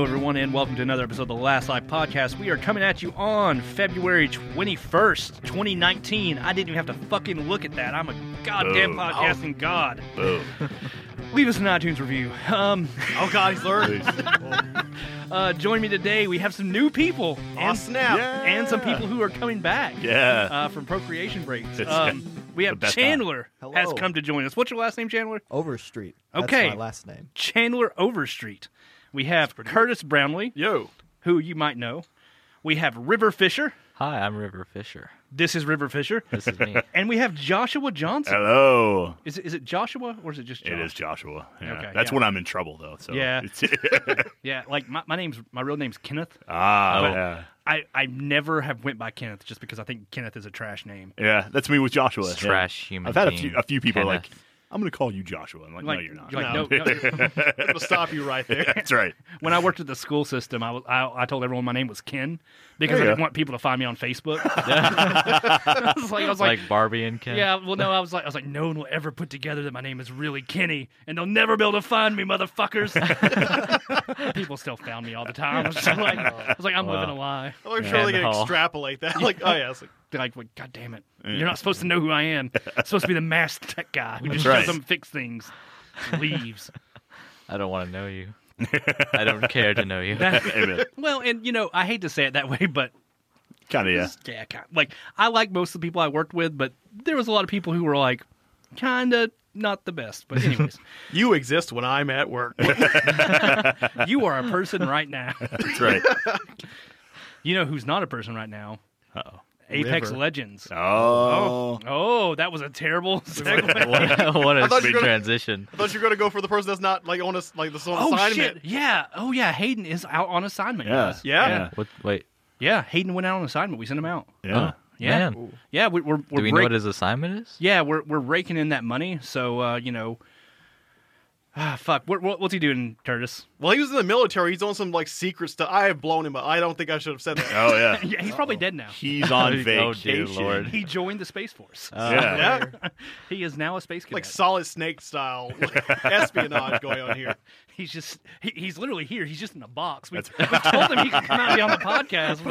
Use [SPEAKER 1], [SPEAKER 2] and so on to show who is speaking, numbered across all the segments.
[SPEAKER 1] welcome to another episode of the Last Life Podcast. We are coming at you on February 21st, 2019. I didn't even have to fucking look at that. I'm a goddamn
[SPEAKER 2] Boom.
[SPEAKER 1] podcasting god.
[SPEAKER 2] Boom.
[SPEAKER 1] Leave us an iTunes review. Um,
[SPEAKER 3] Oh God, he's learning.
[SPEAKER 1] uh, join me today. We have some new people.
[SPEAKER 3] oh snap!
[SPEAKER 2] Yeah.
[SPEAKER 1] and some people who are coming back
[SPEAKER 2] Yeah.
[SPEAKER 1] uh, from procreation breaks.
[SPEAKER 2] It's-
[SPEAKER 1] Um, we
[SPEAKER 2] the
[SPEAKER 1] have
[SPEAKER 2] best
[SPEAKER 1] Chandler
[SPEAKER 4] time.
[SPEAKER 1] has
[SPEAKER 4] Hello. Oh.
[SPEAKER 1] come to join us. What's your last name, Chandler?
[SPEAKER 4] Overstreet.
[SPEAKER 1] Okay.
[SPEAKER 4] That's my last name.
[SPEAKER 1] Chandler Overstreet. We have Curtis Brownlee,
[SPEAKER 3] Yo,
[SPEAKER 1] who you might know. We have River Fisher.
[SPEAKER 5] Hi, I'm River Fisher.
[SPEAKER 1] This is River Fisher.
[SPEAKER 5] This is me.
[SPEAKER 1] And we have Joshua Johnson.
[SPEAKER 2] Hello.
[SPEAKER 1] Is it, is it Joshua or is it just Josh?
[SPEAKER 2] It is Joshua. Yeah.
[SPEAKER 1] Okay,
[SPEAKER 2] That's
[SPEAKER 1] yeah.
[SPEAKER 2] when I'm in trouble, though. So
[SPEAKER 1] Yeah.
[SPEAKER 2] it's-
[SPEAKER 1] Yeah, like my, my name's my real name's Kenneth.
[SPEAKER 2] ah,
[SPEAKER 5] Oh.
[SPEAKER 2] yeah.
[SPEAKER 1] I, I never have went by Kenneth just because I think Kenneth is a trash name.
[SPEAKER 2] yeah. That's me with Joshua. yeah.
[SPEAKER 5] Trash human
[SPEAKER 2] I've had a
[SPEAKER 5] being,
[SPEAKER 2] few, a few people like,
[SPEAKER 5] Kenneth.
[SPEAKER 2] I'm going to call you Joshua. I'm like, no, you're not.
[SPEAKER 1] like,
[SPEAKER 3] No.
[SPEAKER 1] no, no,
[SPEAKER 3] it'll stop you right there.
[SPEAKER 2] That's right.
[SPEAKER 1] when I worked at the school system, I, was, I, I told everyone my name was Ken because
[SPEAKER 2] There
[SPEAKER 1] I
[SPEAKER 2] you
[SPEAKER 1] didn't
[SPEAKER 2] go.
[SPEAKER 1] want people to find me on Facebook. I was like, I was like,
[SPEAKER 5] like Barbie and Ken.
[SPEAKER 1] yeah, well, no, I was like, I was like, no one will ever put together that my name is really Kenny, and they'll never be able to find me, motherfuckers. people still found me all the time. I was, just like, I was like, I'm living a lie.
[SPEAKER 3] Oh, I'm sure they can
[SPEAKER 5] Yeah.
[SPEAKER 3] extrapolate that. Like, oh yeah, it's like,
[SPEAKER 1] They're like, well, God damn it, you're not supposed to know who I am. It's supposed to be the masked tech guy who just
[SPEAKER 2] That's right.
[SPEAKER 1] shows up and fix things, leaves.
[SPEAKER 5] I don't want to know you. I don't care to know you.
[SPEAKER 1] well, and you know, I hate to say it that way, but
[SPEAKER 2] Kind of, yeah.
[SPEAKER 1] yeah, kind like I like most of the people I worked with, but there was a lot of people who were like, kind of not the best. But anyways,
[SPEAKER 3] you exist when I'm at work.
[SPEAKER 1] you are a person right now.
[SPEAKER 2] That's right.
[SPEAKER 1] You know who's not a person right now?
[SPEAKER 5] Uh-oh.
[SPEAKER 1] Apex
[SPEAKER 3] River.
[SPEAKER 1] Legends.
[SPEAKER 2] Oh.
[SPEAKER 1] Oh, that was a terrible segue.
[SPEAKER 5] What, what a
[SPEAKER 3] thought you
[SPEAKER 5] sweet
[SPEAKER 3] were gonna-
[SPEAKER 5] transition.
[SPEAKER 3] I thought you were gonna go for the person that's not like on a s- like the sole
[SPEAKER 1] Oh
[SPEAKER 3] assignment.
[SPEAKER 1] shit! Yeah. Oh yeah. Hayden is out on assignment.
[SPEAKER 2] Yeah.
[SPEAKER 1] guys.
[SPEAKER 3] Yeah.
[SPEAKER 2] Yeah.
[SPEAKER 5] What, wait.
[SPEAKER 1] Yeah. Hayden went out on assignment. We sent him out.
[SPEAKER 2] Yeah.
[SPEAKER 5] Oh,
[SPEAKER 1] Yeah.
[SPEAKER 5] Man.
[SPEAKER 1] Yeah. we- We're we're,
[SPEAKER 5] Do we know
[SPEAKER 1] break-
[SPEAKER 5] what his assignment is?
[SPEAKER 1] Yeah, we're we're raking in that money. So uh, you know, ah, fuck. What, what, what's he doing, Curtis?
[SPEAKER 3] Well, he was in the military. He's on some like secret stuff. I have blown him, but I don't think I should have said that.
[SPEAKER 2] Oh, yeah.
[SPEAKER 1] Yeah, he's probably dead now.
[SPEAKER 2] He's on
[SPEAKER 5] Oh, dear
[SPEAKER 2] vacation.
[SPEAKER 5] Lord.
[SPEAKER 1] He joined the space force.
[SPEAKER 2] Uh,
[SPEAKER 1] Uh,
[SPEAKER 2] Yeah.
[SPEAKER 3] yeah,
[SPEAKER 1] he is now a space cadet.
[SPEAKER 3] like solid snake style like, espionage going on here.
[SPEAKER 1] he's just he, he's literally here. He's just in a box. We, we told him he could not be on the podcast.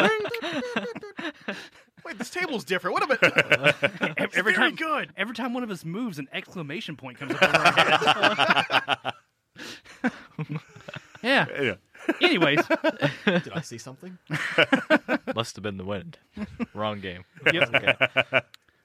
[SPEAKER 3] Wait, this table's different. What about?
[SPEAKER 1] every, every
[SPEAKER 3] very
[SPEAKER 1] time, good. Every time one of us moves, an exclamation point comes up over our head. yeah.
[SPEAKER 2] Yeah.
[SPEAKER 1] Anyways,
[SPEAKER 4] Did I see something?
[SPEAKER 5] Must have been the wind. Wrong game.
[SPEAKER 1] yep.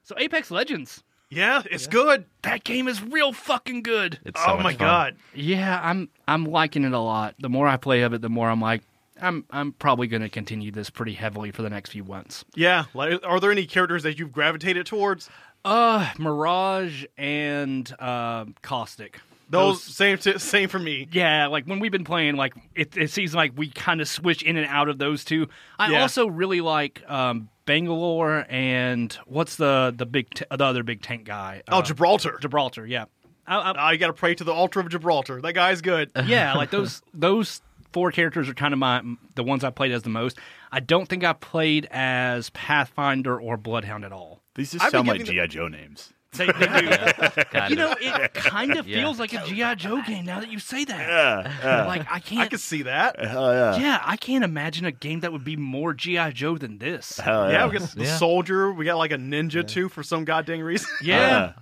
[SPEAKER 1] so Apex Legends.
[SPEAKER 3] Yeah, it's good.
[SPEAKER 1] That game is real fucking good.
[SPEAKER 5] It's so
[SPEAKER 3] oh
[SPEAKER 5] much
[SPEAKER 3] my
[SPEAKER 5] fun.
[SPEAKER 3] god.
[SPEAKER 1] Yeah, I'm I'm liking it a lot. The more I play of it, the more I'm like, I'm I'm probably going to continue this pretty heavily for the next few months.
[SPEAKER 3] Yeah, like, are there any characters that you've gravitated towards?
[SPEAKER 1] Uh, Mirage and uh, Caustic.
[SPEAKER 3] Those, same t- same for me.
[SPEAKER 1] Yeah, like when we've been playing, like it, it seems like we kind of switch in and out of those two. I
[SPEAKER 3] Yeah.
[SPEAKER 1] also really like um, Bangalore and what's the the big t- the other big tank guy?
[SPEAKER 3] Oh,
[SPEAKER 1] Uh,
[SPEAKER 3] Gibraltar.
[SPEAKER 1] Gibraltar. Yeah, I, I,
[SPEAKER 3] Ah, you got to pray to the altar of Gibraltar. That guy's good.
[SPEAKER 1] yeah, like those those four characters are kind of my the ones I played as the most. I don't think I played as Pathfinder or Bloodhound at all.
[SPEAKER 2] These just
[SPEAKER 3] I've been
[SPEAKER 2] sound like
[SPEAKER 3] giving
[SPEAKER 2] G.I.
[SPEAKER 3] the-
[SPEAKER 2] Joe names.
[SPEAKER 1] They, they do.
[SPEAKER 5] Kind
[SPEAKER 1] you
[SPEAKER 5] of.
[SPEAKER 1] know, it kind of
[SPEAKER 5] Yeah.
[SPEAKER 1] feels like a GI Joe game now that you say that.
[SPEAKER 2] Yeah. yeah.
[SPEAKER 1] Like I can't.
[SPEAKER 3] I can see that.
[SPEAKER 2] Hell yeah.
[SPEAKER 1] yeah, I can't imagine a game that would be more GI Joe than this.
[SPEAKER 2] Hell
[SPEAKER 3] yeah, we got the
[SPEAKER 5] Yeah.
[SPEAKER 3] soldier. We got like a ninja too for some goddamn reason.
[SPEAKER 2] Uh.
[SPEAKER 1] Yeah.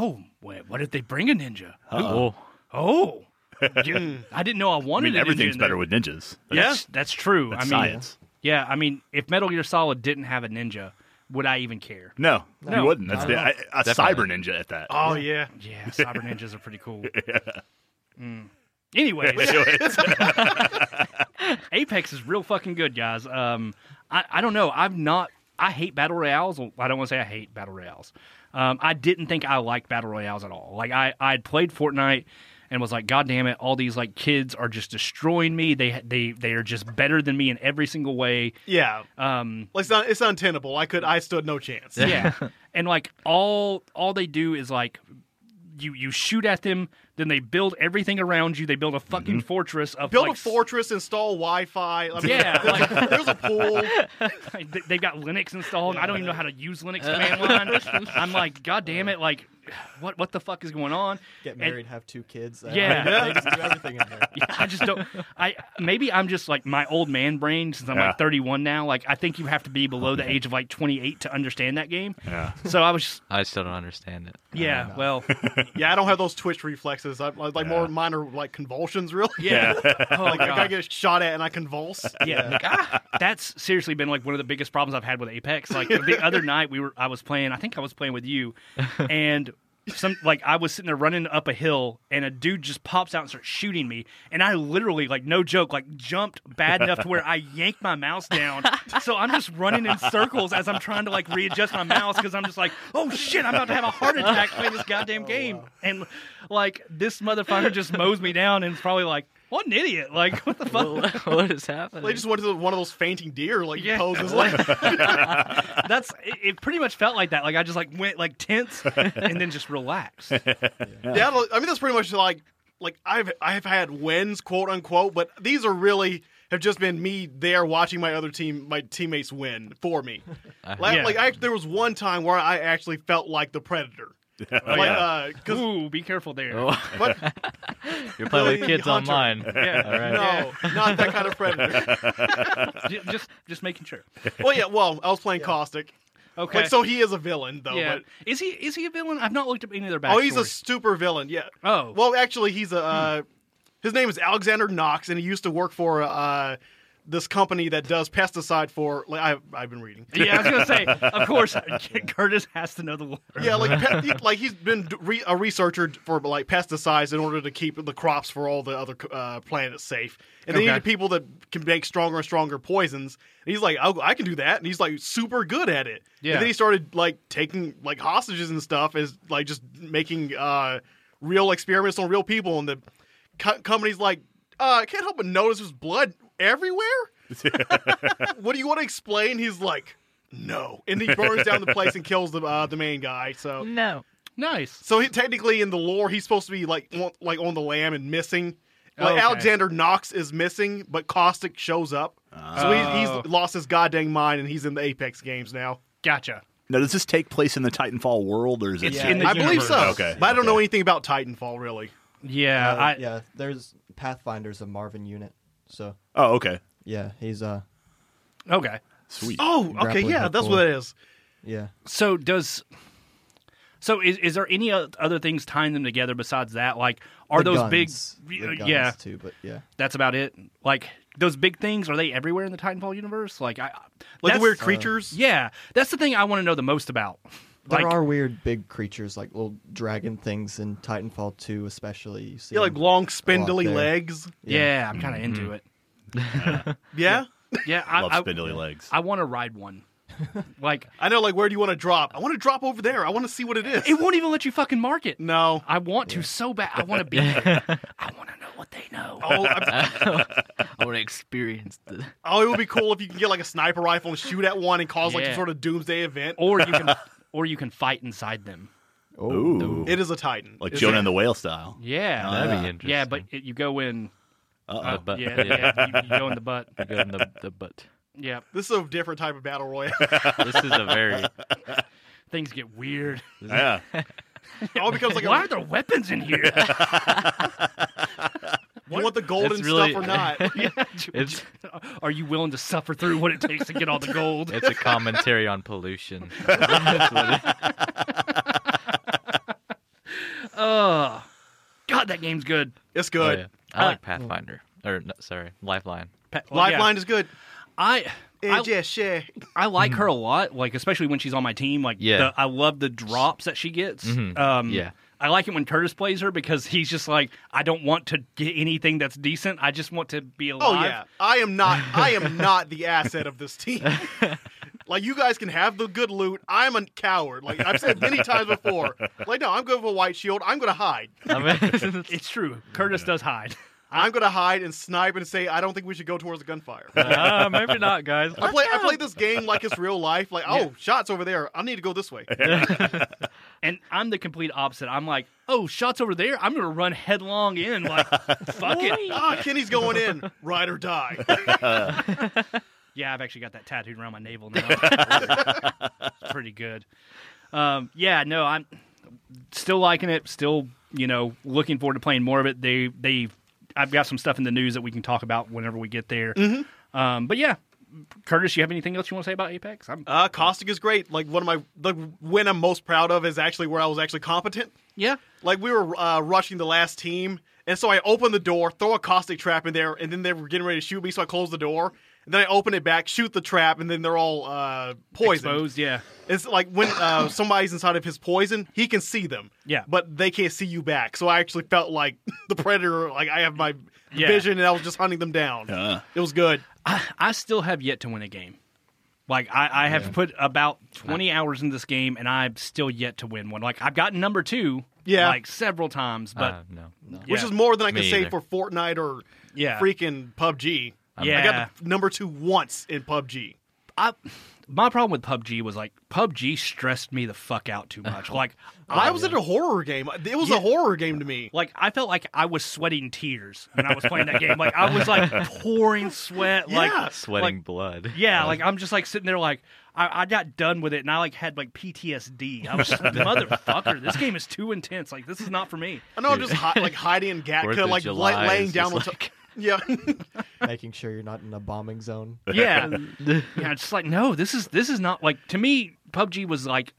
[SPEAKER 1] oh, wait, what if they bring a ninja?
[SPEAKER 5] Oh,
[SPEAKER 1] Oh, Yeah, I didn't know I
[SPEAKER 2] I
[SPEAKER 1] wanted. a
[SPEAKER 2] mean,
[SPEAKER 1] ninja
[SPEAKER 2] everything's
[SPEAKER 1] in there.
[SPEAKER 2] better with ninjas.
[SPEAKER 1] Yeah, that's true. I mean,
[SPEAKER 2] science.
[SPEAKER 1] yeah, I mean, if Metal Gear Solid didn't have a ninja, would I even care?
[SPEAKER 2] No,
[SPEAKER 1] No.
[SPEAKER 2] you wouldn't. That's the, I, a cyber
[SPEAKER 5] Definitely.
[SPEAKER 2] ninja at that.
[SPEAKER 3] Oh yeah.
[SPEAKER 1] Yeah, cyber ninjas are pretty cool. Mm. Anyways,
[SPEAKER 2] Anyways.
[SPEAKER 1] Apex is real fucking good, guys. Um, I, I don't know. I've not. I hate battle royales. Well, I don't want to say I hate battle royales. Um, I didn't think I liked battle royales at all. Like I, I had played Fortnite and was like, God damn it! All these like kids are just destroying me. They they they are just better than me in every single way.
[SPEAKER 3] Yeah.
[SPEAKER 1] Um,
[SPEAKER 3] Like it's, not, it's untenable. I could I stood no chance.
[SPEAKER 1] yeah and like all all they do is like you you shoot at them then they build everything around you they build a fucking fortress of
[SPEAKER 3] Build
[SPEAKER 1] like,
[SPEAKER 3] a fortress, install Wi-Fi. I mean,
[SPEAKER 1] Yeah,
[SPEAKER 3] there's, a, there's a pool.
[SPEAKER 1] they- they've got linux installed and i don't even know how to use linux command line i'm like god damn it like what what the fuck is going on
[SPEAKER 4] Get
[SPEAKER 1] And
[SPEAKER 4] married, have two kids. I-
[SPEAKER 1] Yeah.
[SPEAKER 4] They just do everything in there.
[SPEAKER 1] i just don't. I maybe I'm just like my old man brain since I'm
[SPEAKER 2] Yeah.
[SPEAKER 1] like 31 now. Like I think you have to be below the age of like 28 to understand that game.
[SPEAKER 2] Yeah.
[SPEAKER 1] So I was, just,
[SPEAKER 5] I still don't understand it.
[SPEAKER 1] yeah. Well,
[SPEAKER 3] Yeah, I don't have those twitch reflexes. I, I- like more
[SPEAKER 2] Yeah.
[SPEAKER 3] minor like convulsions, really.
[SPEAKER 1] yeah. Oh,
[SPEAKER 3] like
[SPEAKER 1] God.
[SPEAKER 3] I get shot at and I convulse.
[SPEAKER 1] yeah, like, ah, that's seriously been like one of the biggest problems I've had with Apex. Like the other night, we were I was playing. I think I was playing with you, and some like I was sitting there running up a hill, and a dude just pops out and starts shooting me, and I literally like no joke like jumped bad enough to where I yanked my mouse down. So I'm just running in circles as I'm trying to like readjust my mouse because I'm just like, oh shit, I'm about to have a heart attack playing this goddamn game, and like this motherfucker just mows me down, and it's probably like. What an idiot! Like, what the fuck?
[SPEAKER 5] what is happening?
[SPEAKER 3] They just went to the- one of those fainting deer like
[SPEAKER 1] Yeah.
[SPEAKER 3] poses. Like,
[SPEAKER 1] That's it, it. Pretty much felt like that. Like I just like went like tense and then just relaxed.
[SPEAKER 3] yeah, I mean that's pretty much like like I've I've had wins quote unquote, but these are really have just been me there watching my other team my teammates win for me. like,
[SPEAKER 1] Yeah.
[SPEAKER 3] like I, there was one time where I actually felt like the predator. like,
[SPEAKER 1] Oh, yeah.
[SPEAKER 3] uh, 'cause-
[SPEAKER 1] Ooh, be careful there.
[SPEAKER 5] Oh,
[SPEAKER 3] but
[SPEAKER 5] you're playing with
[SPEAKER 3] Really,
[SPEAKER 5] kids
[SPEAKER 3] Hunter.
[SPEAKER 5] online.
[SPEAKER 1] Yeah,
[SPEAKER 5] All right.
[SPEAKER 3] no, not that kind of predator.
[SPEAKER 1] J- just just making sure.
[SPEAKER 3] well, yeah, well, I was playing caustic.
[SPEAKER 1] Okay.
[SPEAKER 3] Like, so he is a villain though.
[SPEAKER 1] yeah,
[SPEAKER 3] But,
[SPEAKER 1] is he is he a villain? I've not looked up any of their backstory.
[SPEAKER 3] oh, he's a super villain. Yeah.
[SPEAKER 1] Oh.
[SPEAKER 3] Well, actually, he's a. Uh, his name is Alexander Knox, and he used to work for uh, this company that does pesticide for. Like, I've I've been reading.
[SPEAKER 1] yeah, I was gonna say. Of course, Curtis has to know the lore.
[SPEAKER 3] Yeah, like pe- like he's been d- re- a researcher for like pesticides in order to keep the crops for all the other uh, planets safe, and they
[SPEAKER 1] Okay.
[SPEAKER 3] needed people that can make stronger and stronger poisons. And he's like, I'll, I can do that, and he's like super good at it.
[SPEAKER 1] Yeah.
[SPEAKER 3] And then he started like taking like hostages and stuff, as like just making uh, real experiments on real people, and the co- company's like, uh, I can't help but notice there's blood everywhere. what do you want to explain? He's like. No, and he burns down the place and kills the uh, the main guy. So
[SPEAKER 5] No.
[SPEAKER 1] Nice.
[SPEAKER 3] so he, technically, in the lore, he's supposed to be like on, like on the lamb and missing. Like
[SPEAKER 1] Okay.
[SPEAKER 3] Alexander Knox is missing, but Caustic shows up. So he,
[SPEAKER 1] Oh.
[SPEAKER 3] he's lost his goddamn mind, and he's in the Apex games now.
[SPEAKER 1] Gotcha.
[SPEAKER 2] Now, does this take place in the Titanfall world, or is it?
[SPEAKER 1] It's in the
[SPEAKER 3] I believe
[SPEAKER 1] universe.
[SPEAKER 3] so,
[SPEAKER 2] Okay,
[SPEAKER 3] but I don't
[SPEAKER 2] okay.
[SPEAKER 3] know anything about Titanfall really.
[SPEAKER 1] Yeah,
[SPEAKER 4] Uh,
[SPEAKER 1] I,
[SPEAKER 4] yeah, there's Pathfinder's a Marvin unit. So
[SPEAKER 2] oh, okay.
[SPEAKER 4] yeah, he's uh
[SPEAKER 1] Okay.
[SPEAKER 2] Sweet.
[SPEAKER 3] Oh, okay,
[SPEAKER 4] Grappling
[SPEAKER 3] yeah,
[SPEAKER 4] hook
[SPEAKER 3] that's
[SPEAKER 4] boy.
[SPEAKER 3] what it is.
[SPEAKER 4] yeah.
[SPEAKER 1] So does. So is, is there any o- other things tying them together besides that? Like, are
[SPEAKER 4] The
[SPEAKER 1] those
[SPEAKER 4] guns,
[SPEAKER 1] big?
[SPEAKER 4] the guns
[SPEAKER 1] yeah,
[SPEAKER 4] too, but yeah.
[SPEAKER 1] that's about it. Like those big things, are they everywhere in the Titanfall universe? Like I,
[SPEAKER 3] Like
[SPEAKER 1] that's-
[SPEAKER 3] the weird creatures.
[SPEAKER 1] Yeah, that's the thing I want to know the most about.
[SPEAKER 4] There
[SPEAKER 1] Like,
[SPEAKER 4] are weird big creatures like little dragon things in Titanfall 2 especially. You see
[SPEAKER 3] yeah, like
[SPEAKER 4] them.
[SPEAKER 3] long spindly
[SPEAKER 4] there.
[SPEAKER 3] legs.
[SPEAKER 1] yeah, I'm kind of into it.
[SPEAKER 3] Yeah?
[SPEAKER 1] Yeah,
[SPEAKER 2] I
[SPEAKER 1] I
[SPEAKER 2] love
[SPEAKER 1] I,
[SPEAKER 2] spindly legs.
[SPEAKER 1] I want to ride one. Like
[SPEAKER 3] I know. Like, where do you want to drop? I want to drop over there. I want to see what it is.
[SPEAKER 1] it won't even let you fucking mark it.
[SPEAKER 3] no.
[SPEAKER 1] I want to so bad. I want to be there. I want to know what they know.
[SPEAKER 3] Oh, I-
[SPEAKER 5] I want to experience the.
[SPEAKER 3] oh, it would be cool if you could get like a sniper rifle and shoot at one and cause like
[SPEAKER 1] Yeah.
[SPEAKER 3] some sort of doomsday event.
[SPEAKER 1] Or you can, or you can fight inside them.
[SPEAKER 4] Oh,
[SPEAKER 2] Ooh,
[SPEAKER 3] It is a Titan.
[SPEAKER 2] like
[SPEAKER 3] It's
[SPEAKER 2] Jonah and the Whale style.
[SPEAKER 1] Yeah,
[SPEAKER 5] That'd be
[SPEAKER 2] Yeah,
[SPEAKER 5] Oh, interesting.
[SPEAKER 1] yeah, but it, you go in.
[SPEAKER 5] Uh, but,
[SPEAKER 1] yeah, yeah, you, you go in the butt.
[SPEAKER 5] Go in the, the butt.
[SPEAKER 1] Yeah,
[SPEAKER 3] This is a different type of battle royale.
[SPEAKER 5] This is a very.
[SPEAKER 1] things get weird.
[SPEAKER 2] Yeah. Oh,
[SPEAKER 3] It all becomes like, a,
[SPEAKER 1] Why are there weapons in here?
[SPEAKER 3] you want the golden
[SPEAKER 5] It's really-
[SPEAKER 3] stuff or not?
[SPEAKER 5] It's
[SPEAKER 1] Are you willing to suffer through what it takes to get all the gold?
[SPEAKER 5] it's a commentary on pollution.
[SPEAKER 1] Ugh. God, that game's good.
[SPEAKER 3] It's
[SPEAKER 5] Oh,
[SPEAKER 3] good.
[SPEAKER 5] yeah. I
[SPEAKER 1] Uh,
[SPEAKER 5] like Pathfinder. Or, no, sorry, Lifeline.
[SPEAKER 1] Pa- well, yeah.
[SPEAKER 3] Lifeline is good.
[SPEAKER 1] I,
[SPEAKER 3] Eh,
[SPEAKER 1] I
[SPEAKER 3] yeah, sure.
[SPEAKER 1] I like her a lot. Like especially when she's on my team. Like
[SPEAKER 5] Mm-hmm. Yeah.
[SPEAKER 1] the, I love the drops that she gets.
[SPEAKER 5] Mhm.
[SPEAKER 1] Um,
[SPEAKER 5] Yeah.
[SPEAKER 1] I like it when Curtis plays her because he's just like I don't want to get anything that's decent. I just want to be alive.
[SPEAKER 3] Oh yeah. I am not I am not the asset of this team. like you guys can have the good loot. I'm a coward. Like I've said many times before. Like no, I'm good with a white shield. I'm gonna hide.
[SPEAKER 5] I mean,
[SPEAKER 1] It's true. Curtis does hide.
[SPEAKER 3] I'm gonna hide and snipe and say I don't think we should go towards the gunfire.
[SPEAKER 5] uh, maybe not, guys.
[SPEAKER 3] I play I play this game like it's real life. Like, oh, shots over there. I need to go this way.
[SPEAKER 1] And I'm the complete opposite. I'm like, oh, shots over there. I'm gonna run headlong in. Like, fuck it.
[SPEAKER 3] ah, Kenny's going in. Ride or die.
[SPEAKER 1] Yeah, I've actually got that tattooed around my navel now. It's pretty good. Um, yeah, no, I'm still liking it. Still, you know, looking forward to playing more of it. They they I've got some stuff in the news that we can talk about whenever we get there.
[SPEAKER 3] Mm-hmm.
[SPEAKER 1] Um, but yeah, Curtis, you have anything else you want to say about Apex? I'm,
[SPEAKER 3] Uh, Caustic is great. Like one of my the win I'm most proud of is actually where I was actually competent.
[SPEAKER 1] yeah,
[SPEAKER 3] Like we were uh, rushing the last team, and so I opened the door, throw a caustic trap in there, and then they were getting ready to shoot me, so I closed the door. And then I open it back, shoot the trap, and then they're all uh, poisoned.
[SPEAKER 1] exposed. Yeah,
[SPEAKER 3] It's like when uh, somebody's inside of his poison, he can see them.
[SPEAKER 1] Yeah.
[SPEAKER 3] But they can't see you back. So I actually felt like the predator, like I have my
[SPEAKER 1] Yeah.
[SPEAKER 3] vision and I was just hunting them down.
[SPEAKER 2] Uh.
[SPEAKER 3] It was good.
[SPEAKER 1] I, I still have yet to win a game. Like I, I have put about twenty hours in this game, and I'm still yet to win one. Like I've gotten number two,
[SPEAKER 3] Yeah.
[SPEAKER 1] like several times, but
[SPEAKER 5] Uh, no.
[SPEAKER 3] Which
[SPEAKER 1] Yeah.
[SPEAKER 3] is more than I can
[SPEAKER 5] Me
[SPEAKER 3] say
[SPEAKER 5] either.
[SPEAKER 3] for Fortnite or
[SPEAKER 1] Yeah.
[SPEAKER 3] freaking PUBG.
[SPEAKER 1] Yeah.
[SPEAKER 3] I got the number two once in PUBG.
[SPEAKER 1] I my problem with PUBG was like PUBG stressed me the fuck out too much. Like
[SPEAKER 5] Oh,
[SPEAKER 3] I was in a horror game. It was
[SPEAKER 1] Yeah.
[SPEAKER 3] a horror game to me.
[SPEAKER 1] like I felt like I was sweating tears when I was playing that game. Like I was like pouring sweat.
[SPEAKER 3] Yeah.
[SPEAKER 1] Like
[SPEAKER 5] Sweating
[SPEAKER 1] like-
[SPEAKER 5] blood.
[SPEAKER 1] yeah, like I'm just like sitting there like I, I got done with it and I like had like PTSD. I was just like, motherfucker, this game is too intense. Like this is not for me.
[SPEAKER 3] I know I'm just hi- like hiding in
[SPEAKER 5] Fourth
[SPEAKER 3] Gatka,
[SPEAKER 5] of
[SPEAKER 3] like
[SPEAKER 5] July
[SPEAKER 3] la- laying
[SPEAKER 5] is
[SPEAKER 3] down.
[SPEAKER 5] just
[SPEAKER 3] with yeah.
[SPEAKER 4] making sure you're not in a bombing zone.
[SPEAKER 1] Yeah, yeah. It's like no, this is this is not like to me. PUBG was like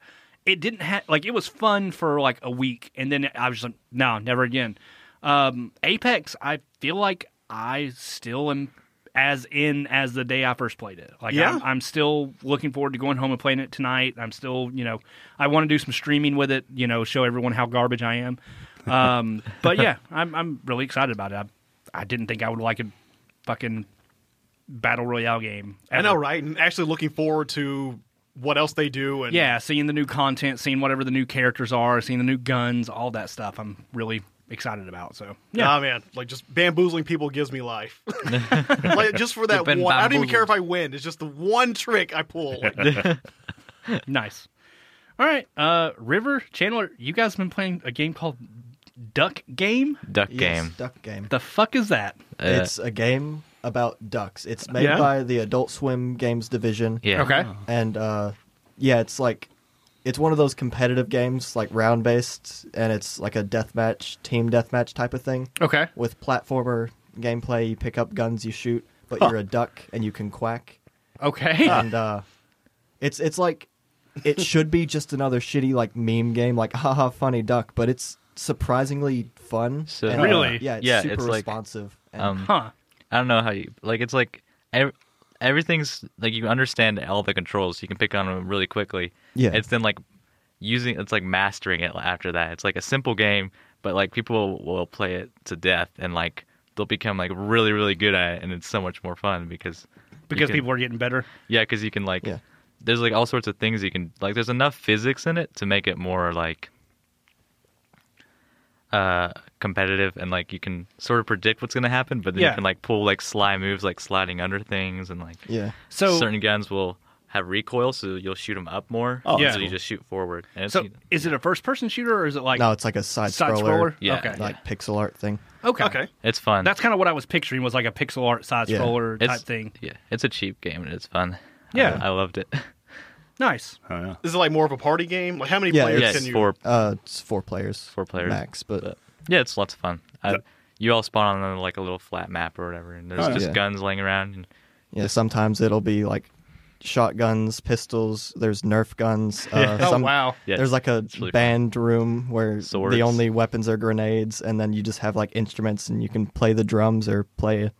[SPEAKER 1] it didn't have like it was fun for like a week, and then I was just like, no, never again. Um, Apex, I feel like I still am as in as the day I first played it. Like
[SPEAKER 3] Yeah.
[SPEAKER 1] I'm, I'm still looking forward to going home and playing it tonight. I'm still you know I want to do some streaming with it. You know, show everyone how garbage I am. Um, but yeah, I'm I'm really excited about it. I, I didn't think I would like a fucking battle royale game.
[SPEAKER 3] I
[SPEAKER 1] ever.
[SPEAKER 3] know, right? And actually looking forward to what else they do. And
[SPEAKER 1] Yeah, seeing the new content, seeing whatever the new characters are, seeing the new guns, all that stuff. I'm really excited about. So yeah,
[SPEAKER 3] Nah, man. Like, just bamboozling people gives me life. like, just for that
[SPEAKER 5] been
[SPEAKER 3] one. I don't even care if I
[SPEAKER 5] bamboozled.
[SPEAKER 3] win. It's just the one trick I pull.
[SPEAKER 1] nice. All right, uh, River Chandler, you guys have been playing a game called Duck Game.
[SPEAKER 5] Duck
[SPEAKER 4] Yes,
[SPEAKER 5] game.
[SPEAKER 4] duck game.
[SPEAKER 1] The fuck is that?
[SPEAKER 5] Uh,
[SPEAKER 4] it's a game about ducks. It's made
[SPEAKER 1] Yeah.
[SPEAKER 4] by the Adult Swim Games division.
[SPEAKER 5] yeah.
[SPEAKER 4] and uh, yeah, it's like it's one of those competitive games, like round based, and it's like a deathmatch, team deathmatch type of thing
[SPEAKER 1] Okay.
[SPEAKER 4] with platformer gameplay. You pick up guns, you shoot, but you're a duck and you can quack,
[SPEAKER 1] Okay.
[SPEAKER 4] and uh, it's it's like it should be just another shitty like meme game, like haha funny duck, but it's surprisingly fun.
[SPEAKER 5] So-
[SPEAKER 4] uh,
[SPEAKER 1] Really?
[SPEAKER 4] yeah, it's
[SPEAKER 5] Yeah,
[SPEAKER 4] super
[SPEAKER 5] it's like,
[SPEAKER 4] responsive. and-
[SPEAKER 5] Um,
[SPEAKER 1] huh.
[SPEAKER 5] I don't know how you like. It's like ev- everything's like you understand all the controls. You can pick on them really quickly.
[SPEAKER 4] Yeah.
[SPEAKER 5] It's then like using. It's like mastering it after that. It's like a simple game, but like people will play it to death and like they'll become like really really good at it, and it's so much more fun because you
[SPEAKER 1] Because
[SPEAKER 5] can-
[SPEAKER 1] people are getting better.
[SPEAKER 5] yeah because you can like
[SPEAKER 4] Yeah.
[SPEAKER 5] there's like all sorts of things you can like there's enough physics in it to make it more like uh competitive and like you can sort of predict what's gonna happen but then
[SPEAKER 1] Yeah.
[SPEAKER 5] you can like pull like sly moves like sliding under things and like
[SPEAKER 4] yeah.
[SPEAKER 1] So
[SPEAKER 5] certain guns will have recoil so you'll shoot them up more
[SPEAKER 2] Oh,
[SPEAKER 1] Yeah.
[SPEAKER 5] so you just shoot forward and it's,
[SPEAKER 1] so is it a first person shooter or is it like
[SPEAKER 4] No, it's like a side,
[SPEAKER 1] side scroller?
[SPEAKER 5] Yeah.
[SPEAKER 1] Okay.
[SPEAKER 4] like pixel art thing.
[SPEAKER 1] okay.
[SPEAKER 3] okay.
[SPEAKER 5] it's fun
[SPEAKER 1] That's kind of what I was picturing was like a pixel art side
[SPEAKER 4] Yeah.
[SPEAKER 1] scroller
[SPEAKER 5] it's,
[SPEAKER 1] type thing.
[SPEAKER 5] yeah it's a cheap game and it's fun
[SPEAKER 1] Yeah.
[SPEAKER 5] I, I loved it
[SPEAKER 1] Nice.
[SPEAKER 2] Oh, yeah.
[SPEAKER 3] This is like more of a party game. Like, how many
[SPEAKER 4] Yeah,
[SPEAKER 3] players
[SPEAKER 5] yeah
[SPEAKER 3] can
[SPEAKER 5] it's
[SPEAKER 3] you?
[SPEAKER 5] four
[SPEAKER 4] Uh, it's four players,
[SPEAKER 5] Four players.
[SPEAKER 4] max, but.
[SPEAKER 5] Yeah, it's lots of fun. I, you all spawn on uh, like a little flat map or whatever, and there's
[SPEAKER 2] Oh, yeah.
[SPEAKER 5] just
[SPEAKER 4] Yeah.
[SPEAKER 5] guns laying around. And,
[SPEAKER 4] Yeah, sometimes it'll be like shotguns, pistols. There's Nerf guns. Uh,
[SPEAKER 1] Yeah.
[SPEAKER 3] Oh,
[SPEAKER 4] some-
[SPEAKER 3] wow.
[SPEAKER 5] yeah,
[SPEAKER 4] There's like a
[SPEAKER 5] it's really fun.
[SPEAKER 4] band room where
[SPEAKER 5] Swords.
[SPEAKER 4] the only weapons are grenades, and then you just have like instruments, and you can play the drums or play a,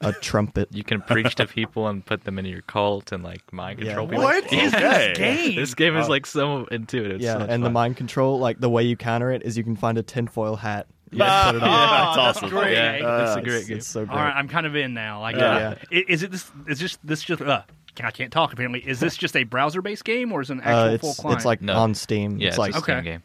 [SPEAKER 4] a trumpet.
[SPEAKER 5] You can preach to people and put them into your cult and like mind
[SPEAKER 4] Yeah. Uh,
[SPEAKER 5] control. people.
[SPEAKER 3] What is
[SPEAKER 2] Okay.
[SPEAKER 1] this game?
[SPEAKER 5] This game is like so intuitive. It's
[SPEAKER 4] yeah,
[SPEAKER 5] so much
[SPEAKER 4] and the
[SPEAKER 5] fun.
[SPEAKER 4] mind control, like the way you counter it is you can find a tinfoil hat.
[SPEAKER 5] Yeah.
[SPEAKER 4] put it on.
[SPEAKER 2] that's
[SPEAKER 3] that's
[SPEAKER 2] awesome. Uh,
[SPEAKER 3] great.
[SPEAKER 5] Yeah, it's a
[SPEAKER 4] It's-
[SPEAKER 5] great game.
[SPEAKER 4] It's so great.
[SPEAKER 1] All right, I'm kind of in now. Like,
[SPEAKER 4] Yeah.
[SPEAKER 1] uh, i- is it this? Is just this just? Uh, I can't talk. Apparently, is this just a browser-based game or is it an actual
[SPEAKER 4] Uh,
[SPEAKER 1] full
[SPEAKER 4] it's
[SPEAKER 1] client?
[SPEAKER 4] it's like
[SPEAKER 5] No.
[SPEAKER 4] on Steam.
[SPEAKER 5] yeah,
[SPEAKER 4] it's
[SPEAKER 5] it's
[SPEAKER 4] like
[SPEAKER 5] a Steam
[SPEAKER 1] Okay.
[SPEAKER 5] game.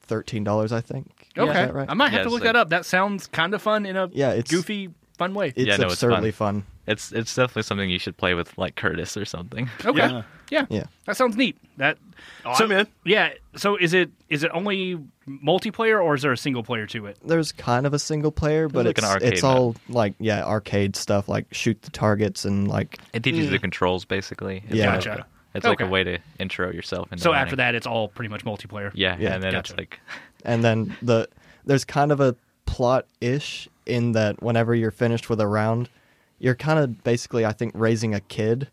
[SPEAKER 4] thirteen dollars, I think. Is
[SPEAKER 1] okay,
[SPEAKER 4] that right?
[SPEAKER 1] I might have
[SPEAKER 5] Yeah,
[SPEAKER 1] to
[SPEAKER 5] it's
[SPEAKER 1] look
[SPEAKER 5] like-
[SPEAKER 1] that up. That sounds kind of fun in a
[SPEAKER 4] Yeah, it's-
[SPEAKER 1] goofy, fun way.
[SPEAKER 4] It's
[SPEAKER 5] Yeah, no, it's fun.
[SPEAKER 4] absurdly fun.
[SPEAKER 5] It's it's definitely something you should play with like Curtis or something.
[SPEAKER 1] okay, yeah.
[SPEAKER 2] Yeah.
[SPEAKER 4] Yeah.
[SPEAKER 1] that sounds neat. That
[SPEAKER 3] Oh,
[SPEAKER 1] so
[SPEAKER 3] I'm in.
[SPEAKER 1] yeah. So is it is it only multiplayer or is there a single player to it?
[SPEAKER 4] there's kind of a single player, but
[SPEAKER 5] like an
[SPEAKER 4] it's
[SPEAKER 5] arcade
[SPEAKER 4] it's
[SPEAKER 5] map.
[SPEAKER 4] all like yeah, arcade stuff like shoot the targets and like
[SPEAKER 5] It teaches you the controls basically. It's
[SPEAKER 4] Yeah.
[SPEAKER 5] like-
[SPEAKER 1] Mm. Gotcha.
[SPEAKER 5] It's like a
[SPEAKER 1] Okay.
[SPEAKER 5] way to intro yourself. Into
[SPEAKER 1] So after
[SPEAKER 5] running.
[SPEAKER 1] that, it's all pretty much multiplayer.
[SPEAKER 5] yeah,
[SPEAKER 4] Yeah.
[SPEAKER 5] and then
[SPEAKER 1] Gotcha.
[SPEAKER 5] it's like
[SPEAKER 4] and then the there's kind of a plot ish in that whenever you're finished with a round, you're kind of basically, I think, raising a kid.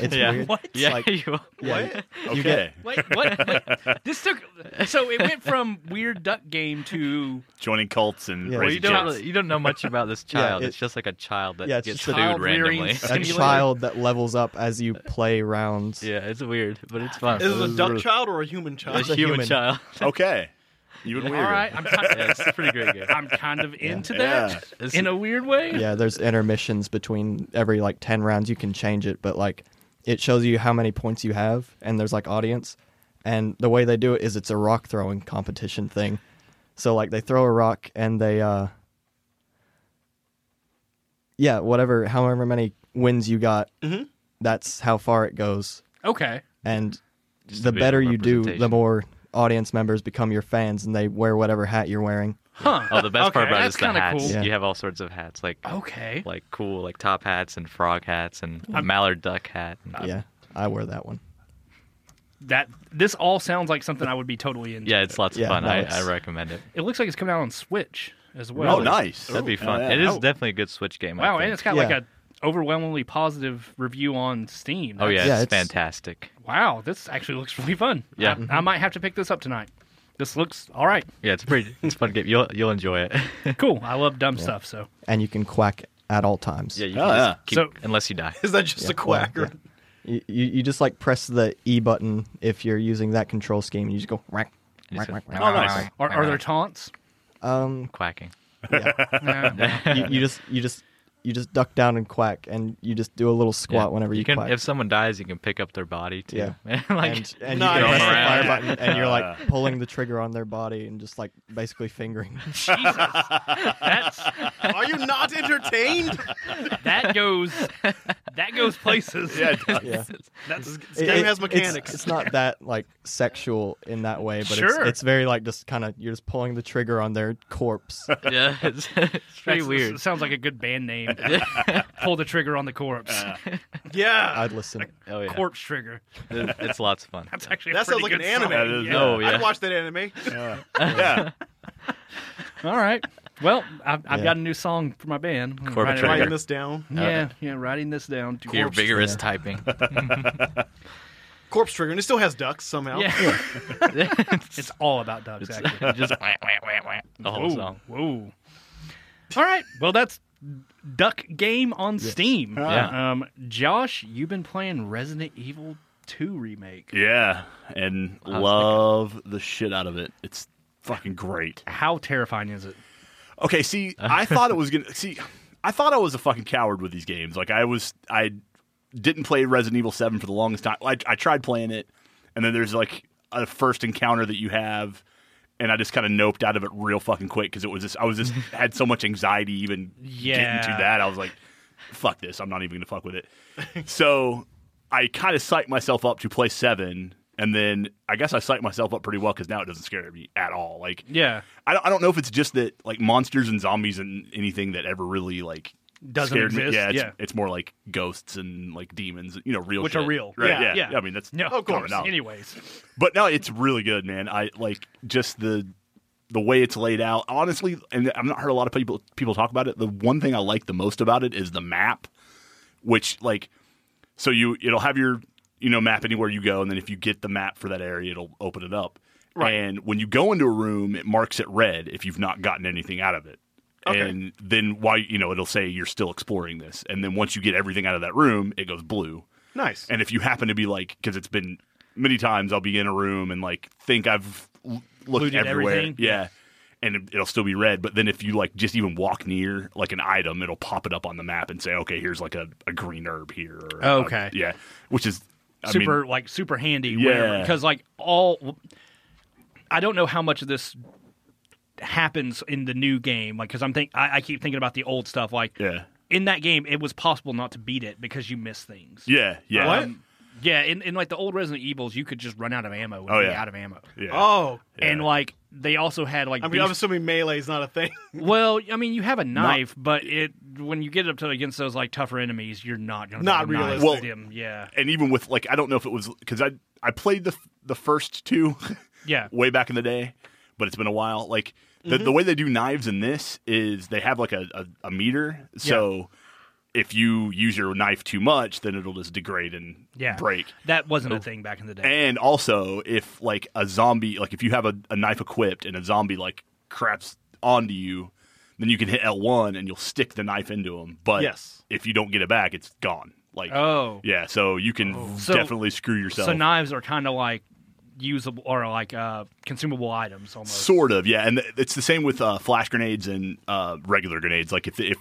[SPEAKER 4] It's
[SPEAKER 5] Yeah.
[SPEAKER 4] weird.
[SPEAKER 1] What?
[SPEAKER 4] It's
[SPEAKER 5] Yeah,
[SPEAKER 4] like-
[SPEAKER 5] you will.
[SPEAKER 4] yeah,
[SPEAKER 2] Okay.
[SPEAKER 4] get-
[SPEAKER 1] Wait, what? Wait, this took so it went from weird duck game to
[SPEAKER 2] Joining cults and
[SPEAKER 4] Yeah.
[SPEAKER 5] Well, you
[SPEAKER 2] raising
[SPEAKER 5] don't
[SPEAKER 2] kids.
[SPEAKER 5] really, you don't know much about this child.
[SPEAKER 4] it-
[SPEAKER 5] it's just like a child that
[SPEAKER 4] yeah, it's
[SPEAKER 5] gets
[SPEAKER 4] just a-
[SPEAKER 5] food
[SPEAKER 1] Child rearing
[SPEAKER 5] randomly.
[SPEAKER 4] a
[SPEAKER 1] stimulator.
[SPEAKER 4] child that levels up as you play rounds.
[SPEAKER 5] yeah, it's weird, but it's fun.
[SPEAKER 3] Is it a
[SPEAKER 5] It's
[SPEAKER 3] duck child or a human
[SPEAKER 5] a
[SPEAKER 3] child?
[SPEAKER 4] It's a
[SPEAKER 5] human,
[SPEAKER 4] human.
[SPEAKER 5] child.
[SPEAKER 2] Okay. You and
[SPEAKER 1] all
[SPEAKER 2] weird.
[SPEAKER 1] right. I'm kind
[SPEAKER 5] yeah, it's
[SPEAKER 1] of,
[SPEAKER 5] a pretty great game.
[SPEAKER 1] I'm kind of into
[SPEAKER 2] Yeah.
[SPEAKER 1] that
[SPEAKER 5] It's-
[SPEAKER 1] in a weird way.
[SPEAKER 4] yeah there's intermissions between every like 10 rounds you can change it but like it shows you how many points you have and there's like audience and the way they do it is it's a rock throwing competition thing so like they throw a rock and they uh yeah whatever however many wins you got
[SPEAKER 5] Mm-hmm.
[SPEAKER 4] that's how far it goes
[SPEAKER 1] Okay.
[SPEAKER 4] and
[SPEAKER 5] Just
[SPEAKER 4] the
[SPEAKER 5] visual
[SPEAKER 4] better you do the
[SPEAKER 5] representation.
[SPEAKER 4] more audience members become your fans and they wear whatever hat you're wearing
[SPEAKER 1] Huh.
[SPEAKER 5] Oh, the best
[SPEAKER 1] Okay,
[SPEAKER 5] part about it
[SPEAKER 1] that's
[SPEAKER 5] is the
[SPEAKER 1] kinda
[SPEAKER 5] hats.
[SPEAKER 1] cool.
[SPEAKER 4] Yeah.
[SPEAKER 5] You have all sorts of hats, like
[SPEAKER 1] Okay.
[SPEAKER 5] like cool, like top hats and frog hats and a mallard duck hat. and-
[SPEAKER 4] yeah i wear that one
[SPEAKER 1] That this all sounds like something I would be totally into.
[SPEAKER 5] yeah, it's lots of
[SPEAKER 4] Yeah,
[SPEAKER 5] fun.
[SPEAKER 4] no,
[SPEAKER 5] I,
[SPEAKER 4] it's-
[SPEAKER 5] I recommend it.
[SPEAKER 1] It looks like it's coming out on Switch as well.
[SPEAKER 2] Oh, nice.
[SPEAKER 5] That'd be
[SPEAKER 2] Ooh,
[SPEAKER 5] fun.
[SPEAKER 2] yeah.
[SPEAKER 5] It is
[SPEAKER 2] Oh,
[SPEAKER 5] definitely a good Switch game. I
[SPEAKER 1] Wow,
[SPEAKER 5] think.
[SPEAKER 1] and it's got like
[SPEAKER 4] Yeah.
[SPEAKER 1] a overwhelmingly positive review on Steam.
[SPEAKER 5] oh yeah,
[SPEAKER 1] That's-
[SPEAKER 4] Yeah,
[SPEAKER 5] it's,
[SPEAKER 4] it's-
[SPEAKER 5] fantastic.
[SPEAKER 1] Wow, this actually looks really fun.
[SPEAKER 5] Yeah.
[SPEAKER 1] I, I might have to pick this up tonight. This looks all right.
[SPEAKER 5] Yeah, it's a pretty. It's a fun game. You'll you'll enjoy it.
[SPEAKER 1] Cool. I love dumb stuff. So
[SPEAKER 4] and you can quack at all times
[SPEAKER 5] yeah, you
[SPEAKER 2] Oh,
[SPEAKER 5] can just
[SPEAKER 2] yeah.
[SPEAKER 5] keep,
[SPEAKER 1] So-
[SPEAKER 5] unless you die.
[SPEAKER 3] Is that just a quack?
[SPEAKER 4] well,
[SPEAKER 3] Or...
[SPEAKER 4] yeah. You, you you just like press the E button if you're using that control scheme, and you just go whack, whack, whack, whack.
[SPEAKER 2] Oh, nice.
[SPEAKER 1] are, are there taunts?
[SPEAKER 4] Um,
[SPEAKER 5] Quacking.
[SPEAKER 1] Nah.
[SPEAKER 4] you, you just you just you just duck down and quack, and you just do a little squat
[SPEAKER 5] Yeah.
[SPEAKER 4] whenever you,
[SPEAKER 5] can.
[SPEAKER 4] quack.
[SPEAKER 5] If someone dies, you can pick up their body too.
[SPEAKER 4] Yeah.
[SPEAKER 5] like
[SPEAKER 4] and and
[SPEAKER 3] Nice.
[SPEAKER 4] you can press the
[SPEAKER 5] Around.
[SPEAKER 4] fire button, and you're like pulling the trigger on their body, and just like basically fingering.
[SPEAKER 1] Jesus. That's
[SPEAKER 3] Are you not entertained?
[SPEAKER 1] that goes that goes places.
[SPEAKER 2] Yeah, it does.
[SPEAKER 4] Yeah,
[SPEAKER 1] That's
[SPEAKER 3] This game has
[SPEAKER 4] it's-
[SPEAKER 3] mechanics.
[SPEAKER 4] It's, not that like sexual in that way, but
[SPEAKER 1] Sure.
[SPEAKER 4] it's, it's very like just kind of you're just pulling the trigger on their corpse.
[SPEAKER 5] yeah, it's, it's pretty
[SPEAKER 1] that's-
[SPEAKER 5] weird.
[SPEAKER 1] Sounds like a good band name. Pull the trigger on the corpse.
[SPEAKER 3] yeah.
[SPEAKER 4] I'd listen.
[SPEAKER 5] Oh yeah,
[SPEAKER 1] Corpse trigger.
[SPEAKER 5] It- it's lots of fun.
[SPEAKER 1] That's actually a
[SPEAKER 3] That sounds
[SPEAKER 1] pretty
[SPEAKER 3] like an
[SPEAKER 1] good song.
[SPEAKER 3] anime.
[SPEAKER 2] That is-
[SPEAKER 1] Yeah.
[SPEAKER 5] Oh, yeah.
[SPEAKER 3] I'd watch that anime.
[SPEAKER 2] Yeah. yeah.
[SPEAKER 1] All right. Well, I've, I've
[SPEAKER 4] Yeah.
[SPEAKER 1] got a new song for my band. I'm gonna
[SPEAKER 5] Corpse
[SPEAKER 1] write it
[SPEAKER 5] Trigger.
[SPEAKER 1] right-
[SPEAKER 3] Writing this down.
[SPEAKER 1] Yeah, yeah, writing this down.
[SPEAKER 5] Your vigorous
[SPEAKER 4] yeah.
[SPEAKER 5] typing.
[SPEAKER 3] Corpse Trigger, and it still has ducks somehow.
[SPEAKER 1] Yeah. it's all about dogs, actually.
[SPEAKER 5] just wah, wah, wah, wah, the whole
[SPEAKER 1] Whoa,
[SPEAKER 5] song.
[SPEAKER 1] whoa. All right. Well, that's Duck Game on Steam.
[SPEAKER 5] Yeah.
[SPEAKER 1] Um, Josh, you've been playing Resident Evil 2 Remake.
[SPEAKER 2] Yeah. And love the shit out of it. It's fucking great.
[SPEAKER 1] How terrifying is it?
[SPEAKER 2] Okay, see, I thought it was gonna see. I thought I was a fucking coward with these games. Like I was, I didn't play Resident Evil Seven for the longest time. I, I tried playing it, and then there's like a first encounter that you have, and I just kind of noped out of it real fucking quick because it was just I was just had so much anxiety even getting
[SPEAKER 1] Yeah.
[SPEAKER 2] to that. I was like, fuck this, I'm not even gonna fuck with it. so I kind of psyched myself up to play Seven, and then I guess I psyched myself up pretty well because now it doesn't scare me at all. Like
[SPEAKER 1] Yeah.
[SPEAKER 2] I don't, I don't know if it's just that like monsters and zombies and anything that ever really like
[SPEAKER 1] Doesn't
[SPEAKER 2] scared
[SPEAKER 1] exist,
[SPEAKER 2] Me. Yeah, it's,
[SPEAKER 1] yeah.
[SPEAKER 2] it's more like ghosts and like demons, you know, real
[SPEAKER 1] Which
[SPEAKER 2] shit.
[SPEAKER 1] are real.
[SPEAKER 2] right?
[SPEAKER 1] Yeah,
[SPEAKER 2] Yeah,
[SPEAKER 1] yeah.
[SPEAKER 2] I mean, that's oh,
[SPEAKER 1] No,
[SPEAKER 2] common
[SPEAKER 1] of course.
[SPEAKER 2] knowledge.
[SPEAKER 1] Anyways.
[SPEAKER 2] But no, it's really good, man. I like just the the way it's laid out. Honestly, and I've not heard a lot of people people talk about it. The one thing I like the most about it is the map, which like so you it'll have your you know map anywhere you go, and then if you get the map for that area, it'll open it up.
[SPEAKER 3] Right.
[SPEAKER 2] And when you go into a room, it marks it red if you've not gotten anything out of it.
[SPEAKER 3] Okay.
[SPEAKER 2] And then why you know it'll say you're still exploring this, and then once you get everything out of that room, it goes blue.
[SPEAKER 3] Nice.
[SPEAKER 2] And if you happen to be like, because it's been many times, I'll be in a room and like think I've l- looked
[SPEAKER 1] Looted
[SPEAKER 2] everywhere.
[SPEAKER 1] everything?
[SPEAKER 2] Yeah. And it- it'll still be red. But then if you like just even walk near like an item, it'll pop it up on the map and say, okay, here's like a, a green herb here. Or,
[SPEAKER 1] Oh, okay.
[SPEAKER 2] uh, yeah. Which is I mean,
[SPEAKER 1] super like super handy wherever
[SPEAKER 2] Yeah.
[SPEAKER 1] because like all i don't know how much of this happens in the new game like because i'm think I, I keep thinking about the old stuff like
[SPEAKER 2] Yeah.
[SPEAKER 1] in that game it was possible not to beat it because you miss things
[SPEAKER 2] Yeah. Yeah.
[SPEAKER 3] What?
[SPEAKER 1] yeah in, in like the old resident evils you could just run out of ammo and
[SPEAKER 2] Oh,
[SPEAKER 1] be
[SPEAKER 2] yeah.
[SPEAKER 1] out of ammo
[SPEAKER 2] Yeah.
[SPEAKER 3] oh,
[SPEAKER 1] and like they also had like
[SPEAKER 3] I mean, I'm
[SPEAKER 1] beast-
[SPEAKER 3] assuming melee is not a thing.
[SPEAKER 1] well i mean you have a knife but it when you get up to against those like tougher enemies you're not gonna
[SPEAKER 3] Not
[SPEAKER 1] be able to knife
[SPEAKER 2] realistic. Well-
[SPEAKER 1] them. yeah
[SPEAKER 2] and even with like, I don't know if it was because I, I played the, the first two
[SPEAKER 1] yeah
[SPEAKER 2] way back in the day, but it's been a while. Like The,
[SPEAKER 1] Mm-hmm.
[SPEAKER 2] the way they do knives in this is they have like a, a, a meter. So if you use your knife too much, then it'll just degrade and
[SPEAKER 1] Yeah.
[SPEAKER 2] break.
[SPEAKER 1] That wasn't a thing back in the day.
[SPEAKER 2] And also, if like a zombie, like if you have a, a knife equipped and a zombie like craps onto you, then you can hit L1 and you'll stick the knife into him. But
[SPEAKER 3] Yes.
[SPEAKER 2] if you don't get it back, it's gone. Like,
[SPEAKER 1] Oh.
[SPEAKER 2] yeah, so you can
[SPEAKER 1] So-
[SPEAKER 2] definitely screw yourself.
[SPEAKER 1] So knives are kind of like usable or like uh, consumable items almost.
[SPEAKER 2] Sort of, yeah, and it's the same with uh, flash grenades and uh, regular grenades. Like if if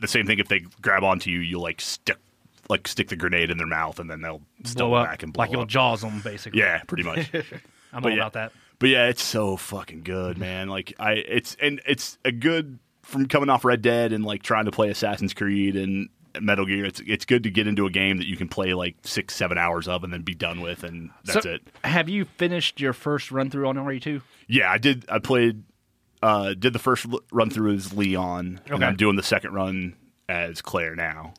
[SPEAKER 2] the same thing, if they grab onto you, you'll like stick like stick the grenade in their mouth, and then they'll
[SPEAKER 1] blow
[SPEAKER 2] still
[SPEAKER 1] up,
[SPEAKER 2] back and blow
[SPEAKER 1] like you'll
[SPEAKER 2] up.
[SPEAKER 1] jaws them basically.
[SPEAKER 2] yeah, pretty much.
[SPEAKER 1] I'm all
[SPEAKER 2] but yeah.
[SPEAKER 1] about that.
[SPEAKER 2] but yeah, it's so fucking
[SPEAKER 1] Mm-hmm.
[SPEAKER 2] good, man. Like I, it's and it's a good from coming off Red Dead and like trying to play Assassin's Creed and Metal Gear. It's it's good to get into a game that you can play like six seven hours of and then be done with, and that's
[SPEAKER 1] So,
[SPEAKER 2] it.
[SPEAKER 1] Have you finished your first run through on E RE2?
[SPEAKER 2] Yeah, I did. I played. Uh, did the first l- run through as Leon, and
[SPEAKER 1] Okay.
[SPEAKER 2] I'm doing the second run as Claire now.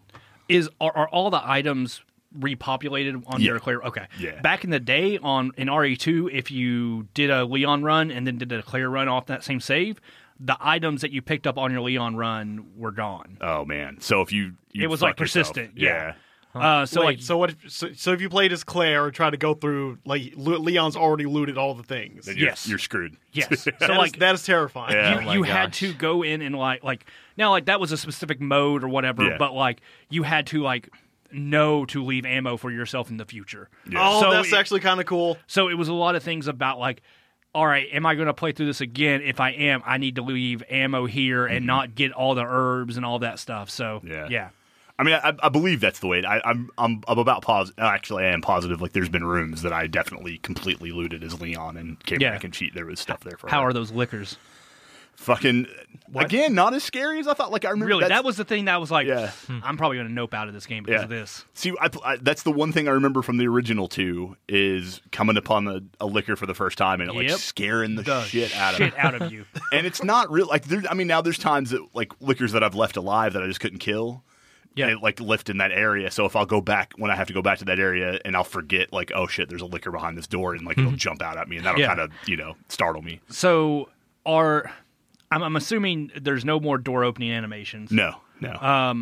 [SPEAKER 1] Is are, are all the items repopulated on
[SPEAKER 2] Yeah.
[SPEAKER 1] your Claire? Okay.
[SPEAKER 2] Yeah.
[SPEAKER 1] Back in the day on in RE2, if you did a Leon run and then did a Claire run off that same save, the items that you picked up on your Leon run were gone.
[SPEAKER 2] Oh man! So if you, you
[SPEAKER 1] It was, like,
[SPEAKER 2] fuck yourself.
[SPEAKER 1] persistent, yeah. Uh, so
[SPEAKER 3] So
[SPEAKER 1] like
[SPEAKER 3] like, so what? If, so, so if you played as Claire and tried to go through, like Le- Leon's already looted all the things.
[SPEAKER 2] then you're,
[SPEAKER 1] Yes.
[SPEAKER 2] you're screwed.
[SPEAKER 1] yes. So
[SPEAKER 3] That is-
[SPEAKER 1] like
[SPEAKER 3] that is terrifying.
[SPEAKER 2] Yeah.
[SPEAKER 1] you,
[SPEAKER 2] Oh
[SPEAKER 5] my
[SPEAKER 1] you had
[SPEAKER 5] gosh.
[SPEAKER 1] to go in and like like now like that was a specific mode or whatever
[SPEAKER 2] Yeah.
[SPEAKER 1] but like you had to like know to leave ammo for yourself in the future
[SPEAKER 3] Oh,
[SPEAKER 1] So
[SPEAKER 3] that's
[SPEAKER 1] it-
[SPEAKER 3] actually kind of cool.
[SPEAKER 1] so it was a lot of things about like all right am i going to play through this again if i am i need to leave ammo here and not get all the herbs and all that stuff so
[SPEAKER 2] Mm-hmm. Yeah.
[SPEAKER 1] yeah
[SPEAKER 2] I mean, I, I believe that's the way. I, I'm, I'm, I'm about positive. Actually, I am positive. Like, there's been rooms that I definitely completely looted as Leon and came
[SPEAKER 1] Yeah.
[SPEAKER 2] back and cheat. There was stuff there for
[SPEAKER 1] how
[SPEAKER 2] her.
[SPEAKER 1] are those liquors
[SPEAKER 2] Fucking again, not as scary as I thought. Like, I remember
[SPEAKER 1] really
[SPEAKER 2] that's-
[SPEAKER 1] that was the thing that was like "Hmm,
[SPEAKER 2] Yeah.
[SPEAKER 1] i'm probably going to nope out of this game because of this
[SPEAKER 2] See, I, I, that's the one thing I remember from the original two is coming upon a, a liquor for the first time and it like
[SPEAKER 1] Yep.
[SPEAKER 2] scaring the,
[SPEAKER 1] the
[SPEAKER 2] shit out of me.
[SPEAKER 1] shit out of you
[SPEAKER 2] And it's not real. Like, there, I mean, now there's times that like liquors that I've left alive that I just couldn't kill.
[SPEAKER 1] Yeah.
[SPEAKER 2] and it, like lift in that area. So if I'll go back when I have to go back to that area and I'll forget like, oh shit, there's a liquor behind this door and like it'll jump out at me and
[SPEAKER 1] Mm-hmm.
[SPEAKER 2] that'll
[SPEAKER 1] Yeah.
[SPEAKER 2] kind of you know startle me.
[SPEAKER 1] So are I'm, I'm assuming there's no more door opening animations.
[SPEAKER 2] No, no.
[SPEAKER 1] Uh,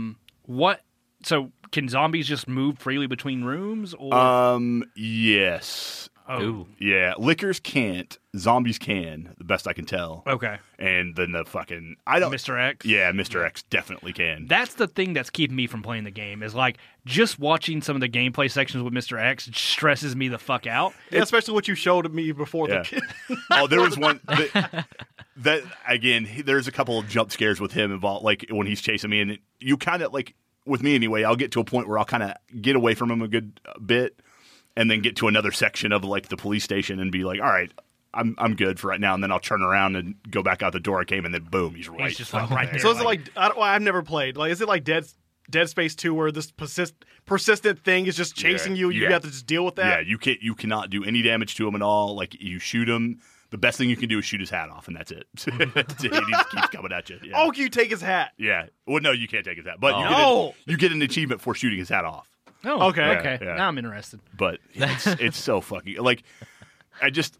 [SPEAKER 1] What? So can zombies just move freely between rooms? Or
[SPEAKER 2] um, yes,
[SPEAKER 1] oh,
[SPEAKER 5] Ooh.
[SPEAKER 2] yeah. Liquors can't. Zombies can. The best I can tell.
[SPEAKER 1] okay,
[SPEAKER 2] and then the fucking I don't
[SPEAKER 1] Mr. X.
[SPEAKER 2] Yeah, Mr. X definitely can.
[SPEAKER 1] That's the thing that's keeping me from playing the game is like just watching some of the gameplay sections with Mr. X stresses me the fuck out.
[SPEAKER 3] Yeah, especially what you showed me before.
[SPEAKER 2] yeah.
[SPEAKER 3] The kid.
[SPEAKER 2] oh, there was one that, that again. he- There's a couple of jump scares with him involved, like when he's chasing me, and you kind of like with me anyway. I'll get to a point where I'll kind of get away from him a good uh, bit, and then get to another section of like the police station and be like, all right. I'm I'm good for right now, and then I'll turn around and go back out the door I came, and then boom, he's right.
[SPEAKER 1] just, like, right there.
[SPEAKER 3] so is it like I don't, well, I've never played. Like, is it like Dead Dead Space Two, where this persist, persistent thing is just chasing
[SPEAKER 2] Yeah.
[SPEAKER 3] you? You
[SPEAKER 2] Yeah.
[SPEAKER 3] have to just deal with
[SPEAKER 2] Yeah,
[SPEAKER 3] that.
[SPEAKER 2] you can't. You cannot do any damage to him at all. Like you shoot him, the best thing you can do is shoot his hat off, and that's it. That's it. he just keeps coming at you. Yeah.
[SPEAKER 3] Oh, can you take his hat?
[SPEAKER 2] yeah. Well, no, you can't take his hat, but you,
[SPEAKER 5] Oh.
[SPEAKER 2] get
[SPEAKER 3] No.
[SPEAKER 2] an, you get an achievement for shooting his hat off.
[SPEAKER 1] Oh,
[SPEAKER 3] Okay. Yeah,
[SPEAKER 1] okay.
[SPEAKER 2] yeah.
[SPEAKER 1] Now I'm interested.
[SPEAKER 2] But it's, it's so fucking like I just.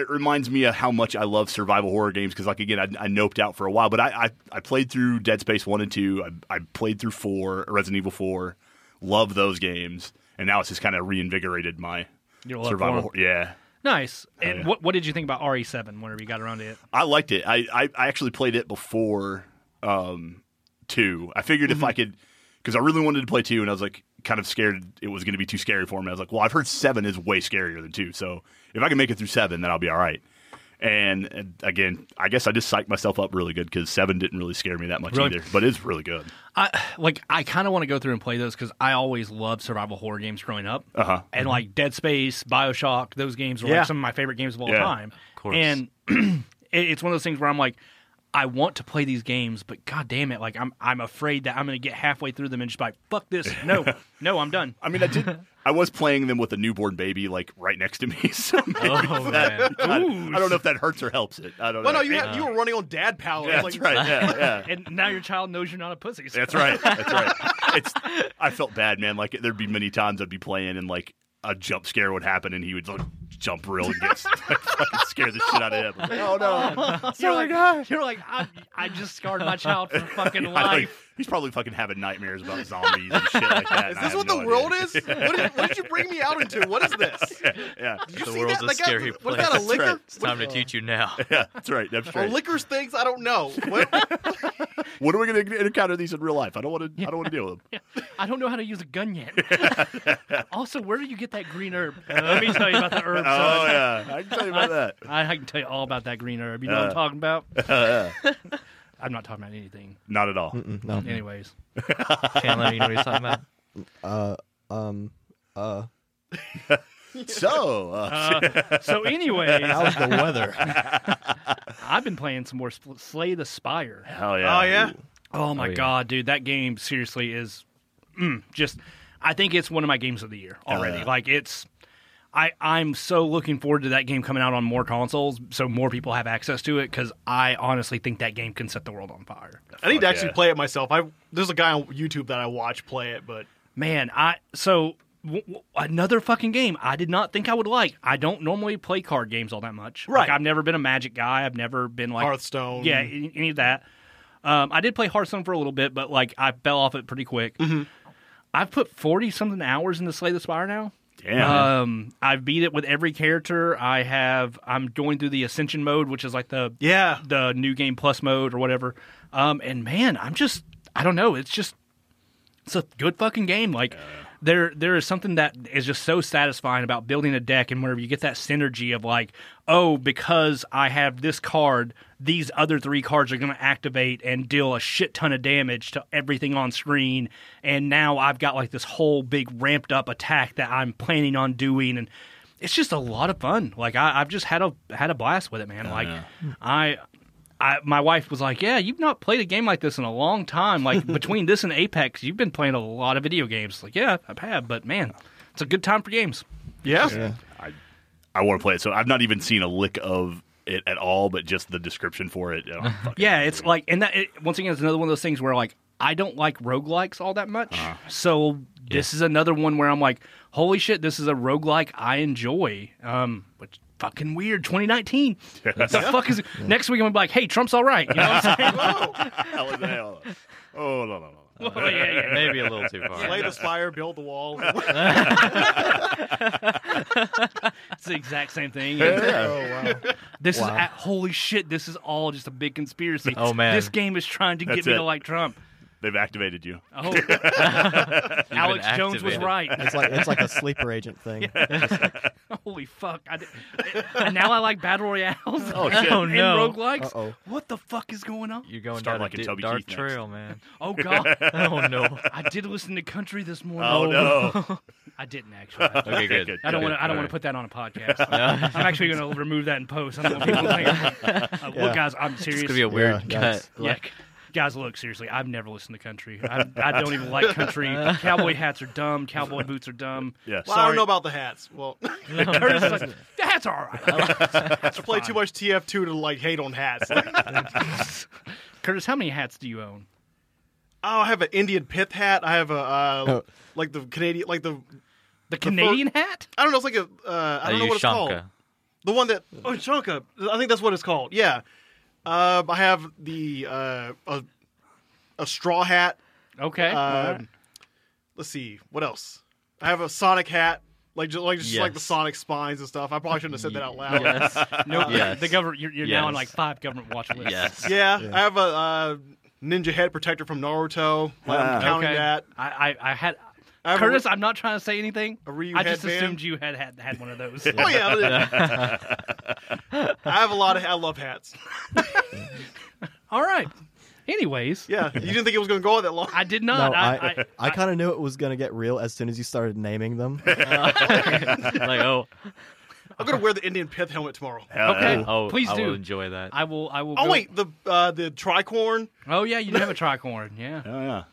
[SPEAKER 2] It reminds me of how much I love survival horror games because, like, again, I, I noped out for a while, but I, I, I played through Dead Space one and two. I, I played through four, Resident Evil four. Love those games, and now it's just kind of reinvigorated my
[SPEAKER 1] Your love
[SPEAKER 2] survival.
[SPEAKER 1] for
[SPEAKER 2] horror. Yeah,
[SPEAKER 1] Nice. And
[SPEAKER 2] yeah.
[SPEAKER 1] what what did you think about RE7 whenever you got around to it?
[SPEAKER 2] I liked it. I, I, I actually played it before um, two. I figured if I could, because I really wanted to play two, and I was like kind of scared it was going to be too scary for me. I was like, well, I've heard seven is way scarier than two, so if I can make it through seven, then I'll be all right. And, and again, I guess I just psyched myself up really good because seven didn't really scare me that much
[SPEAKER 1] Really?
[SPEAKER 2] either, but it's really good.
[SPEAKER 1] I like I kind of want to go through and play those because I always loved survival horror games growing up,
[SPEAKER 2] Uh-huh.
[SPEAKER 1] and like Dead Space, Bioshock, those games were
[SPEAKER 3] Yeah.
[SPEAKER 1] like some of my favorite games of all
[SPEAKER 2] Yeah.
[SPEAKER 1] time. Of
[SPEAKER 5] course.
[SPEAKER 1] and it- it's one of those things where I'm like, I want to play these games, but god damn it, like I'm I'm afraid that I'm going to get halfway through them and just be like, fuck this, no, no, I'm done.
[SPEAKER 2] I mean, I did. I was playing them with a newborn baby like right next to me, so maybe
[SPEAKER 5] Oh,
[SPEAKER 2] that, I,
[SPEAKER 1] Ooh.
[SPEAKER 2] I don't know if that hurts or helps it. I don't
[SPEAKER 3] Well,
[SPEAKER 2] know.
[SPEAKER 3] Oh, no, you had, you were running on dad power.
[SPEAKER 2] Yeah,
[SPEAKER 3] like,
[SPEAKER 2] that's right. Yeah, yeah.
[SPEAKER 1] And now your child knows you're not a pussy. so-
[SPEAKER 2] That's right. That's right. It's I felt bad, man. Like there'd be many times I'd be playing and like a jump scare would happen and he would like jump real and gets like, fucking scare the shit out of him. Like, oh no!
[SPEAKER 1] you're, like, you're like, I, I just scarred my child for fucking
[SPEAKER 2] I know he-
[SPEAKER 1] life.
[SPEAKER 2] he's probably fucking having nightmares about zombies and shit like that.
[SPEAKER 3] Is
[SPEAKER 2] and I
[SPEAKER 3] this
[SPEAKER 2] have
[SPEAKER 3] what
[SPEAKER 2] no
[SPEAKER 3] the
[SPEAKER 2] idea.
[SPEAKER 3] world is? What did, what did you bring me out into? What is this?
[SPEAKER 2] Yeah,
[SPEAKER 3] Did you
[SPEAKER 5] The
[SPEAKER 3] see
[SPEAKER 5] world's
[SPEAKER 3] that?
[SPEAKER 5] a
[SPEAKER 3] Like,
[SPEAKER 5] scary
[SPEAKER 3] what is that, a
[SPEAKER 5] place.
[SPEAKER 3] liquor?
[SPEAKER 2] right.
[SPEAKER 5] It's time to teach you now.
[SPEAKER 2] yeah, that's right. That's
[SPEAKER 3] Are
[SPEAKER 2] right.
[SPEAKER 3] liquors things? I don't know. What,
[SPEAKER 2] When are we going to encounter these in real life? I don't want to. I don't want to deal with them.
[SPEAKER 1] I don't know how to use a gun yet. also, where do you get that green herb? Let me tell you about the herb.
[SPEAKER 2] Oh
[SPEAKER 1] son.
[SPEAKER 2] yeah, I can tell you about that.
[SPEAKER 1] I, I can tell you all about that green herb. You know what I'm talking about? I'm not talking about anything.
[SPEAKER 2] Not at all.
[SPEAKER 4] No.
[SPEAKER 1] Anyways,
[SPEAKER 5] Chandler, you know what he's talking about?
[SPEAKER 2] So uh,
[SPEAKER 1] so anyways,
[SPEAKER 4] How's the weather?
[SPEAKER 1] I've been playing some more Sl- Slay the Spire.
[SPEAKER 2] hell yeah.
[SPEAKER 3] oh yeah,
[SPEAKER 1] Oh my
[SPEAKER 5] yeah.
[SPEAKER 1] god, dude, that game seriously is mm, just. I think it's one of my games of the year already. like it's, I I'm so looking forward to that game coming out on more consoles, so more people have access to it. Because I honestly think that game can set the world on fire.
[SPEAKER 3] I need to
[SPEAKER 2] Fuck
[SPEAKER 3] actually
[SPEAKER 2] yeah.
[SPEAKER 3] play it myself. I there's a guy on YouTube that I watch play it, but
[SPEAKER 1] Man, I so w- w- another fucking game I did not think I would like. I don't normally play card games all that much. Like,
[SPEAKER 3] Right.
[SPEAKER 1] I've never been a Magic guy. I've never been like
[SPEAKER 3] Hearthstone.
[SPEAKER 1] Yeah, any any of that. Um, I did play Hearthstone for a little bit, but like I fell off it pretty quick. I've put forty something hours into Slay the Spire now.
[SPEAKER 3] Uh,
[SPEAKER 2] Damn.
[SPEAKER 1] Um, I've beat it with every character. I have. I'm going through the Ascension mode, which is like the
[SPEAKER 3] yeah,
[SPEAKER 1] the new game plus mode or whatever. Um, and man, I'm just I don't know. It's just it's a good fucking game. Like there there is something that is just so satisfying about building a deck and whenever you get that synergy of like, oh, because I have this card, these other three cards are gonna activate and deal a shit ton of damage to everything on screen, and now I've got like this whole big ramped up attack that I'm planning on doing and it's just a lot of fun. Like I, I've just had a had a blast with it, man. Like I I, my wife was like, "Yeah, you've not played a game like this in a long time. Like between this and Apex, you've been playing a lot of video games." Like, yeah, I have, but man, it's a good time for games.
[SPEAKER 3] yeah,
[SPEAKER 2] I I want to play it. So I've not even seen a lick of it at all, but just the description for it. oh, fuck.
[SPEAKER 1] Yeah, it's like, and that it, once again, it's another one of those things where like I don't like roguelikes all that much. So this is another one where I'm like, "Holy shit, this is a roguelike I enjoy." Um, which fucking weird. 2019. What the fuck is next week? I'm gonna be like, "Hey, Trump's all right." You know what I'm saying?
[SPEAKER 2] Hell, hell, hell. Oh no no no.
[SPEAKER 1] Well, yeah, yeah, yeah.
[SPEAKER 5] Maybe a little too far.
[SPEAKER 3] play the spire, build the wall.
[SPEAKER 1] It's the exact same thing.
[SPEAKER 4] Oh, wow.
[SPEAKER 1] This is
[SPEAKER 4] Wow.
[SPEAKER 1] at, holy shit. This is all just a big conspiracy.
[SPEAKER 5] Oh, man.
[SPEAKER 1] this game is trying to get
[SPEAKER 2] That's
[SPEAKER 1] me
[SPEAKER 2] it.
[SPEAKER 1] to like Trump.
[SPEAKER 2] They've activated you.
[SPEAKER 1] Oh, Alex Jones was
[SPEAKER 5] activated.
[SPEAKER 1] right.
[SPEAKER 4] It's like it's like a sleeper agent thing.
[SPEAKER 1] holy fuck! I did, and now I like battle royales.
[SPEAKER 2] Oh shit.
[SPEAKER 5] Oh,
[SPEAKER 1] and
[SPEAKER 5] no.
[SPEAKER 1] roguelikes.
[SPEAKER 4] Uh-oh.
[SPEAKER 1] What the fuck is going on?
[SPEAKER 5] You're going
[SPEAKER 2] Start
[SPEAKER 5] down
[SPEAKER 2] like
[SPEAKER 5] a
[SPEAKER 2] in
[SPEAKER 5] di-
[SPEAKER 2] Toby
[SPEAKER 5] dark
[SPEAKER 2] Keith next.
[SPEAKER 5] trail, man.
[SPEAKER 1] Oh god!
[SPEAKER 5] Oh no.
[SPEAKER 1] I did listen to country this morning.
[SPEAKER 2] Oh no.
[SPEAKER 1] I didn't actually.
[SPEAKER 5] Okay,
[SPEAKER 2] Okay,
[SPEAKER 5] good.
[SPEAKER 2] good.
[SPEAKER 1] I don't want to. I don't want to put that on a podcast. I'm actually going to remove that in post. I don't want people to think. I'm- Uh, Look, guys, I'm serious.
[SPEAKER 5] It's gonna be a weird
[SPEAKER 4] Yeah,
[SPEAKER 5] cut.
[SPEAKER 4] that's-
[SPEAKER 1] Yeah. Guys, look, seriously, I've never listened to country. I, I don't even like country. Cowboy hats are dumb. Cowboy boots are dumb.
[SPEAKER 2] Yeah.
[SPEAKER 3] Well, I don't know about the hats. Well, I
[SPEAKER 1] Curtis is like, the hats are all right.
[SPEAKER 3] play too much TF2 to like hate on hats. Like, oh,
[SPEAKER 1] Curtis, how many hats do you own?
[SPEAKER 3] I have an Indian pith hat. I have a uh,
[SPEAKER 4] Oh.
[SPEAKER 3] like the Canadian, like the
[SPEAKER 1] The Canadian hat?
[SPEAKER 3] I don't know. It's like a uh, I
[SPEAKER 5] Are
[SPEAKER 3] don't know
[SPEAKER 5] you
[SPEAKER 3] what it's called.
[SPEAKER 5] Shanka?
[SPEAKER 3] The one that oh Chonka, I think that's what it's called. Yeah, uh, I have the uh, a, a straw hat.
[SPEAKER 1] Okay. all right.
[SPEAKER 3] Um, Let's see what else. I have a Sonic hat, like just like just like the
[SPEAKER 5] Yes.
[SPEAKER 3] Sonic spines and stuff. I probably shouldn't have said that out loud.
[SPEAKER 5] Yes.
[SPEAKER 1] no,
[SPEAKER 5] yes.
[SPEAKER 1] the government. You're, you're now on
[SPEAKER 5] Yes.
[SPEAKER 1] like five government watch lists.
[SPEAKER 5] Yes.
[SPEAKER 3] Yeah, I have a uh, ninja head protector from Naruto. Like, I'm
[SPEAKER 2] Ah.
[SPEAKER 3] counting that.
[SPEAKER 1] I, I, I had.
[SPEAKER 3] I have a-
[SPEAKER 1] Curtis, i I'm not trying to say anything.
[SPEAKER 3] A Ryu
[SPEAKER 1] I just
[SPEAKER 3] headband.
[SPEAKER 1] assumed you had, had had one of those.
[SPEAKER 3] Oh yeah, I have a lot of. I love hats.
[SPEAKER 1] All right. Anyways,
[SPEAKER 3] Yeah, you didn't think it was going to go on that long.
[SPEAKER 1] I did
[SPEAKER 4] No,
[SPEAKER 1] not.
[SPEAKER 4] I I, kind of knew it was gonna get real as soon as you started naming them.
[SPEAKER 5] like oh,
[SPEAKER 3] I'm going to wear the Indian pith helmet tomorrow.
[SPEAKER 2] Hell,
[SPEAKER 1] Okay.
[SPEAKER 2] yeah.
[SPEAKER 5] oh,
[SPEAKER 1] Please
[SPEAKER 5] I
[SPEAKER 1] do.
[SPEAKER 5] will enjoy that.
[SPEAKER 1] I will. I will.
[SPEAKER 3] Oh
[SPEAKER 1] go-
[SPEAKER 3] wait, the uh, the tricorn.
[SPEAKER 1] Oh yeah, you do have a tricorn. Yeah.
[SPEAKER 2] Oh yeah.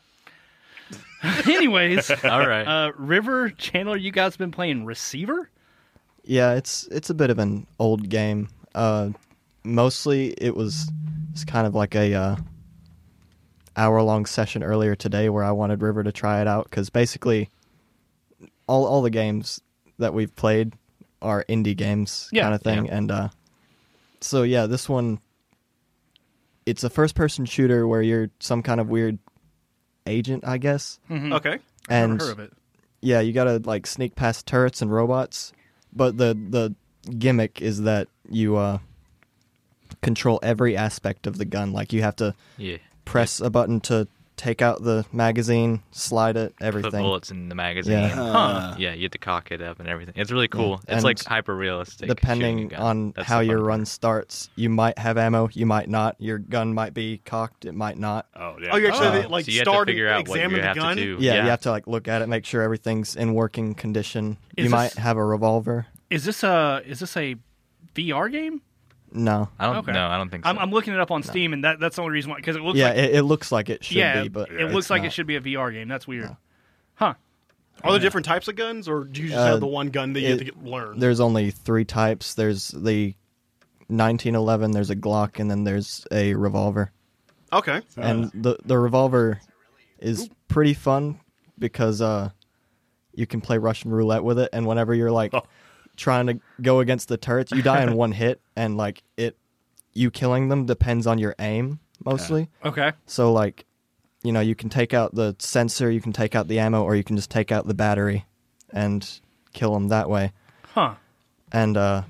[SPEAKER 1] Anyways,
[SPEAKER 5] All right.
[SPEAKER 1] uh, River Chandler, you guys been playing receiver?
[SPEAKER 4] Yeah, it's it's a bit of an old game. Uh, mostly it was it's kind of like a uh, hour long session earlier today where I wanted River to try it out because basically all all the games that we've played are indie games
[SPEAKER 1] Yeah,
[SPEAKER 4] kind of thing. And uh, so yeah, this one it's a first person shooter where you're some kind of weird agent, I guess.
[SPEAKER 3] Okay.
[SPEAKER 1] Hmm, Never
[SPEAKER 4] And
[SPEAKER 1] heard of it.
[SPEAKER 4] yeah, you gotta like sneak past turrets and robots. But the the gimmick is that you uh control every aspect of the gun. Like you have to
[SPEAKER 5] Yeah.
[SPEAKER 4] press a button to take out the magazine, slide it,
[SPEAKER 5] Put
[SPEAKER 4] everything.
[SPEAKER 5] bullets in the magazine.
[SPEAKER 4] Yeah.
[SPEAKER 1] Uh.
[SPEAKER 2] Huh.
[SPEAKER 5] Yeah, you have to cock it up and everything. It's really cool.
[SPEAKER 4] Yeah,
[SPEAKER 5] It's like
[SPEAKER 4] and
[SPEAKER 5] hyper realistic.
[SPEAKER 4] Depending on how your run starts, you might have ammo, you might not. Your gun might be cocked, it might not.
[SPEAKER 2] Oh yeah.
[SPEAKER 3] Oh, you actually
[SPEAKER 4] Uh,
[SPEAKER 3] like
[SPEAKER 5] so you have to
[SPEAKER 3] start
[SPEAKER 5] figure
[SPEAKER 3] and
[SPEAKER 5] out what
[SPEAKER 3] examine
[SPEAKER 5] you have
[SPEAKER 3] the gun.
[SPEAKER 5] to do.
[SPEAKER 4] Yeah, you have to like look at it, make sure everything's in working condition.
[SPEAKER 1] Is
[SPEAKER 4] you might
[SPEAKER 1] this-
[SPEAKER 4] have a revolver.
[SPEAKER 1] Is this a is this a VR game?
[SPEAKER 4] No.
[SPEAKER 5] I don't
[SPEAKER 1] Okay.
[SPEAKER 5] know. I don't think so.
[SPEAKER 1] I'm, I'm looking it up on Steam, and that, that's the only reason why because it looks
[SPEAKER 4] Yeah,
[SPEAKER 1] like
[SPEAKER 4] it, it looks like it should
[SPEAKER 1] yeah,
[SPEAKER 4] be, but
[SPEAKER 1] it looks
[SPEAKER 4] it's
[SPEAKER 1] like
[SPEAKER 4] not.
[SPEAKER 1] it should be a VR game. That's weird, huh?
[SPEAKER 3] Are there different types of guns, or do you just
[SPEAKER 4] Uh,
[SPEAKER 3] have the one gun that you have
[SPEAKER 4] it-
[SPEAKER 3] to get, learn?
[SPEAKER 4] There's only three types. There's the 1911, there's a Glock, and then there's a revolver.
[SPEAKER 3] Okay.
[SPEAKER 4] and the the revolver is pretty fun because uh you can play Russian roulette with it and whenever you're like trying to go against the turrets you die in one hit and like it you killing them depends on your aim mostly
[SPEAKER 1] Okay,
[SPEAKER 4] so like you know you can take out the sensor you can take out the ammo or you can just take out the battery and kill them that way
[SPEAKER 1] huh?
[SPEAKER 4] and uh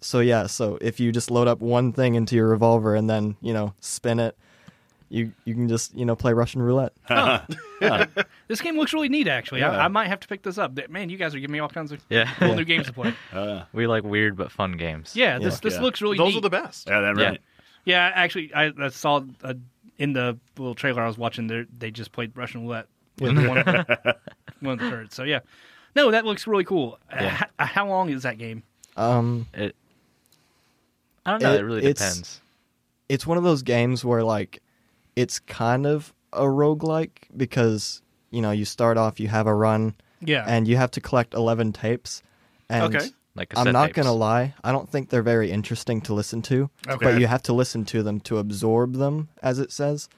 [SPEAKER 4] so yeah, so if you just load up one thing into your revolver and then, you know, spin it, you you can just, you know, play Russian roulette.
[SPEAKER 1] This game looks really neat, actually.
[SPEAKER 2] Yeah.
[SPEAKER 1] I, I might have to pick this up. Man, you guys are giving me all kinds of
[SPEAKER 5] Yeah.
[SPEAKER 1] cool new games to play.
[SPEAKER 5] we like weird but fun games.
[SPEAKER 1] Yeah, this this
[SPEAKER 2] Yeah.
[SPEAKER 1] looks really
[SPEAKER 3] Those
[SPEAKER 1] neat.
[SPEAKER 3] are the best.
[SPEAKER 2] Yeah, that
[SPEAKER 5] Yeah.
[SPEAKER 2] right.
[SPEAKER 1] Yeah, actually, I, I saw uh, in the little trailer I was watching. There, they just played Russian roulette with one, of the, one of the turrets. So yeah, no, that looks really cool.
[SPEAKER 5] Yeah.
[SPEAKER 1] How, how long is that game?
[SPEAKER 4] Um
[SPEAKER 5] It, I don't know. It,
[SPEAKER 4] It-
[SPEAKER 5] really
[SPEAKER 4] it's-
[SPEAKER 5] depends.
[SPEAKER 4] it's one of those games where like it's kind of a roguelike because, you know, you start off, you have a run
[SPEAKER 1] Yeah,
[SPEAKER 4] and you have to collect 11 tapes and
[SPEAKER 3] Okay.
[SPEAKER 5] Like
[SPEAKER 4] I'm not going
[SPEAKER 5] going
[SPEAKER 4] to lie, I don't think they're very interesting to listen to,
[SPEAKER 1] Okay.
[SPEAKER 4] but you have to listen to them to absorb them as it says.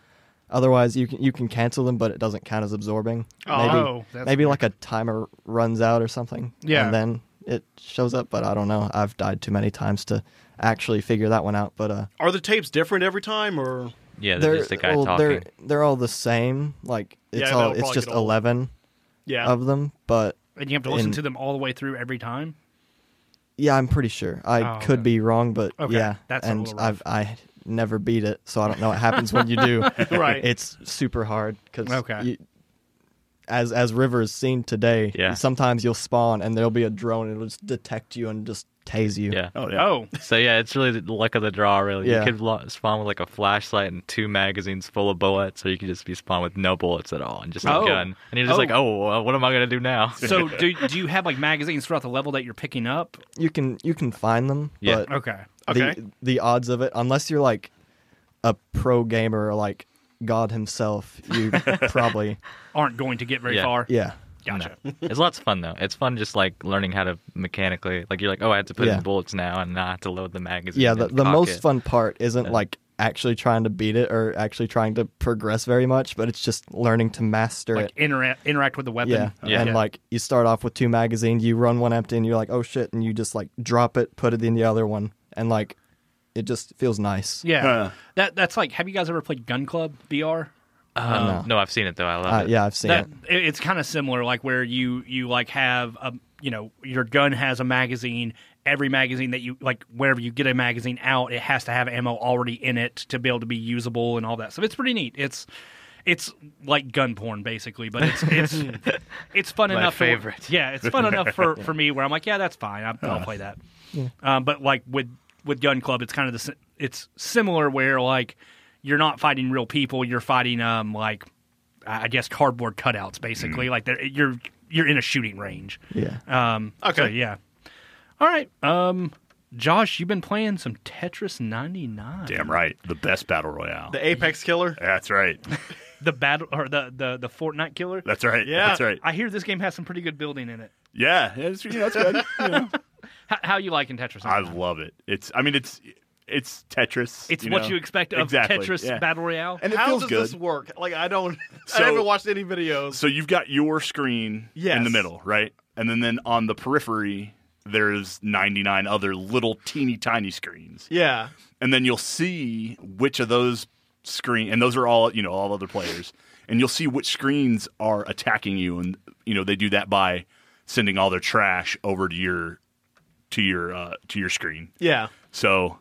[SPEAKER 4] Otherwise, you can you can cancel them, but it doesn't count as absorbing.
[SPEAKER 1] Oh,
[SPEAKER 4] maybe
[SPEAKER 1] that's
[SPEAKER 4] maybe
[SPEAKER 1] weird.
[SPEAKER 4] like a timer runs out or something.
[SPEAKER 1] Yeah.
[SPEAKER 4] and then it shows up. But I don't know. I've died too many times to actually figure that one out. But uh,
[SPEAKER 3] Are the tapes different every time, or
[SPEAKER 5] Yeah,
[SPEAKER 4] they're
[SPEAKER 5] there's just a guy
[SPEAKER 4] well,
[SPEAKER 5] talking.
[SPEAKER 4] they're they're all the same. Like it's
[SPEAKER 3] Yeah,
[SPEAKER 4] all
[SPEAKER 3] that'll
[SPEAKER 4] it's
[SPEAKER 3] probably
[SPEAKER 4] just
[SPEAKER 3] get old.
[SPEAKER 4] eleven
[SPEAKER 3] yeah?
[SPEAKER 4] of them. But
[SPEAKER 1] and you have to listen
[SPEAKER 4] in-
[SPEAKER 1] to them all the way through every time.
[SPEAKER 4] Yeah, I'm pretty sure. I
[SPEAKER 1] Oh,
[SPEAKER 4] could
[SPEAKER 1] okay.
[SPEAKER 4] be wrong, but
[SPEAKER 1] Okay,
[SPEAKER 4] yeah,
[SPEAKER 1] that's a
[SPEAKER 4] and
[SPEAKER 1] little rough.
[SPEAKER 4] I've I never beat it, so I don't know what happens when you do.
[SPEAKER 3] Right.
[SPEAKER 4] it's super hard because
[SPEAKER 1] Okay.
[SPEAKER 4] as as Rivers seen today,
[SPEAKER 5] Yeah.
[SPEAKER 4] sometimes you'll spawn and there'll be a drone and it'll just detect you and just tase you.
[SPEAKER 5] yeah.
[SPEAKER 2] Oh yeah.
[SPEAKER 1] Oh,
[SPEAKER 5] So yeah, it's really the luck of the draw. Really,
[SPEAKER 4] Yeah.
[SPEAKER 5] you could lo- spawn with like a flashlight and two magazines full of bullets, or you could just be spawned with no bullets at all and just
[SPEAKER 1] Oh.
[SPEAKER 5] a gun. And you're just
[SPEAKER 1] Oh.
[SPEAKER 5] like, oh, well, what am I gonna do now?
[SPEAKER 1] so do do you have like magazines throughout the level that you're picking up?
[SPEAKER 4] You can you can find them,
[SPEAKER 5] Yeah.
[SPEAKER 4] but
[SPEAKER 1] Okay,
[SPEAKER 3] Okay.
[SPEAKER 4] the the odds of it, unless you're like a pro gamer or like God himself, you probably
[SPEAKER 1] aren't going to get very
[SPEAKER 5] Yeah.
[SPEAKER 1] far.
[SPEAKER 4] yeah.
[SPEAKER 1] Gotcha.
[SPEAKER 5] it's lots of fun though. It's fun just like learning how to mechanically, like you're like, oh, I have to put
[SPEAKER 4] Yeah.
[SPEAKER 5] in bullets now, and now I have to load the magazine.
[SPEAKER 4] yeah the,
[SPEAKER 5] and
[SPEAKER 4] the
[SPEAKER 5] cock
[SPEAKER 4] most
[SPEAKER 5] it.
[SPEAKER 4] fun part isn't like actually trying to beat it or actually trying to progress very much but it's just learning to master
[SPEAKER 1] Like
[SPEAKER 4] it
[SPEAKER 1] intera- interact with the weapon.
[SPEAKER 4] yeah.
[SPEAKER 5] Yeah.
[SPEAKER 4] and
[SPEAKER 5] Yeah.
[SPEAKER 4] like you start off with two magazines you run one empty and you're like oh shit and you just like drop it put it in the other one and like it just feels nice
[SPEAKER 1] Yeah.
[SPEAKER 2] Huh.
[SPEAKER 1] That that's like have you guys ever played Gun Club VR?
[SPEAKER 5] Um, no, I've seen it though. I love
[SPEAKER 4] uh,
[SPEAKER 5] it.
[SPEAKER 4] yeah i've seen
[SPEAKER 1] That
[SPEAKER 4] it
[SPEAKER 1] it- it's kind of similar like where you you like have a you know your gun has a magazine every magazine that you like wherever you get a magazine out it has to have ammo already in it to be able to be usable and all that. So it's pretty neat. It's it's like gun porn basically, but it's it's it's fun
[SPEAKER 5] My
[SPEAKER 1] enough. to-
[SPEAKER 5] favorite.
[SPEAKER 1] yeah, it's fun enough for, for me where I'm like, yeah, that's fine. I'll,
[SPEAKER 2] Ah.
[SPEAKER 1] I'll play that. Um, but like with with Gun Club, it's kind of the si- it's similar where like you're not fighting real people, you're fighting um like I I guess cardboard cutouts
[SPEAKER 2] Mm.
[SPEAKER 1] basically. Like they're, you're you're in a shooting range.
[SPEAKER 4] yeah
[SPEAKER 1] Um, okay.
[SPEAKER 3] Okay.
[SPEAKER 1] yeah. All right. Um, Josh, you've been playing some Tetris 99.
[SPEAKER 2] Damn right. The best battle royale.
[SPEAKER 3] the Apex Killer.
[SPEAKER 2] That's right.
[SPEAKER 1] The battle or the the the Fortnite killer.
[SPEAKER 2] That's right.
[SPEAKER 3] Yeah.
[SPEAKER 2] That's right.
[SPEAKER 1] I hear this game has some pretty good building in it.
[SPEAKER 2] Yeah. It's, you know, it's good. you know.
[SPEAKER 1] How, how you liking Tetris?
[SPEAKER 2] I
[SPEAKER 1] 99?
[SPEAKER 2] love it. It's. I mean, it's. It's Tetris.
[SPEAKER 1] It's what
[SPEAKER 2] know?
[SPEAKER 1] you expect of
[SPEAKER 2] Exactly,
[SPEAKER 1] Tetris
[SPEAKER 2] yeah.
[SPEAKER 1] Battle Royale.
[SPEAKER 2] and it
[SPEAKER 3] How
[SPEAKER 2] feels
[SPEAKER 3] does
[SPEAKER 2] good.
[SPEAKER 3] this work? Like I don't.
[SPEAKER 2] So-
[SPEAKER 3] I haven't watched any videos.
[SPEAKER 2] So you've got your screen in
[SPEAKER 3] Yes.
[SPEAKER 2] the middle, right? And then, then on the periphery there's 99 other little teeny tiny screens
[SPEAKER 3] Yeah.
[SPEAKER 2] and then you'll see which of those screen and those are all you know all other players and you'll see which screens are attacking you and you know they do that by sending all their trash over to your to your uh, to your screen
[SPEAKER 3] Yeah.
[SPEAKER 2] so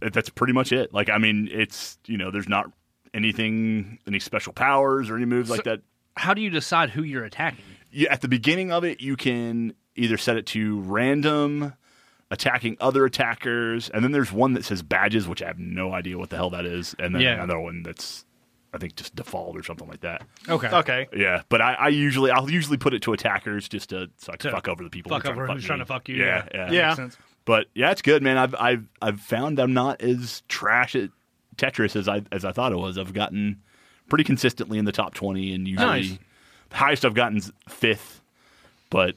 [SPEAKER 2] that- that's pretty much it like i mean it's you know there's not anything any special powers or any moves like that
[SPEAKER 1] How do you decide who you're attacking?
[SPEAKER 2] you, at the beginning of it, you can either set it to random attacking other attackers, and then there's one that says badges, which I have no idea what the hell that is, and then
[SPEAKER 1] Yeah.
[SPEAKER 2] another one that's I think just default or something like that.
[SPEAKER 1] Okay.
[SPEAKER 3] Okay.
[SPEAKER 2] Yeah, but I, I usually I'll usually put it to attackers just to so I can
[SPEAKER 1] To
[SPEAKER 2] fuck over the people
[SPEAKER 1] Fuck
[SPEAKER 2] who are
[SPEAKER 1] over
[SPEAKER 2] trying
[SPEAKER 1] who's
[SPEAKER 2] to fuck
[SPEAKER 1] trying
[SPEAKER 2] me.
[SPEAKER 1] to fuck you.
[SPEAKER 2] Yeah, yeah.
[SPEAKER 3] Yeah.
[SPEAKER 1] Makes sense.
[SPEAKER 2] But yeah, it's good, man. I've I've I've found I'm not as trash at Tetris as I as I thought I was. I've gotten pretty consistently in the top twenty, and usually
[SPEAKER 1] Nice.
[SPEAKER 2] the highest I've gotten is fifth. But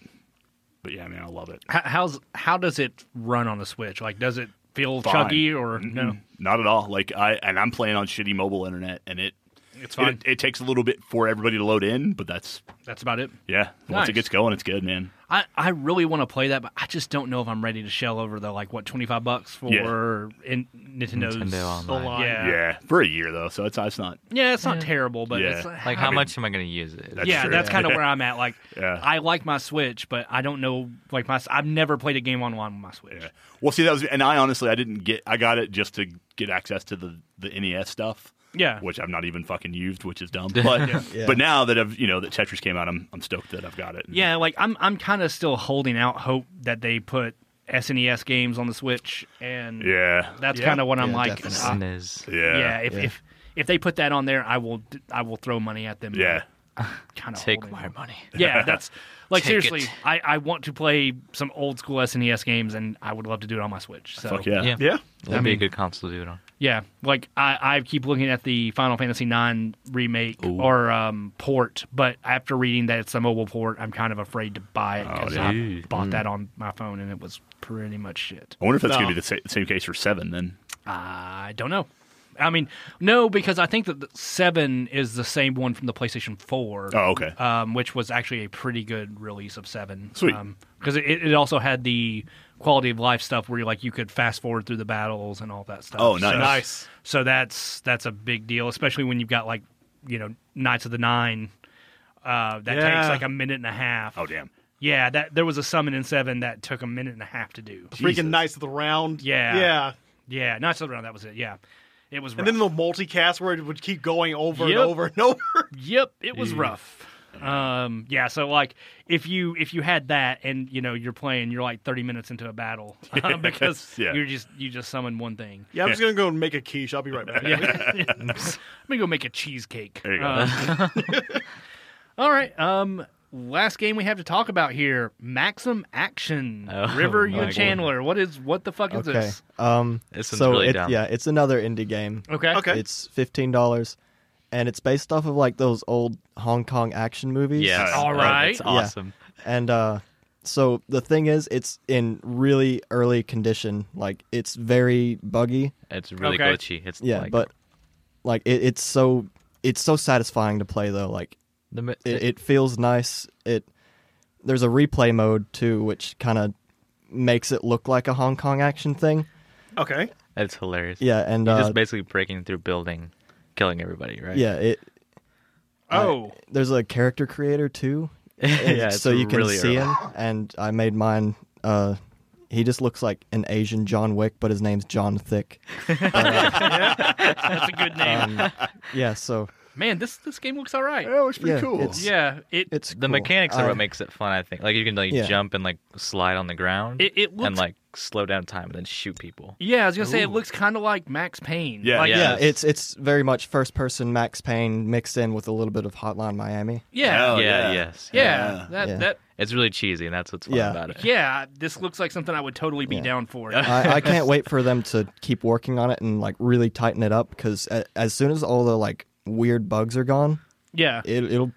[SPEAKER 2] but yeah, man, I love it.
[SPEAKER 1] How, how's how does it run on the Switch? Like, does it feel
[SPEAKER 2] Fine.
[SPEAKER 1] chuggy or no?
[SPEAKER 2] Mm, Not at all. Like I and I'm playing on shitty mobile internet, and it
[SPEAKER 1] It's fine.
[SPEAKER 2] it, it takes a little bit for everybody to load in, but that's
[SPEAKER 1] That's about it.
[SPEAKER 2] yeah. Once
[SPEAKER 1] Nice.
[SPEAKER 2] it gets going, it's good, man.
[SPEAKER 1] I, I really want to play that, but I just don't know if I'm ready to shell over the like what twenty five bucks for in, Nintendo's
[SPEAKER 5] Nintendo Online.
[SPEAKER 3] Online.
[SPEAKER 1] Yeah.
[SPEAKER 2] Yeah. for a year though, so it's it's not.
[SPEAKER 1] Yeah, it's not terrible, but
[SPEAKER 2] Yeah.
[SPEAKER 1] it's
[SPEAKER 5] Like,
[SPEAKER 1] I
[SPEAKER 5] how
[SPEAKER 1] mean,
[SPEAKER 5] much am I going to use it?
[SPEAKER 2] That's
[SPEAKER 1] yeah,
[SPEAKER 2] true.
[SPEAKER 1] that's kind of where I'm at. Like,
[SPEAKER 2] Yeah.
[SPEAKER 1] I like my Switch, but I don't know. Like my, I've never played a game online with my Switch.
[SPEAKER 2] Yeah. Well, see, that was, and I honestly, I didn't get, I got it just to get access to the the NES stuff.
[SPEAKER 1] Yeah.
[SPEAKER 2] Which I've not even fucking used, which is dumb. But but now that I've you know that Tetris came out, I'm I'm stoked that I've got it.
[SPEAKER 1] Yeah, like I'm I'm kind of still holding out hope that they put SNES games on the Switch, and
[SPEAKER 2] Yeah.
[SPEAKER 1] that's
[SPEAKER 3] Yeah.
[SPEAKER 1] kind of what I'm
[SPEAKER 4] Yeah,
[SPEAKER 1] like.
[SPEAKER 4] definitely.
[SPEAKER 1] uh,
[SPEAKER 5] SNES.
[SPEAKER 2] Yeah.
[SPEAKER 1] yeah, if,
[SPEAKER 4] Yeah.
[SPEAKER 1] if if they put that on there, I will d- I will throw money at them.
[SPEAKER 2] Yeah.
[SPEAKER 1] kind of
[SPEAKER 5] Take my money.
[SPEAKER 1] Yeah, that's like
[SPEAKER 5] Take
[SPEAKER 1] seriously.
[SPEAKER 5] it.
[SPEAKER 1] I I want to play some old school SNES games, and I would love to do it on my Switch. So
[SPEAKER 2] Fuck yeah.
[SPEAKER 5] Yeah.
[SPEAKER 3] Yeah.
[SPEAKER 5] That'd be a good console to do it on.
[SPEAKER 1] Yeah, like I, I keep looking at the Final Fantasy IX remake or um, port, but after reading that it's a mobile port, I'm kind of afraid to buy it because I
[SPEAKER 5] dude.
[SPEAKER 1] bought that on my phone and it was pretty much shit.
[SPEAKER 2] I wonder if that's
[SPEAKER 3] No.
[SPEAKER 2] gonna be the sa- same case for seven then.
[SPEAKER 1] I don't know. I mean, no, because I think that the seven is the same one from the PlayStation Four.
[SPEAKER 2] Oh, okay.
[SPEAKER 1] Um, which was actually a pretty good release of seven.
[SPEAKER 2] Sweet.
[SPEAKER 1] Because it, it also had the quality of life stuff where you like you could fast forward through the battles and all that stuff.
[SPEAKER 2] Oh,
[SPEAKER 1] So-
[SPEAKER 2] nice.
[SPEAKER 3] Nice.
[SPEAKER 1] so that's that's a big deal, especially when you've got like you know Knights of the Nine. Uh, that
[SPEAKER 3] Yeah.
[SPEAKER 1] takes like a minute and a half.
[SPEAKER 2] Oh damn.
[SPEAKER 1] Yeah, that there was a summon in seven that took a minute and a half to do.
[SPEAKER 2] Jesus.
[SPEAKER 3] Freaking Knights of the Round.
[SPEAKER 1] Yeah.
[SPEAKER 3] Yeah.
[SPEAKER 1] Yeah, Knights of the Round. That was it. Yeah, it was. Rough.
[SPEAKER 3] And then the multicast where it would keep going over
[SPEAKER 1] Yep.
[SPEAKER 3] and over and over.
[SPEAKER 1] Yep, it was rough. Um, yeah, so like if you if you had that and you know you're playing, you're like 30 minutes into a battle um, because
[SPEAKER 2] yeah.
[SPEAKER 1] you're just you just summon one thing.
[SPEAKER 3] Yeah, I'm just gonna go and make a quiche. I'll be right back.
[SPEAKER 1] I'm gonna go make a cheesecake.
[SPEAKER 2] There you go.
[SPEAKER 1] Um, all right. Um, last game we have to talk about here: Maxim Action.
[SPEAKER 5] Oh,
[SPEAKER 1] River, you
[SPEAKER 5] my
[SPEAKER 1] and Chandler. What is what the fuck is
[SPEAKER 4] Okay.
[SPEAKER 1] this?
[SPEAKER 4] Um,
[SPEAKER 5] This one's
[SPEAKER 4] so
[SPEAKER 5] really
[SPEAKER 4] it-
[SPEAKER 5] dumb.
[SPEAKER 4] yeah, it's another indie game.
[SPEAKER 1] Okay.
[SPEAKER 3] Okay.
[SPEAKER 4] It's fifteen dollars, and it's based off of like those old Hong Kong action movies.
[SPEAKER 5] Yes.
[SPEAKER 1] All
[SPEAKER 5] Oh,
[SPEAKER 1] right.
[SPEAKER 5] That's awesome.
[SPEAKER 4] And uh, so the thing is, it's in really early condition. Like it's very buggy.
[SPEAKER 5] It's really
[SPEAKER 1] Okay.
[SPEAKER 5] glitchy. It's
[SPEAKER 4] Yeah,
[SPEAKER 5] like,
[SPEAKER 4] but like it, it's so it's so satisfying to play though. Like
[SPEAKER 5] the, mi-
[SPEAKER 4] it, it feels nice. It there's a replay mode too, which kind of makes it look like a Hong Kong action thing.
[SPEAKER 3] Okay.
[SPEAKER 5] it's hilarious.
[SPEAKER 4] Yeah, and
[SPEAKER 5] You're
[SPEAKER 4] uh,
[SPEAKER 5] just basically breaking through building, killing everybody, right?
[SPEAKER 4] yeah, it
[SPEAKER 1] Oh,
[SPEAKER 4] there's a character creator too. and
[SPEAKER 5] yeah. it's
[SPEAKER 4] so you can
[SPEAKER 5] really
[SPEAKER 4] see
[SPEAKER 5] early.
[SPEAKER 4] him. And I made mine. Uh, he just looks like an Asian John Wick, but his name's John Thick.
[SPEAKER 1] that's a good name.
[SPEAKER 4] Yeah, so
[SPEAKER 1] Man, this this game looks all right.
[SPEAKER 2] Yeah, it looks pretty
[SPEAKER 4] yeah,
[SPEAKER 2] cool.
[SPEAKER 4] it's-
[SPEAKER 1] Yeah, it
[SPEAKER 4] it's
[SPEAKER 5] The mechanics are what
[SPEAKER 4] makes.
[SPEAKER 5] makes it fun. I think. Like you can like
[SPEAKER 4] Yeah.
[SPEAKER 5] jump and like slide on the ground.
[SPEAKER 1] It- it looks-
[SPEAKER 5] and like slow down time and then shoot people.
[SPEAKER 1] Yeah, I was gonna say it looks kind of like Max Payne.
[SPEAKER 2] Yeah.
[SPEAKER 1] like,
[SPEAKER 4] Yeah,
[SPEAKER 5] Yes.
[SPEAKER 4] it's it's very much first person Max Payne mixed in with a little bit of Hotline Miami.
[SPEAKER 1] yeah,
[SPEAKER 2] Oh,
[SPEAKER 5] yeah,
[SPEAKER 2] yeah.
[SPEAKER 5] Yes.
[SPEAKER 1] yeah.
[SPEAKER 2] Yeah.
[SPEAKER 1] That
[SPEAKER 4] Yeah.
[SPEAKER 1] that
[SPEAKER 5] It's really cheesy, and that's what's fun
[SPEAKER 4] Yeah.
[SPEAKER 5] about it.
[SPEAKER 1] yeah. This looks like something I would totally be down for.
[SPEAKER 4] I, I can't wait for them to keep working on it and like really tighten it up because as soon as all the like weird bugs are gone,
[SPEAKER 1] yeah,
[SPEAKER 4] it, it'll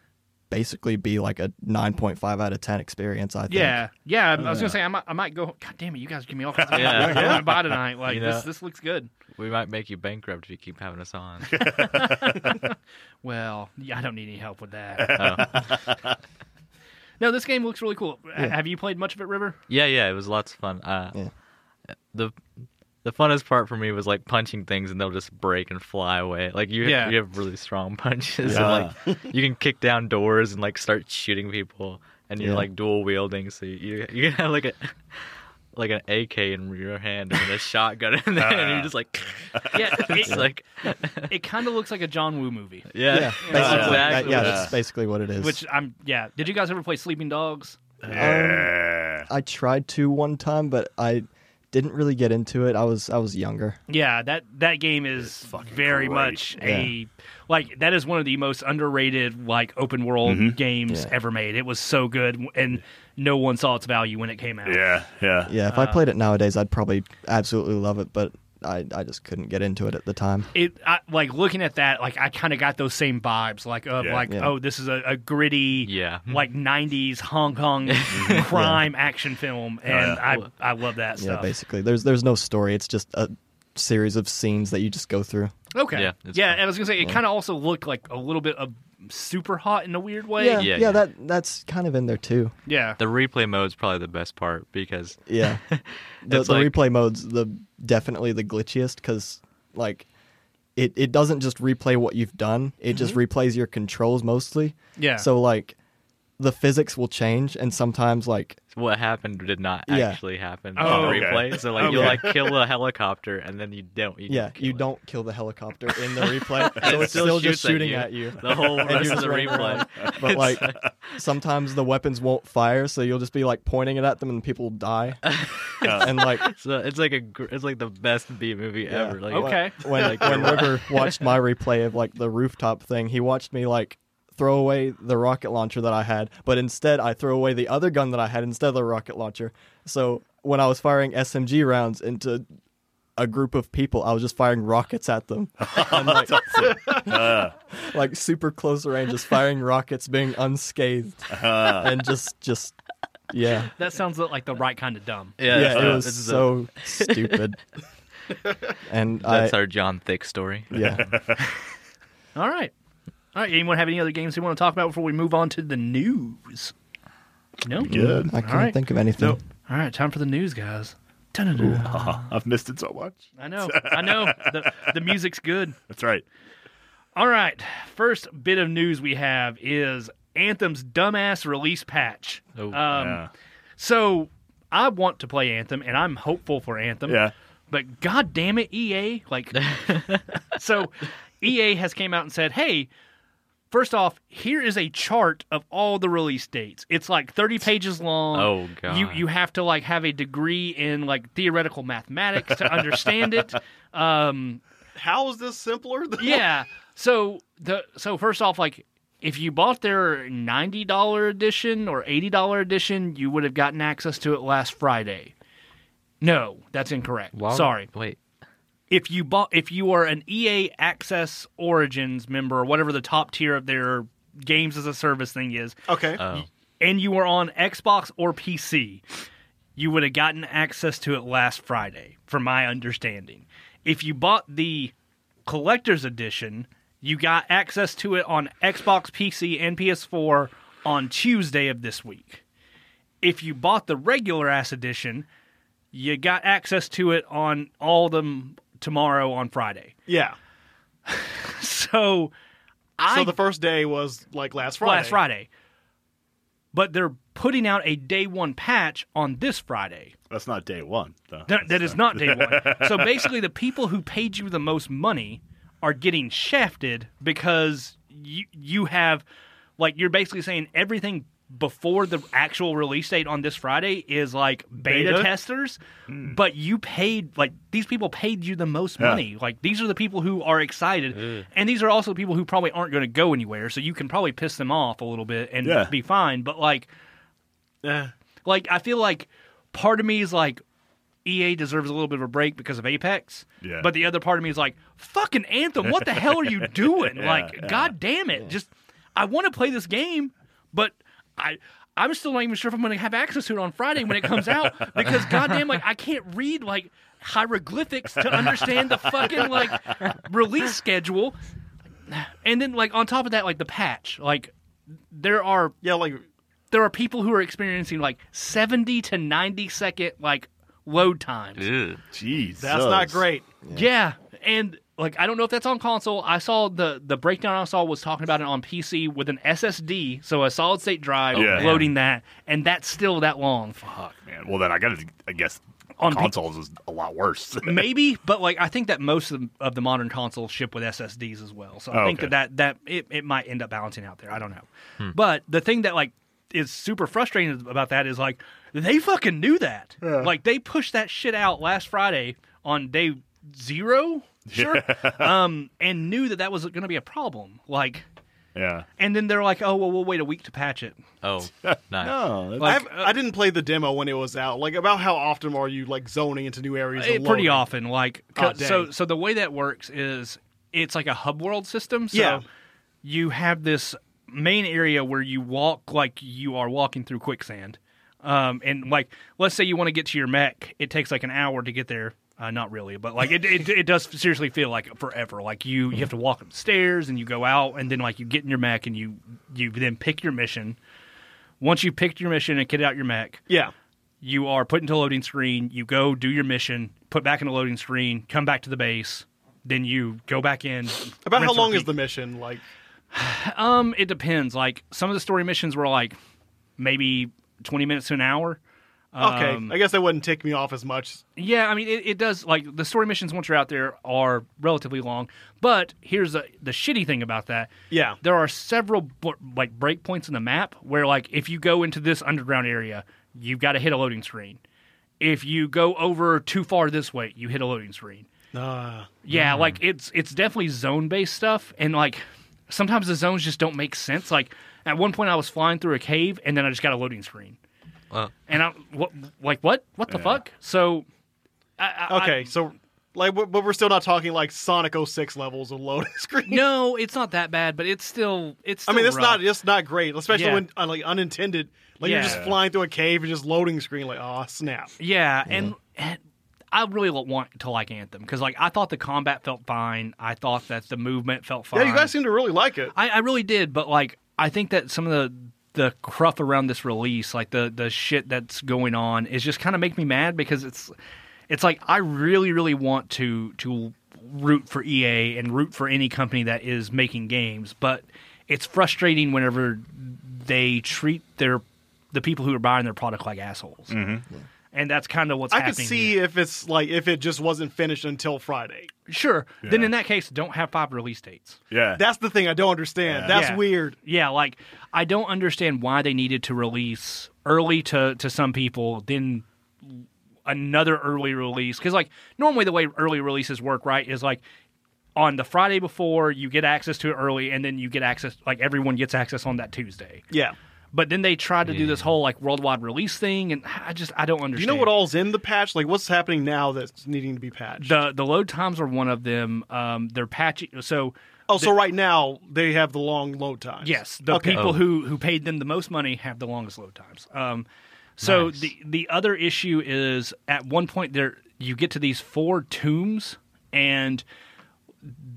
[SPEAKER 4] basically be like a 9.5 out of 10 experience. I think.
[SPEAKER 1] yeah, yeah. I, I was gonna say I might, I might go. God damn it, you guys give me all kinds of
[SPEAKER 5] Yeah.
[SPEAKER 1] I'm gonna buy tonight. Like
[SPEAKER 5] You know.
[SPEAKER 1] this, this looks good.
[SPEAKER 5] We might make you bankrupt if you keep having us on.
[SPEAKER 1] Well, yeah, I don't need any help with that. no, No, this game looks really cool. H- Have you played much of it, River?
[SPEAKER 5] Yeah, yeah, it was lots of fun. Uh,
[SPEAKER 4] Yeah.
[SPEAKER 5] The the funnest part for me was like punching things and they'll just break and fly away. Like you,
[SPEAKER 1] Yeah.
[SPEAKER 5] you have really strong punches
[SPEAKER 2] Yeah.
[SPEAKER 5] and like you can kick down doors and like start shooting people and you're
[SPEAKER 4] Yeah.
[SPEAKER 5] like dual wielding, so you you can have like a like an AK in your hand and a shotgun and then you're just like
[SPEAKER 1] Yeah,
[SPEAKER 5] it's
[SPEAKER 1] it,
[SPEAKER 5] like yeah,
[SPEAKER 1] it kind of looks like a John Woo movie.
[SPEAKER 4] Yeah, basically. That-
[SPEAKER 5] exactly.
[SPEAKER 4] yeah,
[SPEAKER 2] Yeah.
[SPEAKER 4] that's basically what it is.
[SPEAKER 1] Which I'm yeah. Did you guys ever play Sleeping Dogs?
[SPEAKER 2] Yeah.
[SPEAKER 4] I tried to one time, but I didn't really get into it. I was I was younger.
[SPEAKER 1] Yeah, that that game is
[SPEAKER 2] fucking
[SPEAKER 1] very
[SPEAKER 2] great.
[SPEAKER 1] much a like that is one of the most underrated like open world games
[SPEAKER 4] Yeah.
[SPEAKER 1] ever made. It was so good, and no one saw its value when it came out.
[SPEAKER 2] yeah, yeah,
[SPEAKER 4] Yeah, if I played it nowadays, I'd probably absolutely love it, but I, I just couldn't get into it at the time.
[SPEAKER 1] It I, like looking at that, like I kind of got those same vibes, like of
[SPEAKER 2] Yeah.
[SPEAKER 1] like
[SPEAKER 4] Yeah.
[SPEAKER 1] oh, this is a, a gritty,
[SPEAKER 5] Yeah.
[SPEAKER 1] like '90s Hong Kong crime action film, and I I love that
[SPEAKER 4] Yeah,
[SPEAKER 1] stuff.
[SPEAKER 4] basically, there's there's no story. It's just a series of scenes that you just go through.
[SPEAKER 1] Okay. Yeah,
[SPEAKER 5] Yeah, it's
[SPEAKER 1] yeah
[SPEAKER 5] fun.
[SPEAKER 1] and I was gonna say it kind of also looked like a little bit of super hot in a weird way.
[SPEAKER 4] Yeah,
[SPEAKER 5] Yeah,
[SPEAKER 4] yeah,
[SPEAKER 5] yeah.
[SPEAKER 4] that that's kind of in there too.
[SPEAKER 1] yeah.
[SPEAKER 5] The replay mode's probably the best part because
[SPEAKER 4] Yeah, the,
[SPEAKER 5] It's
[SPEAKER 4] the
[SPEAKER 5] like-
[SPEAKER 4] replay mode's the definitely the glitchiest because like it it doesn't just replay what you've done. It just
[SPEAKER 5] Mm-hmm.
[SPEAKER 4] replays your controls mostly.
[SPEAKER 1] Yeah.
[SPEAKER 4] So like the physics will change, and sometimes like
[SPEAKER 5] what happened did not
[SPEAKER 4] Yeah.
[SPEAKER 5] actually happen on
[SPEAKER 1] Oh,
[SPEAKER 2] okay.
[SPEAKER 5] replay. So like you
[SPEAKER 1] Okay.
[SPEAKER 5] like kill a helicopter and then you don't. You
[SPEAKER 4] yeah,
[SPEAKER 5] kill
[SPEAKER 4] you
[SPEAKER 5] it.
[SPEAKER 4] don't kill the helicopter in the replay,
[SPEAKER 5] And
[SPEAKER 4] so
[SPEAKER 5] it
[SPEAKER 4] it's still, just
[SPEAKER 5] shoots at
[SPEAKER 4] shooting at you.
[SPEAKER 5] the whole
[SPEAKER 4] you're
[SPEAKER 5] rest of
[SPEAKER 4] just
[SPEAKER 5] the
[SPEAKER 4] running
[SPEAKER 5] replay.
[SPEAKER 4] around. But like sometimes the weapons won't fire, so you'll just be like pointing it at them and people die. and like
[SPEAKER 5] So it's like a gr- it's like the best B movie ever. Like
[SPEAKER 1] Okay.
[SPEAKER 4] when when River watched my replay of like the rooftop thing, he watched me like throw away the rocket launcher that I had, but instead I throw away the other gun that I had instead of the rocket launcher. So when I was firing SMG rounds into a group of people, I was just firing rockets at them. And, like, like super close range, just firing rockets, being unscathed,
[SPEAKER 5] Uh-huh.
[SPEAKER 4] and just just yeah,
[SPEAKER 1] That sounds like the right kind of dumb.
[SPEAKER 5] yeah,
[SPEAKER 4] yeah.
[SPEAKER 5] that's
[SPEAKER 4] It
[SPEAKER 5] the-
[SPEAKER 4] was
[SPEAKER 5] this is a-
[SPEAKER 4] so stupid. And
[SPEAKER 5] that's
[SPEAKER 4] I,
[SPEAKER 5] our John Thick story.
[SPEAKER 4] yeah.
[SPEAKER 1] All right. All right. Anyone have any other games they want to talk about before we move on to the news? No?
[SPEAKER 2] Good.
[SPEAKER 4] I can't
[SPEAKER 1] right.
[SPEAKER 4] think of anything.
[SPEAKER 2] Nope.
[SPEAKER 1] All right. Time for the news, guys. Dun-dun-dun.
[SPEAKER 2] I've missed it so much.
[SPEAKER 1] I know. I know. The, the music's good.
[SPEAKER 2] That's right.
[SPEAKER 1] All right. First bit of news we have is Anthem's dumbass release patch.
[SPEAKER 5] Oh,
[SPEAKER 1] um,
[SPEAKER 2] yeah.
[SPEAKER 1] So I want to play Anthem, and I'm hopeful for Anthem.
[SPEAKER 2] Yeah.
[SPEAKER 1] But god damn it, EA! Like, so EA has came out and said, "Hey, first off, here is a chart of all the release dates. It's like 30 pages long.
[SPEAKER 5] Oh, God.
[SPEAKER 1] You you have to like have a degree in like theoretical mathematics to understand it. Um,
[SPEAKER 3] How is this simpler? Than
[SPEAKER 1] yeah. So the so first off, like if you bought their ninety dollar edition or eighty dollar edition, you would have gotten access to it last Friday. No, that's incorrect. Sorry.
[SPEAKER 5] Wait.
[SPEAKER 1] If you bought if you are an EA Access Origins member or whatever the top tier of their games as a service thing is,
[SPEAKER 3] Okay.
[SPEAKER 5] Oh.
[SPEAKER 1] and you were on Xbox or PC, you would have gotten access to it last Friday, from my understanding. If you bought the collector's edition, you got access to it on Xbox, PC, and PS4 on Tuesday of this week. If you bought the regular ass edition, you got access to it on all them tomorrow on Friday.
[SPEAKER 3] yeah.
[SPEAKER 1] So I
[SPEAKER 3] So the first day was like last Friday.
[SPEAKER 1] last Friday. But they're putting out a day one patch on this Friday.
[SPEAKER 2] That's not day one. Though.
[SPEAKER 1] That, that is not day one. So basically, the people who paid you the most money are getting shafted because you you have like you're basically saying everything before the actual release date on this Friday is like beta,
[SPEAKER 3] Beta?
[SPEAKER 1] testers, but you paid like these people paid you the most money. Like these are the people who are excited, and these are also people who probably aren't going to go anywhere. So you can probably piss them off a little bit and
[SPEAKER 2] Yeah.
[SPEAKER 1] be fine. But like
[SPEAKER 3] Eh.
[SPEAKER 1] like I feel like part of me is like EA deserves a little bit of a break because of Apex.
[SPEAKER 2] Yeah.
[SPEAKER 1] But the other part of me is like, fucking Anthem, what the hell are you doing? like, god damn it. Just I want to play this game, but I I'm still not even sure if I'm gonna have access to it on Friday when it comes out because goddamn like I can't read like hieroglyphics to understand the fucking like release schedule. And then like on top of that, like the patch. Like there are
[SPEAKER 3] Yeah, like
[SPEAKER 1] there are people who are experiencing like 70 to 90 second like load times.
[SPEAKER 5] Ew.
[SPEAKER 2] Jeez,
[SPEAKER 3] That's not great.
[SPEAKER 1] Yeah. and like I don't know if that's on console. I saw the the breakdown I saw was talking about it on PC with an SSD, so a solid state drive
[SPEAKER 2] Yeah.
[SPEAKER 1] loading that, and that's still that long. Fuck.
[SPEAKER 2] Man, well then I gotta I guess
[SPEAKER 1] On P-
[SPEAKER 2] consoles is a lot worse.
[SPEAKER 1] Maybe, but like I think that most of, of the modern consoles ship with SSDs as well. So I
[SPEAKER 2] Oh,
[SPEAKER 1] think
[SPEAKER 2] okay. Hmm.
[SPEAKER 1] that that, that it, it might end up balancing out there. I don't know. But the thing that like is super frustrating about that is like they fucking knew that. Like they pushed that shit out last Friday on day zero, sure, um, and knew that that was going to be a problem. Like,
[SPEAKER 2] yeah.
[SPEAKER 1] and then they're like, oh well, we'll wait a week to patch it.
[SPEAKER 5] Oh, nice.
[SPEAKER 2] Oh,
[SPEAKER 1] Like,
[SPEAKER 3] I've, I didn't play the demo when it was out. Like, about how often are you like zoning into new areas?
[SPEAKER 1] Eh,
[SPEAKER 3] and
[SPEAKER 1] pretty
[SPEAKER 3] loading?
[SPEAKER 1] often like
[SPEAKER 3] Oh,
[SPEAKER 1] c- so
[SPEAKER 3] dang.
[SPEAKER 1] so the way that works is it's like a hub world system so
[SPEAKER 3] Yeah.
[SPEAKER 1] you have this main area where you walk like you are walking through quicksand um, and like let's say you want to get to your mech it takes like an hour to get there uh, not really but like it, it, it does seriously feel like forever like you you have to walk up stairs and you go out and then like you get in your mech and you you then pick your mission once you picked your mission and get out your mech
[SPEAKER 3] Yeah.
[SPEAKER 1] you are put into a loading screen, you go do your mission, put back in a loading screen, come back to the base, then you go back in.
[SPEAKER 3] About how
[SPEAKER 1] rinse,
[SPEAKER 3] long is the
[SPEAKER 1] repeat.
[SPEAKER 3] mission? Like,
[SPEAKER 1] Um, it depends. Like some of the story missions were like maybe twenty minutes to an hour.
[SPEAKER 3] okay,
[SPEAKER 1] Um,
[SPEAKER 3] I guess that wouldn't tick me off as much.
[SPEAKER 1] Yeah, I mean it, it does like the story missions once you're out there are relatively long. But here's the the shitty thing about that.
[SPEAKER 3] Yeah.
[SPEAKER 1] There are several bo- like breakpoints in the map where like if you go into this underground area, you've got to hit a loading screen. If you go over too far this way, you hit a loading screen.
[SPEAKER 3] Uh,
[SPEAKER 1] Yeah, like it's it's definitely zone based stuff, and like sometimes the zones just don't make sense. Like at one point, I was flying through a cave, and then I just got a loading screen,
[SPEAKER 5] Well,
[SPEAKER 1] and I what like what what the fuck? So I, I,
[SPEAKER 3] okay, so like, but but we're still not talking like Sonic 06 levels of loading screen.
[SPEAKER 1] I- no, it's not that bad, but it's still it's.
[SPEAKER 3] I mean,
[SPEAKER 1] still
[SPEAKER 3] it's
[SPEAKER 1] rough.
[SPEAKER 3] not it's not great, especially
[SPEAKER 1] Yeah.
[SPEAKER 3] when uh, like unintended. Like you're just
[SPEAKER 1] Yeah.
[SPEAKER 3] flying through a cave and just loading screen. Like, oh snap.
[SPEAKER 1] Yeah, and, and I really lo- want to like Anthem because like I thought the combat felt fine. I thought that the movement felt fine.
[SPEAKER 3] Yeah, you guys seem to really like it.
[SPEAKER 1] I, I really did, but like I think that some of the the cruff around this release, like the the shit that's going on, is just kind of make me mad because it's it's like I really really want to to root for EA and root for any company that is making games, but it's frustrating whenever they treat their the people who are buying their product like assholes. And that's kind of what's
[SPEAKER 3] Mm-hmm. I could
[SPEAKER 1] happening.
[SPEAKER 3] see
[SPEAKER 1] here.
[SPEAKER 3] if it's like if it just wasn't finished until Friday.
[SPEAKER 1] Sure. Then
[SPEAKER 2] Yeah.
[SPEAKER 1] in that case, don't have five release dates.
[SPEAKER 2] yeah.
[SPEAKER 3] That's the thing I don't understand.
[SPEAKER 2] Yeah.
[SPEAKER 3] That's
[SPEAKER 1] Yeah.
[SPEAKER 3] weird.
[SPEAKER 1] Yeah, like I don't understand why they needed to release early to to some people, then another early release. Because like normally the way early releases work, right, is like on the Friday before you get access to it early, and then you get access like everyone gets access on that Tuesday.
[SPEAKER 3] Yeah.
[SPEAKER 1] But then they tried to do this whole like worldwide release thing, and I just I don't
[SPEAKER 3] Do you
[SPEAKER 1] understand.
[SPEAKER 3] know what all's in the patch? Like, what's happening now that's needing to be patched?
[SPEAKER 1] the the load times are one of them. Um, they're patching so.
[SPEAKER 3] oh, so right now they have the long load times.
[SPEAKER 1] Yes, the
[SPEAKER 3] Okay.
[SPEAKER 1] people
[SPEAKER 5] Oh.
[SPEAKER 1] who who paid them the most money have the longest load times. Um, so
[SPEAKER 5] Nice.
[SPEAKER 1] the the other issue is at one point there you get to these four tombs and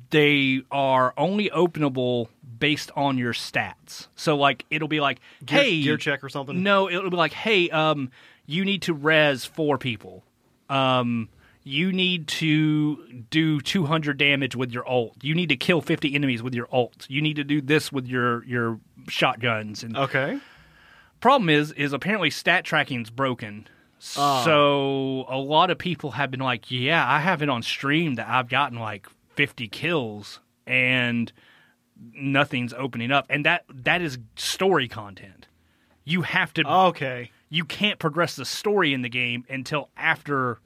[SPEAKER 1] they are only openable based on your stats. So like it'll be like
[SPEAKER 3] Gear-
[SPEAKER 1] hey
[SPEAKER 3] gear check or something?
[SPEAKER 1] No, it'll be like hey um you need to res four people. Um you need to do 200 damage with your ult. You need to kill 50 enemies with your ult. You need to do this with your your shotguns and
[SPEAKER 3] Okay.
[SPEAKER 1] problem is is apparently stat tracking's broken. So a lot of people have been like, "Yeah, I have it on stream that I've gotten like 50 kills and nothing's opening up." And that that is story content. You have
[SPEAKER 3] Oh,
[SPEAKER 1] to
[SPEAKER 3] Okay.
[SPEAKER 1] you can't progress the story in the game until after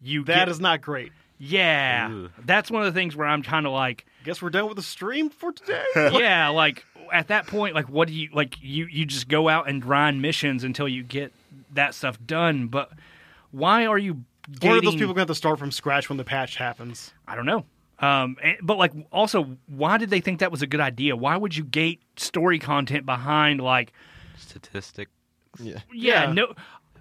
[SPEAKER 1] you
[SPEAKER 3] That
[SPEAKER 1] get
[SPEAKER 3] is not great.
[SPEAKER 1] yeah.
[SPEAKER 5] Ugh.
[SPEAKER 1] That's one of the things where I'm kind of like
[SPEAKER 3] Guess we're done with the stream for today.
[SPEAKER 1] yeah, like at that point, like what do you like you you just go out and grind missions until you get that stuff done, but why are you
[SPEAKER 3] One
[SPEAKER 1] gating
[SPEAKER 3] of those people gonna have to start from scratch when the patch happens.
[SPEAKER 1] I don't know. Um and- but like also why did they think that was a good idea? Why would you gate story content behind like
[SPEAKER 5] statistic.
[SPEAKER 4] Yeah.
[SPEAKER 1] yeah,
[SPEAKER 3] Yeah.
[SPEAKER 1] no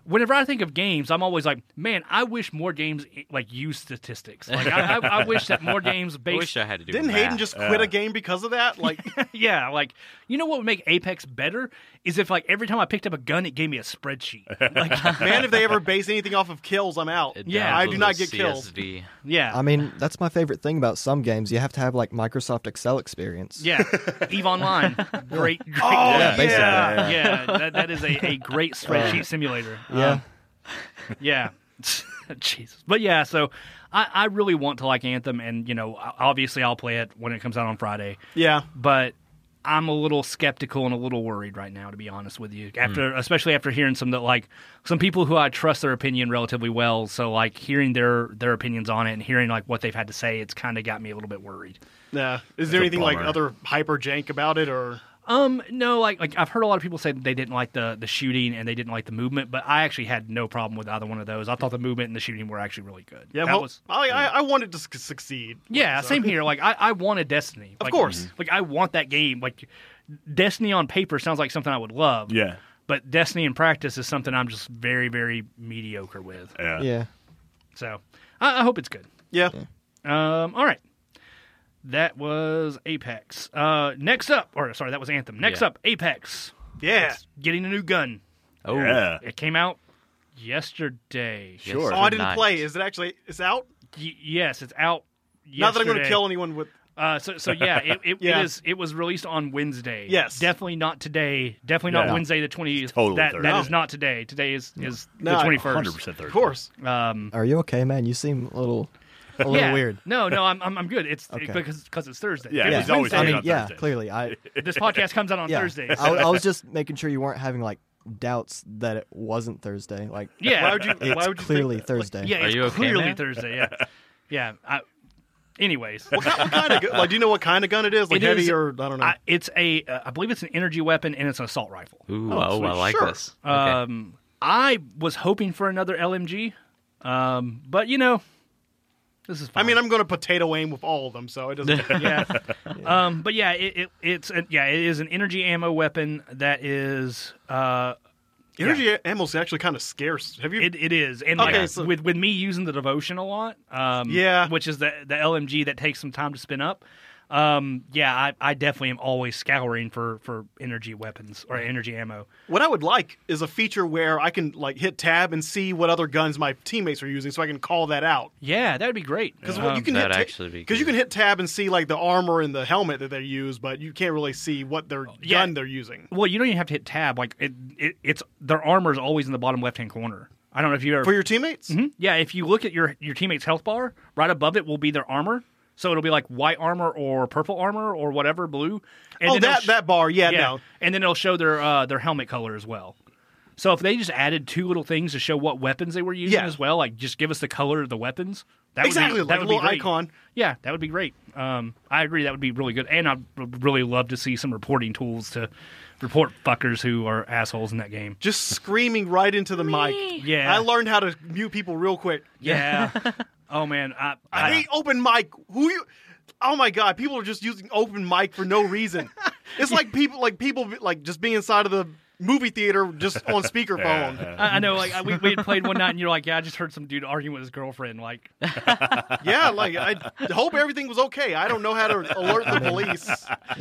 [SPEAKER 1] whenever I think of games, I'm always like, man, I wish more games like use statistics. Like I, I, I wish that more games
[SPEAKER 5] I
[SPEAKER 1] based.
[SPEAKER 5] wish I had to do.
[SPEAKER 3] Didn't
[SPEAKER 5] math.
[SPEAKER 3] Hayden just quit a game because of that? Like,
[SPEAKER 1] yeah, like you know what would make Apex better is if like every time I picked up a gun, it gave me a spreadsheet. Like,
[SPEAKER 3] man, if they ever base anything off of kills, I'm out.
[SPEAKER 5] It
[SPEAKER 1] Yeah,
[SPEAKER 3] I
[SPEAKER 5] downloads
[SPEAKER 3] do not
[SPEAKER 5] a
[SPEAKER 3] get kills.
[SPEAKER 5] CSV.
[SPEAKER 1] yeah,
[SPEAKER 4] I mean, that's my favorite thing about some games. You have to have like Microsoft Excel experience.
[SPEAKER 1] yeah, Eve Online, great, great
[SPEAKER 3] Oh,
[SPEAKER 2] Yeah, basically,
[SPEAKER 3] yeah.
[SPEAKER 2] yeah.
[SPEAKER 1] yeah, that, that is a, a great spreadsheet simulator.
[SPEAKER 4] Yeah.
[SPEAKER 1] Um, yeah. Jesus. But yeah, so I, I really want to like Anthem, and, you know, o- obviously I'll play it when it comes out on Friday,
[SPEAKER 3] Yeah.
[SPEAKER 1] but I'm a little skeptical and a little worried right now, to be honest with you. After,
[SPEAKER 3] Hmm.
[SPEAKER 1] especially after hearing some that like some people who I trust their opinion relatively well, so like hearing their their opinions on it and hearing like what they've had to say, it's kind of got me a little bit worried.
[SPEAKER 3] Yeah. Is there
[SPEAKER 2] a
[SPEAKER 3] anything like
[SPEAKER 2] bummer.
[SPEAKER 3] other hyper jank about it or
[SPEAKER 1] Um, no, like like I've heard a lot of people say that they didn't like the the shooting and they didn't like the movement, but I actually had no problem with either one of those. I thought the movement and the shooting were actually really good.
[SPEAKER 3] yeah?
[SPEAKER 1] that
[SPEAKER 3] well,
[SPEAKER 1] was
[SPEAKER 3] I, I I wanted to suc- succeed.
[SPEAKER 1] yeah,
[SPEAKER 3] So-
[SPEAKER 1] same here. Like I I wanted Destiny,
[SPEAKER 3] Of
[SPEAKER 1] Like,
[SPEAKER 3] course.
[SPEAKER 1] Like I want that game. Like Destiny on paper sounds like something I would love.
[SPEAKER 2] Yeah.
[SPEAKER 1] But Destiny in practice is something I'm just very very mediocre with.
[SPEAKER 2] Yeah.
[SPEAKER 4] Yeah.
[SPEAKER 1] So I, I hope it's good.
[SPEAKER 3] Yeah.
[SPEAKER 1] Um, all right. That was Apex. Uh, next up, or sorry, that was Anthem. Next
[SPEAKER 5] Yeah.
[SPEAKER 1] up, Apex.
[SPEAKER 3] Yeah.
[SPEAKER 1] It's getting a new gun.
[SPEAKER 5] Oh,
[SPEAKER 2] Yeah.
[SPEAKER 1] It came out yesterday.
[SPEAKER 5] yes,
[SPEAKER 2] Sure.
[SPEAKER 3] Oh, I didn't
[SPEAKER 5] nice.
[SPEAKER 3] play. Is it actually? It's out.
[SPEAKER 1] Y- yes, it's out. Yesterday.
[SPEAKER 3] Not that I'm going to kill anyone with.
[SPEAKER 1] Uh, so, so yeah, it, it,
[SPEAKER 3] Yeah.
[SPEAKER 1] it is. It was released on Wednesday.
[SPEAKER 3] Yes.
[SPEAKER 1] definitely not today. Definitely not
[SPEAKER 2] Yeah.
[SPEAKER 1] Wednesday the twentieth.
[SPEAKER 2] Totally
[SPEAKER 1] that, that
[SPEAKER 2] Thursday.
[SPEAKER 1] is not today. Today is is
[SPEAKER 3] No,
[SPEAKER 1] the
[SPEAKER 3] I-
[SPEAKER 1] twenty
[SPEAKER 2] Hundred
[SPEAKER 1] first.
[SPEAKER 2] percent third.
[SPEAKER 3] Of course.
[SPEAKER 1] Um,
[SPEAKER 4] Are you okay, man? You seem a little, a little
[SPEAKER 1] yeah.
[SPEAKER 4] weird.
[SPEAKER 1] No, no, I'm I'm, I'm good. It's
[SPEAKER 4] Okay.
[SPEAKER 1] because because it's Thursday. If
[SPEAKER 2] Yeah, it's
[SPEAKER 1] it's
[SPEAKER 2] always
[SPEAKER 1] Wednesday,
[SPEAKER 4] I
[SPEAKER 2] Thursday
[SPEAKER 4] mean,
[SPEAKER 2] on
[SPEAKER 4] yeah,
[SPEAKER 2] Thursdays.
[SPEAKER 4] clearly. I
[SPEAKER 1] this podcast comes out on
[SPEAKER 4] yeah.
[SPEAKER 1] Thursday.
[SPEAKER 4] I, I was just making sure you weren't having like doubts that it wasn't Thursday. Like,
[SPEAKER 1] yeah.
[SPEAKER 3] Why would you?
[SPEAKER 4] it's
[SPEAKER 3] why would you
[SPEAKER 4] clearly
[SPEAKER 3] Think that?
[SPEAKER 4] Thursday.
[SPEAKER 1] Yeah,
[SPEAKER 5] Are
[SPEAKER 1] it's
[SPEAKER 5] you okay,
[SPEAKER 1] clearly
[SPEAKER 5] man?
[SPEAKER 1] Thursday. Yeah, yeah. I, anyways,
[SPEAKER 3] What kind, what kind of gun? Like, do you know what kind of gun it is? Like
[SPEAKER 1] It
[SPEAKER 3] heavy
[SPEAKER 1] is-
[SPEAKER 3] or I don't know.
[SPEAKER 1] I, it's a uh, I believe it's an energy weapon and it's an assault rifle.
[SPEAKER 5] Ooh,
[SPEAKER 3] Oh,
[SPEAKER 5] oh, I
[SPEAKER 3] sweet.
[SPEAKER 5] like
[SPEAKER 3] Sure. Uh,
[SPEAKER 5] this. Okay.
[SPEAKER 1] Um, I was hoping for another LMG, um, but you know, this is.
[SPEAKER 3] I
[SPEAKER 1] Fine.
[SPEAKER 3] mean, I'm going to potato aim with all of them, so it doesn't.
[SPEAKER 1] yeah. Um, but yeah, it, it, it's a, yeah, it is an energy ammo weapon that is uh,
[SPEAKER 3] Energy ammo's actually kind of scarce. Have you?
[SPEAKER 1] it, it is and
[SPEAKER 3] Okay,
[SPEAKER 1] like,
[SPEAKER 3] so-
[SPEAKER 1] with with me using the devotion a lot, um,
[SPEAKER 3] Yeah.
[SPEAKER 1] which is the the LMG that takes some time to spin up. Um, yeah, I, I definitely am always scouring for for energy weapons or energy ammo.
[SPEAKER 3] what I would like is a feature where I can like hit tab and see what other guns my teammates are using, so I can call that out.
[SPEAKER 1] Yeah, that would be great.
[SPEAKER 3] Because
[SPEAKER 1] Um,
[SPEAKER 3] you can
[SPEAKER 5] That'd
[SPEAKER 3] hit
[SPEAKER 5] actually be
[SPEAKER 3] because you
[SPEAKER 5] good.
[SPEAKER 3] can hit tab and see like the armor and the helmet that they use, but you can't really see what their
[SPEAKER 1] Oh, Yeah.
[SPEAKER 3] gun they're using
[SPEAKER 1] Well, you don't even have to hit tab. Like it, it it's their armor's always in the bottom left hand corner. I don't know if you ever.
[SPEAKER 3] for your teammates. Oh,
[SPEAKER 1] Mhm. yeah, if you look at your your teammate's health bar, right above it will be their armor. So it'll be like white armor or purple armor or whatever blue. And
[SPEAKER 3] Oh,
[SPEAKER 1] then it'll
[SPEAKER 3] that
[SPEAKER 1] sh-
[SPEAKER 3] that bar, yeah,
[SPEAKER 1] yeah.
[SPEAKER 3] no,
[SPEAKER 1] And then it'll show their uh, their helmet color as well. So if they just added two little things to show what weapons they were using
[SPEAKER 3] Yeah.
[SPEAKER 1] as well, like just give us the color of the weapons. That
[SPEAKER 3] exactly.
[SPEAKER 1] Would be,
[SPEAKER 3] like
[SPEAKER 1] that
[SPEAKER 3] a
[SPEAKER 1] would
[SPEAKER 3] little
[SPEAKER 1] be great.
[SPEAKER 3] icon.
[SPEAKER 1] Yeah, that would be great. Um, I agree. That would be really good. And I'd r- really love to see some reporting tools to report fuckers who are assholes in that game.
[SPEAKER 3] just screaming right into the mic.
[SPEAKER 1] Yeah.
[SPEAKER 3] I learned how to mute people real quick.
[SPEAKER 1] Yeah. oh man, I,
[SPEAKER 3] I hate open mic. Who you? Oh my god, people are just using open mic for no reason. it's like people, like people, be- like just being inside of the movie theater, just on speakerphone.
[SPEAKER 1] I, I know. Like I, we, we had played one night, and you're like, "Yeah, I just heard some dude arguing with his girlfriend." Like,
[SPEAKER 3] yeah, like I hope everything was okay. I don't know how to alert the police.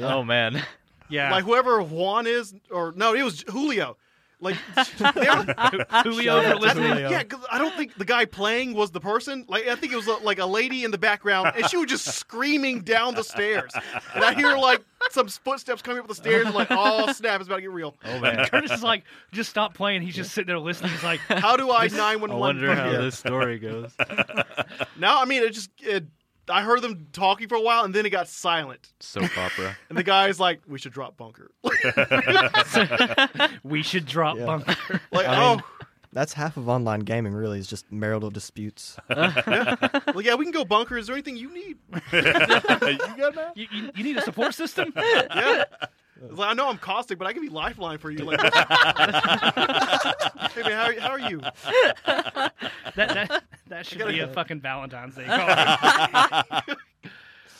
[SPEAKER 5] Oh man,
[SPEAKER 1] yeah,
[SPEAKER 3] Like whoever Juan is, or no, it was Julio. Like they were-
[SPEAKER 1] Julio
[SPEAKER 4] Shout
[SPEAKER 1] for
[SPEAKER 4] out to
[SPEAKER 1] listening.
[SPEAKER 4] Julio.
[SPEAKER 3] Yeah, because I don't think the guy playing was the person. Like, I think it was uh, like a lady in the background, and she was just screaming down the stairs. And I hear like some footsteps coming up the stairs. Like, oh snap, it's about to get real.
[SPEAKER 5] oh man.
[SPEAKER 1] Curtis is like, "Just stop playing." He's just sitting there listening. He's like,
[SPEAKER 3] How do I nine
[SPEAKER 5] I
[SPEAKER 3] one
[SPEAKER 5] wonder how
[SPEAKER 3] one?
[SPEAKER 5] this story goes.
[SPEAKER 3] No, I mean it just. It, I heard them talking for a while, and then it got silent.
[SPEAKER 5] Soap opera.
[SPEAKER 3] And the guy's like, "We should drop bunker." like,
[SPEAKER 1] "We should drop
[SPEAKER 4] Yeah.
[SPEAKER 1] bunker."
[SPEAKER 3] oh,
[SPEAKER 4] That's half of online gaming. Really, is just marital disputes.
[SPEAKER 3] well, yeah, we can go bunker. Is there anything you need?
[SPEAKER 2] you got that?
[SPEAKER 1] You, you, you need a support system.
[SPEAKER 3] Yeah. It's Like, I know I'm caustic, but I can be lifeline for you. Like, hey man, how, how are you?
[SPEAKER 1] That that that should
[SPEAKER 3] gotta
[SPEAKER 1] be a
[SPEAKER 3] go.
[SPEAKER 1] fucking Valentine's Day card.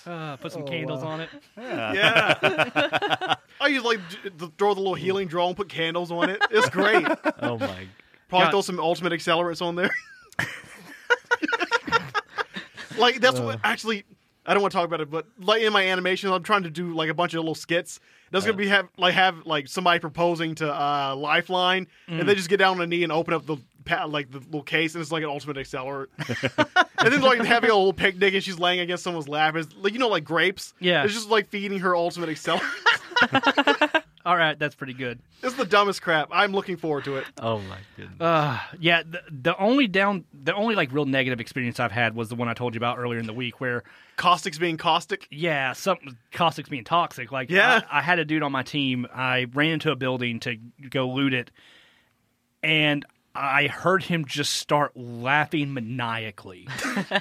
[SPEAKER 1] uh, put some
[SPEAKER 4] Oh,
[SPEAKER 1] candles
[SPEAKER 4] wow.
[SPEAKER 1] on it.
[SPEAKER 3] Yeah. Oh, I use like j- th- throw the little healing draw and put candles on it. It's great.
[SPEAKER 5] Oh my.
[SPEAKER 3] Probably
[SPEAKER 1] God.
[SPEAKER 3] throw some ultimate accelerants on there. like that's what actually. I don't want to talk about it, but like in my animation, I'm trying to do like a bunch of little skits. That's gonna be have like have like somebody proposing to uh, Lifeline, and they just get down on a knee and open up the pa- like the little case, and it's like an ultimate accelerant. and then like having a little picnic, and she's laying against someone's lap. It's like you know like grapes.
[SPEAKER 1] Yeah.
[SPEAKER 3] it's just like feeding her ultimate accelerant.
[SPEAKER 1] All right, that's pretty good.
[SPEAKER 3] it's the dumbest crap. I'm looking forward to it.
[SPEAKER 5] Oh my goodness.
[SPEAKER 1] Uh, yeah, the, the only down, the only like real negative experience I've had was the one I told you about earlier in the week, where
[SPEAKER 3] Caustic's being caustic.
[SPEAKER 1] yeah, something caustic's being toxic. Like,
[SPEAKER 3] Yeah.
[SPEAKER 1] I, I had a dude on my team. I ran into a building to go loot it, and I heard him just start laughing maniacally,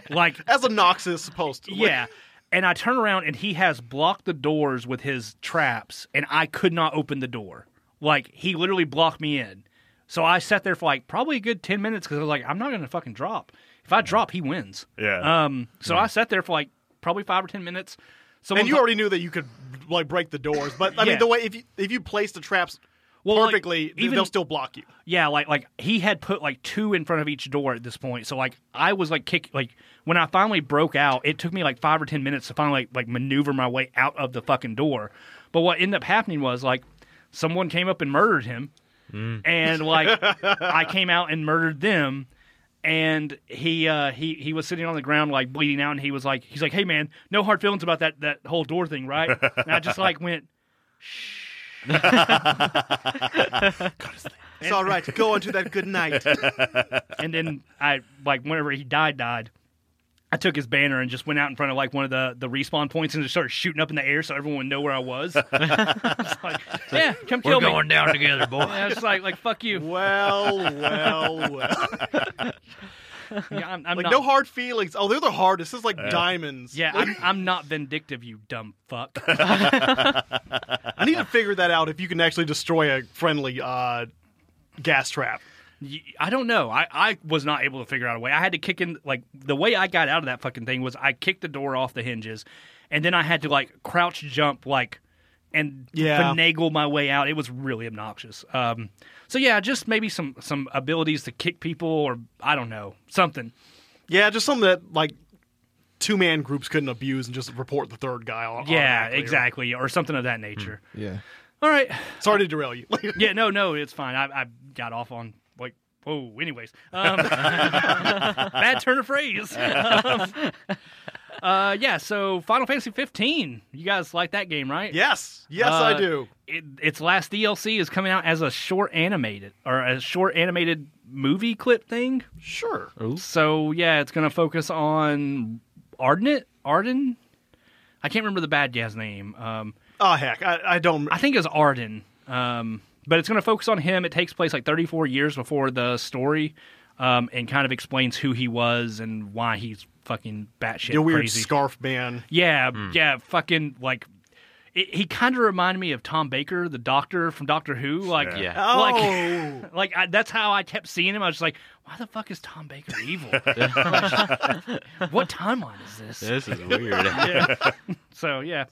[SPEAKER 1] like
[SPEAKER 3] As a Nox is supposed to.
[SPEAKER 1] yeah. And I turn around and he has blocked the doors with his traps, and I could not open the door. Like he literally blocked me in. So I sat there for like probably a good ten minutes because I was like, I'm not gonna fucking drop. If I drop, he wins.
[SPEAKER 2] Yeah.
[SPEAKER 1] Um. So I sat there for like probably five or ten minutes. So
[SPEAKER 3] Hmm. And you already knew that you could like break the doors, but I
[SPEAKER 1] Yeah.
[SPEAKER 3] mean the way if you if you place the traps
[SPEAKER 1] Well, like,
[SPEAKER 3] perfectly, th-
[SPEAKER 1] even-
[SPEAKER 3] they'll still block you.
[SPEAKER 1] Yeah, like like he had put like two in front of each door at this point. So like I was like kick like when I finally broke out, it took me like five or ten minutes to finally like, like maneuver my way out of the fucking door. But what ended up happening was like someone came up and murdered him, and like I came out and murdered them. And he uh, he he was sitting on the ground like bleeding out, and he was like he's like, "Hey man, no hard feelings about that that whole door thing, right?" And I just like went,
[SPEAKER 3] It's all right. Go on to that good night.
[SPEAKER 1] and then I like whenever he died, died. I took his banner and just went out in front of like one of the, the respawn points and just started shooting up in the air so everyone would know where I was. I was like, yeah, come kill
[SPEAKER 5] We're
[SPEAKER 1] me.
[SPEAKER 5] going down together, boy.
[SPEAKER 1] And I was like, like fuck you.
[SPEAKER 3] well, well, well.
[SPEAKER 1] Yeah, I'm, I'm
[SPEAKER 3] Like
[SPEAKER 1] not,
[SPEAKER 3] no hard feelings. Oh, they're the hardest. This is like diamonds.
[SPEAKER 1] Yeah,
[SPEAKER 3] Like,
[SPEAKER 1] I'm, I'm not vindictive, you dumb fuck.
[SPEAKER 3] I need to figure that out if you can actually destroy a friendly uh, gas trap.
[SPEAKER 1] Y- I don't know. I, I was not able to figure out a way. I had to kick in like the way I got out of that fucking thing was I kicked the door off the hinges, and then I had to like crouch jump like and
[SPEAKER 3] Yeah.
[SPEAKER 1] finagle my way out. It was really obnoxious. Um, so yeah, just maybe some some abilities to kick people or I don't know something.
[SPEAKER 3] Yeah, just something that like two man groups couldn't abuse and just report the third guy. au-
[SPEAKER 1] Yeah,
[SPEAKER 3] automatically or- Hmm.
[SPEAKER 1] exactly, or something of that nature.
[SPEAKER 4] Yeah.
[SPEAKER 1] All right.
[SPEAKER 3] Sorry to derail you.
[SPEAKER 1] Yeah, no, no, it's fine. I, I got off on like. Whoa. Anyways, um, bad turn of phrase. Um, uh, yeah. So, Final Fantasy 15. You guys like that game, right?
[SPEAKER 3] yes, yes,
[SPEAKER 1] Uh,
[SPEAKER 3] I do.
[SPEAKER 1] It, its last DLC is coming out as a short animated or a short animated movie clip thing.
[SPEAKER 3] Sure.
[SPEAKER 1] So yeah, it's gonna focus on Arden. Arden. I can't remember the bad guy's name. Um,
[SPEAKER 3] Oh heck, I, I don't.
[SPEAKER 1] I think it's Arden. Um, but it's going to focus on him. It takes place like 34 years before the story, um, and kind of explains who he was and why he's fucking batshit
[SPEAKER 3] Your weird Hmm.
[SPEAKER 1] crazy.
[SPEAKER 3] scarf man.
[SPEAKER 1] yeah, yeah, fucking like. It, he kind of reminded me of Tom Baker, the Doctor from Doctor Who. Like,
[SPEAKER 5] Yeah.
[SPEAKER 3] Oh,
[SPEAKER 1] like, like I, that's how I kept seeing him. I was just like, why the fuck is Tom Baker evil? what timeline is this?
[SPEAKER 5] This is weird.
[SPEAKER 1] So yeah.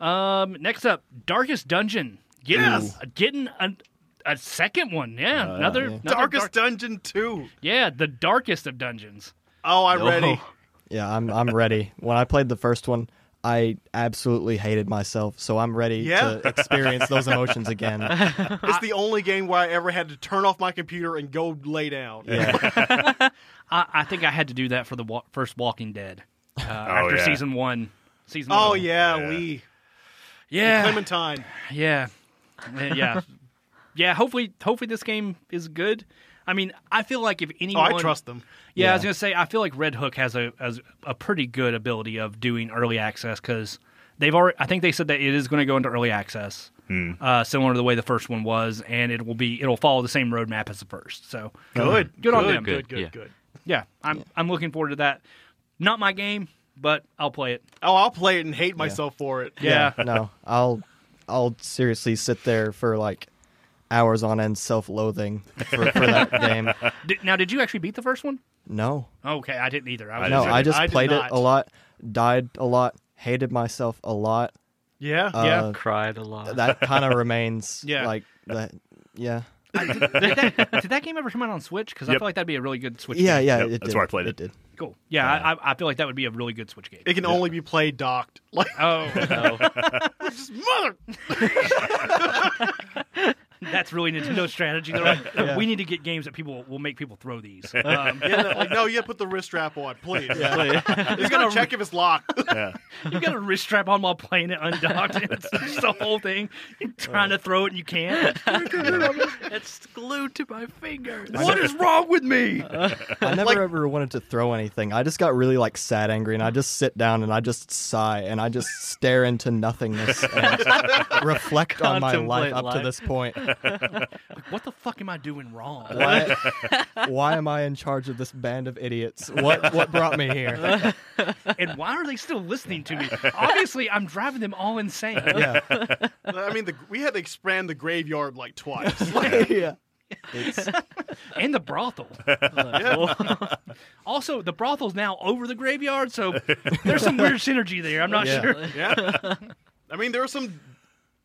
[SPEAKER 1] Um, next up, Darkest Dungeon. Getting,
[SPEAKER 3] Yes.
[SPEAKER 1] getting a, a second one. Yeah, another, another
[SPEAKER 3] Darkest
[SPEAKER 1] dark-
[SPEAKER 3] Dungeon Two.
[SPEAKER 1] yeah, the darkest of dungeons.
[SPEAKER 3] Oh, I'm
[SPEAKER 5] No.
[SPEAKER 3] ready.
[SPEAKER 4] Yeah, I'm I'm ready. When I played the first one, I absolutely hated myself, so I'm ready
[SPEAKER 3] Yeah.
[SPEAKER 4] to experience those emotions again.
[SPEAKER 3] It's the only game where I ever had to turn off my computer and go lay down.
[SPEAKER 4] Yeah.
[SPEAKER 1] I, I think I had to do that for the wa- first Walking Dead uh, after
[SPEAKER 2] yeah.
[SPEAKER 1] season one. Season
[SPEAKER 3] Oh
[SPEAKER 1] one.
[SPEAKER 3] yeah,
[SPEAKER 2] Yeah.
[SPEAKER 3] we
[SPEAKER 1] yeah,
[SPEAKER 3] Clementine.
[SPEAKER 1] yeah, yeah, yeah. Yeah, Hopefully, hopefully this game is good. I mean, I feel like if
[SPEAKER 3] Oh,
[SPEAKER 1] anyone,
[SPEAKER 3] I trust them.
[SPEAKER 1] Yeah, I was
[SPEAKER 4] Yeah.
[SPEAKER 1] gonna say I feel like Red Hook has a has a pretty good ability of doing early access because they've already. I think they said that it is going to go into early access, uh, similar to the way the first one was, and it will be it'll follow the same roadmap as the first. So
[SPEAKER 3] Good.
[SPEAKER 1] Good on
[SPEAKER 3] Good.
[SPEAKER 1] them.
[SPEAKER 3] Good. Good.
[SPEAKER 5] Yeah.
[SPEAKER 3] Good.
[SPEAKER 1] yeah, I'm I'm looking forward to that. Not my game, but I'll play it.
[SPEAKER 3] Oh, I'll play it and hate myself for it.
[SPEAKER 1] Yeah,
[SPEAKER 4] no, I'll I'll seriously sit there for like hours on end self-loathing for, for that game.
[SPEAKER 1] Did- now, did you actually beat the first one?
[SPEAKER 4] No.
[SPEAKER 1] Okay, I didn't either. I was
[SPEAKER 2] I
[SPEAKER 4] No,
[SPEAKER 2] did.
[SPEAKER 4] I just
[SPEAKER 3] I did
[SPEAKER 4] played it
[SPEAKER 3] not.
[SPEAKER 4] a lot, died a lot, hated myself a lot.
[SPEAKER 3] Yeah.
[SPEAKER 4] Uh,
[SPEAKER 1] yeah.
[SPEAKER 5] Cried a lot.
[SPEAKER 4] That kind of remains
[SPEAKER 1] Yeah.
[SPEAKER 4] like that yeah.
[SPEAKER 1] I, did, did that, did that game ever come out on Switch? Because I
[SPEAKER 2] Yep.
[SPEAKER 1] feel like that'd be a really good Switch.
[SPEAKER 4] Yeah,
[SPEAKER 1] game.
[SPEAKER 4] yeah,
[SPEAKER 2] Yep,
[SPEAKER 4] it
[SPEAKER 2] that's
[SPEAKER 4] did.
[SPEAKER 2] where I played it.
[SPEAKER 4] It did.
[SPEAKER 1] cool. Yeah, I I, I feel like that would be a really good Switch game.
[SPEAKER 3] It can only be played docked. Like
[SPEAKER 1] Oh,
[SPEAKER 3] just mother.
[SPEAKER 1] that's really Nintendo strategy. They're like, we need to get games that people will make people throw these. Um,
[SPEAKER 3] Yeah, no, like, no, you have to put the wrist strap on, please.
[SPEAKER 5] Yeah.
[SPEAKER 3] He's gonna check if it's locked.
[SPEAKER 2] Yeah.
[SPEAKER 1] you got a wrist strap on while playing it undocked. It's just the whole thing. You're trying to throw it and you can't.
[SPEAKER 5] it's glued to my finger.
[SPEAKER 1] What is wrong with me?
[SPEAKER 4] I never
[SPEAKER 3] Like-
[SPEAKER 4] ever wanted to throw anything. I just got really like sad, angry, and I just sit down and I just sigh and I just stare into nothingness and reflect on my life
[SPEAKER 5] Contemplate
[SPEAKER 4] up to
[SPEAKER 5] life.
[SPEAKER 4] this point.
[SPEAKER 1] what the fuck am I doing wrong?
[SPEAKER 4] Why, why am I in charge of this band of idiots? What what brought me here?
[SPEAKER 1] And why are they still listening to me? Obviously, I'm driving them all insane.
[SPEAKER 4] Yeah,
[SPEAKER 3] I mean, the, we had to expand the graveyard like twice.
[SPEAKER 4] yeah. It's,
[SPEAKER 1] And the brothel. Also, the brothel's now over the graveyard, so there's some weird synergy there. I'm not
[SPEAKER 4] Yeah.
[SPEAKER 1] sure.
[SPEAKER 3] yeah. I mean, there are some.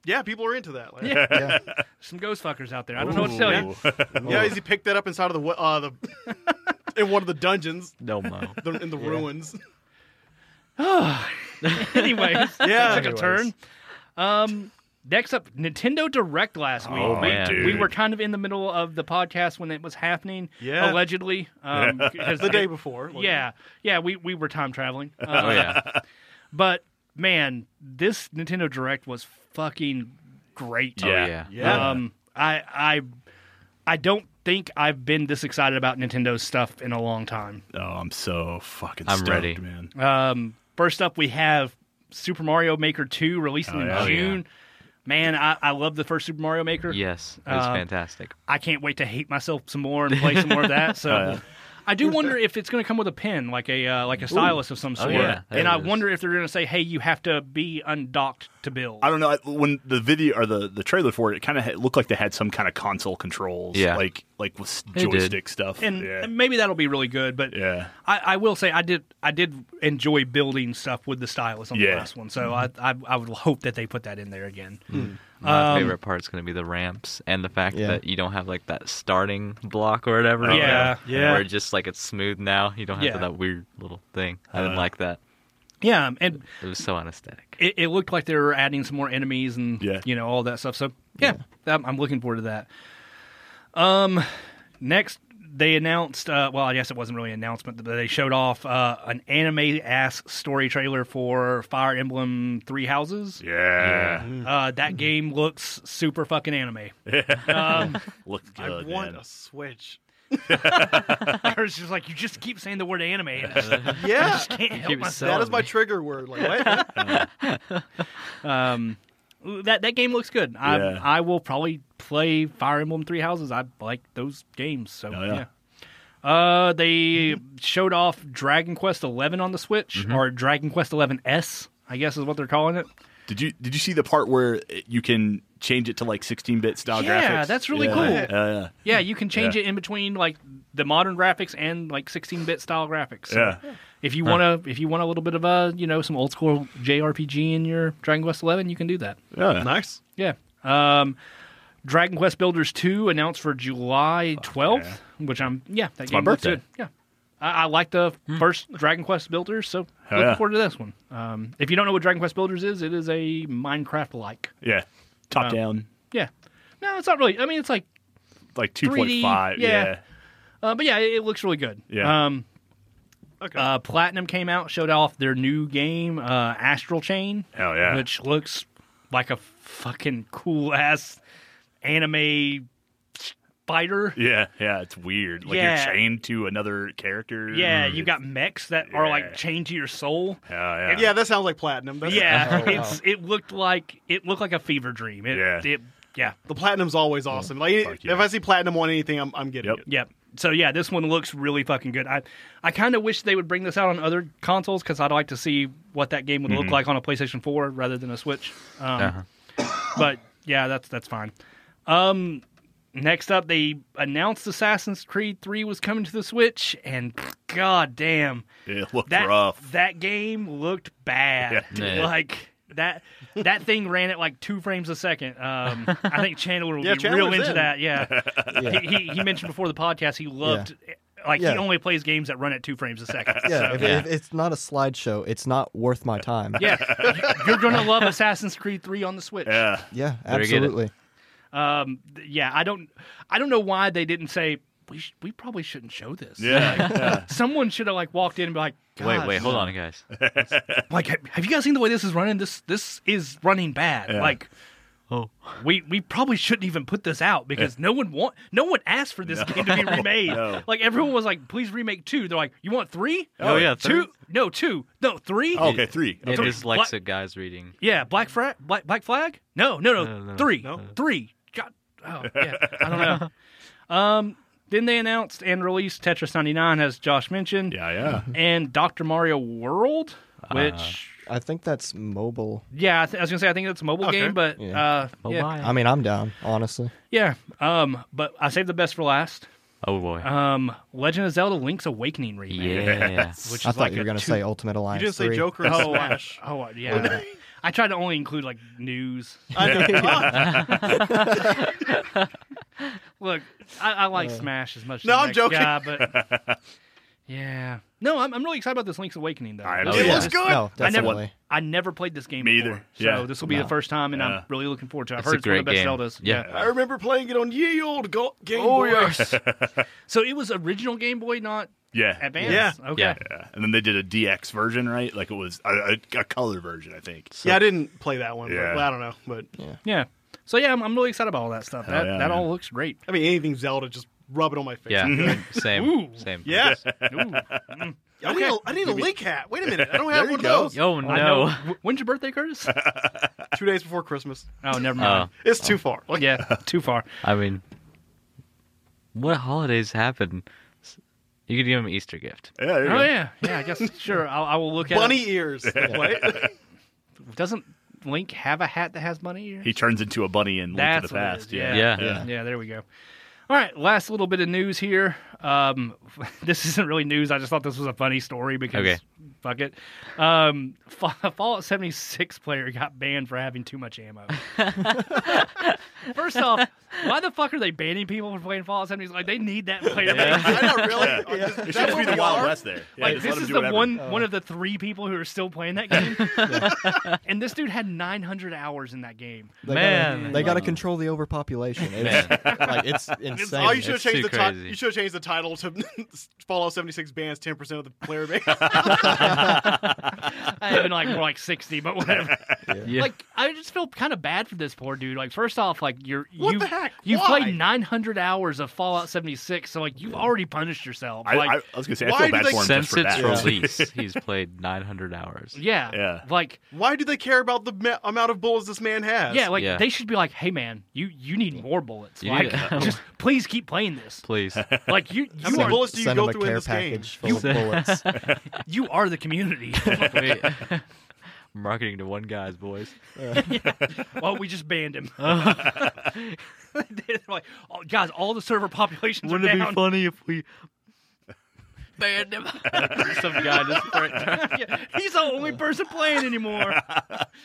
[SPEAKER 3] Yeah, people are into that. Like,
[SPEAKER 1] Yeah.
[SPEAKER 3] yeah.
[SPEAKER 4] yeah.
[SPEAKER 1] Some ghost fuckers out there. I don't know what to tell you.
[SPEAKER 3] as he picked that up inside of the wa- uh, the in one of the dungeons
[SPEAKER 5] No mo.
[SPEAKER 3] the, in the ruins.
[SPEAKER 1] Anyways, yeah, took a
[SPEAKER 4] Anyways.
[SPEAKER 1] turn. Um, next up, Nintendo Direct last week.
[SPEAKER 5] Oh,
[SPEAKER 1] we,
[SPEAKER 5] man.
[SPEAKER 1] we were kind of in the middle of the podcast when it was happening,
[SPEAKER 3] Yeah.
[SPEAKER 1] allegedly. Um, 'cause
[SPEAKER 3] The
[SPEAKER 1] it-
[SPEAKER 3] day before. like-
[SPEAKER 1] Yeah, yeah, we, we were time traveling. Uh,
[SPEAKER 5] Oh yeah.
[SPEAKER 1] But man, this Nintendo Direct was fucking great.
[SPEAKER 5] Oh yeah.
[SPEAKER 3] Yeah.
[SPEAKER 1] Um, I I I don't think I've been this excited about Nintendo's stuff in a long time.
[SPEAKER 2] Oh, I'm so fucking
[SPEAKER 5] I'm
[SPEAKER 2] stoked,
[SPEAKER 5] ready.
[SPEAKER 2] man.
[SPEAKER 1] Um, first up, we have Super Mario Maker 2 releasing
[SPEAKER 2] Oh,
[SPEAKER 1] in
[SPEAKER 2] yeah.
[SPEAKER 1] June. Man, I, I love the first Super Mario Maker.
[SPEAKER 5] Yes, it was
[SPEAKER 1] Um,
[SPEAKER 5] fantastic.
[SPEAKER 1] I can't wait to hate myself some more and play some more of that. So.
[SPEAKER 2] Oh, yeah.
[SPEAKER 1] I do wonder if it's going to come with a pen, like a uh, like a stylus of some
[SPEAKER 2] Oh,
[SPEAKER 1] sort,
[SPEAKER 5] yeah, that
[SPEAKER 1] and I
[SPEAKER 5] is.
[SPEAKER 1] wonder if they're going to say, "Hey, you have to be undocked to build."
[SPEAKER 2] I don't know I- when the video or the, the trailer for it. It kind of looked like they had some kind of console controls,
[SPEAKER 5] Yeah.
[SPEAKER 2] like like with
[SPEAKER 5] did.
[SPEAKER 2] joystick stuff.
[SPEAKER 1] and,
[SPEAKER 2] yeah,
[SPEAKER 1] and maybe that'll be really good. But
[SPEAKER 2] yeah.
[SPEAKER 1] I, I will say I did I did enjoy building stuff with the stylus on the
[SPEAKER 2] Yeah.
[SPEAKER 1] last one, so I, I I would hope that they put that in there again.
[SPEAKER 5] My
[SPEAKER 1] um,
[SPEAKER 5] favorite part's gonna be the ramps and the fact
[SPEAKER 4] Yeah.
[SPEAKER 5] that you don't have like that starting block or whatever. you
[SPEAKER 1] Oh, Yeah,
[SPEAKER 5] know,
[SPEAKER 3] yeah.
[SPEAKER 5] Where it's just like it's smooth now. You don't have
[SPEAKER 1] Yeah. Uh.
[SPEAKER 5] that weird little thing. I didn't like that.
[SPEAKER 1] Yeah, and
[SPEAKER 5] It was so anesthetic.
[SPEAKER 1] it, it looked like they were adding some more enemies and
[SPEAKER 2] Yeah.
[SPEAKER 1] you know all that stuff. So yeah, I'm- I'm looking forward to that. Um, next they announced. Uh, well, I guess it wasn't really an announcement, but they showed off uh, an anime ass story trailer for Fire Emblem Three Houses.
[SPEAKER 2] Yeah,
[SPEAKER 1] Uh, that game looks super fucking anime.
[SPEAKER 2] look good.
[SPEAKER 3] I want
[SPEAKER 2] man.
[SPEAKER 3] a switch.
[SPEAKER 1] I was just like, you just keep saying the word anime. And I just
[SPEAKER 3] Yeah.
[SPEAKER 1] can't help
[SPEAKER 5] keep
[SPEAKER 1] myself.
[SPEAKER 3] That
[SPEAKER 5] telling
[SPEAKER 3] is my
[SPEAKER 5] me.
[SPEAKER 3] trigger word. Like, what?
[SPEAKER 1] Um, that that game looks good. I
[SPEAKER 2] Yeah.
[SPEAKER 1] I will probably play Fire Emblem Three Houses. I like those games. So
[SPEAKER 2] Oh,
[SPEAKER 1] yeah.
[SPEAKER 2] yeah.
[SPEAKER 1] Uh, they showed off Dragon Quest Eleven on the Switch
[SPEAKER 2] Mm-hmm.
[SPEAKER 1] or Dragon Quest Eleven S. I guess is what they're calling it.
[SPEAKER 2] Did you did you see the part where it- you can change it to like 16 bit style
[SPEAKER 1] Yeah,
[SPEAKER 2] graphics?
[SPEAKER 1] that's really
[SPEAKER 2] yeah.
[SPEAKER 1] cool.
[SPEAKER 2] Yeah, yeah,
[SPEAKER 1] Yeah, you can change
[SPEAKER 2] Yeah.
[SPEAKER 1] it in between like the modern graphics and like 16-bit style graphics. So
[SPEAKER 2] yeah.
[SPEAKER 1] If you wanna, if you want a little bit of a, you know, some old school JRPG in your Dragon Quest Eleven, you can do that.
[SPEAKER 2] yeah.
[SPEAKER 3] nice.
[SPEAKER 1] Yeah. Um, Dragon Quest Builders 2 announced for July 12th, which I'm, yeah, that
[SPEAKER 2] my
[SPEAKER 1] game looks
[SPEAKER 2] birthday. Hmm.
[SPEAKER 1] good. Yeah. I, I like the first Dragon Quest Builders, so
[SPEAKER 2] Hell
[SPEAKER 1] looking
[SPEAKER 2] yeah.
[SPEAKER 1] forward to this one. Um, if you don't know what Dragon Quest Builders is, it is a Minecraft like.
[SPEAKER 2] Yeah. Top down,
[SPEAKER 1] Yeah. No, it's not really. I mean, it's like,
[SPEAKER 2] like
[SPEAKER 1] 3D,
[SPEAKER 2] 2.5.
[SPEAKER 1] yeah.
[SPEAKER 2] yeah.
[SPEAKER 1] uh, but yeah, it, it looks really good.
[SPEAKER 2] Yeah.
[SPEAKER 1] Um,
[SPEAKER 3] Okay.
[SPEAKER 1] uh, Platinum came out, showed off their new game, uh, Astral Chain.
[SPEAKER 2] Hell yeah.
[SPEAKER 1] Which looks like a fucking cool ass anime fighter.
[SPEAKER 2] Yeah, yeah, it's weird. Like
[SPEAKER 1] Yeah.
[SPEAKER 2] you're chained to another character.
[SPEAKER 1] Yeah,
[SPEAKER 2] Mm,
[SPEAKER 1] you
[SPEAKER 2] it's-
[SPEAKER 1] got mechs that are like
[SPEAKER 2] Yeah.
[SPEAKER 1] chained to your soul.
[SPEAKER 2] Yeah, yeah.
[SPEAKER 3] yeah, that sounds like platinum. That's-
[SPEAKER 1] Yeah, it's it looked like it looked like a fever dream. It,
[SPEAKER 2] Yeah.
[SPEAKER 1] it, yeah,
[SPEAKER 3] The platinum's always awesome. Like
[SPEAKER 2] Fuck yeah.
[SPEAKER 3] if I see platinum on anything, I'm, I'm getting
[SPEAKER 2] Yep.
[SPEAKER 3] it.
[SPEAKER 1] yeah. So yeah, this one looks really fucking good. I I kind of wish they would bring this out on other consoles because I'd like to see what that game would look like on a PlayStation Four rather than a Switch. Um,
[SPEAKER 5] Uh-huh.
[SPEAKER 1] But yeah, that's that's fine. Um, next up, they announced Assassin's Creed Three was coming to the Switch, and god damn.
[SPEAKER 2] It looked
[SPEAKER 1] that
[SPEAKER 2] rough.
[SPEAKER 1] that game looked bad.
[SPEAKER 2] Yeah,
[SPEAKER 5] it did.
[SPEAKER 1] Like that that thing ran at like two frames a second. Um, I think Chandler will
[SPEAKER 3] Yeah,
[SPEAKER 1] be
[SPEAKER 3] Chandler's
[SPEAKER 1] real into
[SPEAKER 3] in.
[SPEAKER 1] that. Yeah,
[SPEAKER 4] Yeah.
[SPEAKER 1] He, he he mentioned before the podcast he loved eh, like
[SPEAKER 4] Yeah.
[SPEAKER 1] he only plays games that run at two frames a second.
[SPEAKER 4] Yeah,
[SPEAKER 1] So,
[SPEAKER 4] if,
[SPEAKER 5] Yeah.
[SPEAKER 4] if it's not a slideshow, it's not worth my time.
[SPEAKER 1] yeah, you're gonna love Assassin's Creed Three on the Switch.
[SPEAKER 2] Yeah.
[SPEAKER 4] yeah,
[SPEAKER 5] Better get it.
[SPEAKER 4] absolutely.
[SPEAKER 1] Um, th- yeah, I don't, I don't know why they didn't say we sh- we probably shouldn't show this.
[SPEAKER 2] Yeah.
[SPEAKER 1] Someone should have like walked in and be like,
[SPEAKER 5] Wait,
[SPEAKER 1] "Guys,
[SPEAKER 5] wait, hold on, guys.
[SPEAKER 1] Oh, Like, ha- have you guys seen the way this is running? This this is running bad. Like,
[SPEAKER 5] Oh,
[SPEAKER 1] we we probably shouldn't even put this out because no one want no one asked for this game to be remade.
[SPEAKER 2] No.
[SPEAKER 1] Like everyone was like, please remake two. They're like, you want three?
[SPEAKER 5] Oh, yeah,
[SPEAKER 1] two.
[SPEAKER 5] three.
[SPEAKER 1] No, two. No, three.
[SPEAKER 2] Oh, okay, three.
[SPEAKER 5] yeah,
[SPEAKER 2] Okay.
[SPEAKER 5] dyslexic guys reading.
[SPEAKER 1] Yeah, Black Flag. Black, Black Flag? No, no, no,
[SPEAKER 5] No, no, no.
[SPEAKER 1] three,
[SPEAKER 3] No.
[SPEAKER 1] three. God, oh yeah, I don't know. Um, then they announced and released Tetris 99, as Josh mentioned,
[SPEAKER 2] Yeah, yeah.
[SPEAKER 1] and Doctor Mario World, which
[SPEAKER 4] I think that's mobile.
[SPEAKER 1] yeah, I, th- I was gonna say I think it's a mobile
[SPEAKER 3] Okay.
[SPEAKER 1] game, but
[SPEAKER 4] Yeah.
[SPEAKER 1] uh, yeah,
[SPEAKER 5] Mobile.
[SPEAKER 4] I mean, I'm down, honestly.
[SPEAKER 1] yeah. Um, but I saved the best for last.
[SPEAKER 5] Oh boy.
[SPEAKER 1] Um, Legend of Zelda: Link's Awakening remake.
[SPEAKER 5] yeah.
[SPEAKER 1] Which
[SPEAKER 4] I
[SPEAKER 1] is
[SPEAKER 4] thought
[SPEAKER 1] like
[SPEAKER 4] you were
[SPEAKER 1] a
[SPEAKER 4] going to
[SPEAKER 1] two-
[SPEAKER 4] say Ultimate Alliance.
[SPEAKER 3] You didn't say
[SPEAKER 4] 3.
[SPEAKER 3] Joker and
[SPEAKER 1] Oh, I-
[SPEAKER 3] Smash.
[SPEAKER 1] oh, I- yeah. I tried to only include like news.
[SPEAKER 3] I know.
[SPEAKER 1] Look, I, I like Smash as much. as
[SPEAKER 3] No,
[SPEAKER 1] the
[SPEAKER 3] I'm
[SPEAKER 1] next
[SPEAKER 3] joking.
[SPEAKER 1] Guy, but yeah, no, I'm, I'm really excited about this Link's Awakening though.
[SPEAKER 2] I am
[SPEAKER 1] This
[SPEAKER 2] too.
[SPEAKER 1] is-
[SPEAKER 2] It
[SPEAKER 3] looks
[SPEAKER 1] this-
[SPEAKER 3] good.
[SPEAKER 4] No,
[SPEAKER 1] I
[SPEAKER 4] definitely.
[SPEAKER 1] never, I never played this game
[SPEAKER 2] Me
[SPEAKER 1] before,
[SPEAKER 2] either. Yeah.
[SPEAKER 1] so this will be the first time, and
[SPEAKER 2] Yeah.
[SPEAKER 1] I'm really looking forward to. it. I've
[SPEAKER 5] It's
[SPEAKER 1] heard
[SPEAKER 5] a
[SPEAKER 1] it's one of the
[SPEAKER 5] great
[SPEAKER 1] best
[SPEAKER 5] game.
[SPEAKER 1] Zeldas.
[SPEAKER 5] Yeah.
[SPEAKER 3] I remember playing it on ye old go- Game
[SPEAKER 1] Oh
[SPEAKER 3] Boy.
[SPEAKER 1] yes. so it was original Game Boy, not
[SPEAKER 2] Yeah.
[SPEAKER 1] Advance. Okay.
[SPEAKER 5] Yeah.
[SPEAKER 2] Yeah. And then they did a DX version, right? Like it was a, a, a color version, I think.
[SPEAKER 3] Yeah, I didn't play that one.
[SPEAKER 2] Yeah.
[SPEAKER 3] But, well, I don't know, but
[SPEAKER 1] Yeah. So yeah, I'm, I'm really excited about all that stuff.
[SPEAKER 2] Hell
[SPEAKER 1] That
[SPEAKER 2] yeah,
[SPEAKER 1] that
[SPEAKER 2] man.
[SPEAKER 1] all looks great.
[SPEAKER 3] I mean anything Zelda, just rub it on my face.
[SPEAKER 5] Yeah, same,
[SPEAKER 1] Ooh.
[SPEAKER 5] same.
[SPEAKER 3] Yeah.
[SPEAKER 1] Ooh.
[SPEAKER 3] I need a, I need a link hat. Wait a minute, I don't have
[SPEAKER 2] you
[SPEAKER 3] one
[SPEAKER 2] go.
[SPEAKER 3] of those.
[SPEAKER 5] Oh
[SPEAKER 1] I know.
[SPEAKER 5] no.
[SPEAKER 1] W- When's your birthday, Curtis?
[SPEAKER 3] Two days before Christmas,
[SPEAKER 1] oh, never
[SPEAKER 5] Uh.
[SPEAKER 1] mind.
[SPEAKER 3] it's too far. Like,
[SPEAKER 1] yeah, too far.
[SPEAKER 5] I mean, what holidays happen? You could give them an Easter gift.
[SPEAKER 2] Yeah, there you
[SPEAKER 1] Oh
[SPEAKER 2] go.
[SPEAKER 1] yeah, yeah. I guess sure. I'll, I will look at.
[SPEAKER 3] bunny ears. Wait.
[SPEAKER 1] it. Doesn't Link have a hat that has bunny ears?
[SPEAKER 2] He turns into a bunny in Link to
[SPEAKER 1] That's
[SPEAKER 2] the
[SPEAKER 1] what it
[SPEAKER 2] Past.
[SPEAKER 1] is, yeah.
[SPEAKER 5] Yeah.
[SPEAKER 1] yeah, There we go. All right, last little bit of news here. Um, this isn't really news. I just thought this was a funny story because
[SPEAKER 5] Okay.
[SPEAKER 1] fuck it. Um, Fa- Fallout 76 player got banned for having too much ammo. First off, why the fuck are they banning people for playing Fallout 76? Like they need that player. base.
[SPEAKER 3] I know, really.
[SPEAKER 2] Yeah.
[SPEAKER 3] Is
[SPEAKER 2] It should
[SPEAKER 3] that
[SPEAKER 2] just be
[SPEAKER 3] what
[SPEAKER 2] the
[SPEAKER 3] we
[SPEAKER 2] Wild
[SPEAKER 3] are?
[SPEAKER 2] West there. Yeah,
[SPEAKER 1] Like
[SPEAKER 2] just let
[SPEAKER 1] this
[SPEAKER 2] him
[SPEAKER 1] is
[SPEAKER 2] do
[SPEAKER 1] the
[SPEAKER 2] whatever.
[SPEAKER 1] one one of the three people who are still playing that game, and this dude had 900 hours in that game.
[SPEAKER 4] They
[SPEAKER 5] Man.
[SPEAKER 4] gotta, they got to control the overpopulation. It's, like it's insane.
[SPEAKER 3] It's- oh, you should have
[SPEAKER 5] It's
[SPEAKER 3] changed
[SPEAKER 5] too
[SPEAKER 3] the ti-
[SPEAKER 5] crazy.
[SPEAKER 3] you should have changed the title to Fallout 76 bans 10% of the player base.
[SPEAKER 1] I have been like more like 60, but whatever.
[SPEAKER 5] Yeah.
[SPEAKER 1] Like I just feel kind of bad for this poor dude. Like first off, like you're
[SPEAKER 3] What
[SPEAKER 1] you
[SPEAKER 3] the heck?
[SPEAKER 1] you
[SPEAKER 3] Why?
[SPEAKER 1] played 900 hours of Fallout 76, so like you've already punished yourself.
[SPEAKER 2] I,
[SPEAKER 1] like
[SPEAKER 2] I, I was gonna say I
[SPEAKER 3] why
[SPEAKER 2] feel
[SPEAKER 3] do
[SPEAKER 2] bad
[SPEAKER 3] they
[SPEAKER 2] for him just
[SPEAKER 5] Since
[SPEAKER 2] for
[SPEAKER 5] its
[SPEAKER 2] that.
[SPEAKER 5] release, he's played 900 hours.
[SPEAKER 1] yeah,
[SPEAKER 2] Yeah.
[SPEAKER 1] like
[SPEAKER 3] Why do they care about the ma- amount of bullets this man has?
[SPEAKER 1] yeah, like
[SPEAKER 5] Yeah.
[SPEAKER 1] they should be like, hey man, you you need more bullets.
[SPEAKER 5] You
[SPEAKER 1] like
[SPEAKER 5] need it.
[SPEAKER 1] just please keep playing this.
[SPEAKER 5] Please.
[SPEAKER 1] Like you
[SPEAKER 3] How
[SPEAKER 1] you
[SPEAKER 3] many
[SPEAKER 1] are
[SPEAKER 3] bullets do you
[SPEAKER 4] Send
[SPEAKER 3] go
[SPEAKER 4] them a
[SPEAKER 3] through in
[SPEAKER 4] care
[SPEAKER 3] this game?
[SPEAKER 4] package full of bullets.
[SPEAKER 1] you are the community.
[SPEAKER 5] Wait. Marketing to one guy's boys.
[SPEAKER 1] well, we just banned him. They're like, oh, guys, all the server populations are down.
[SPEAKER 5] funny if we
[SPEAKER 1] Banned him.
[SPEAKER 5] some guy just
[SPEAKER 1] Yeah, he's the only person playing anymore.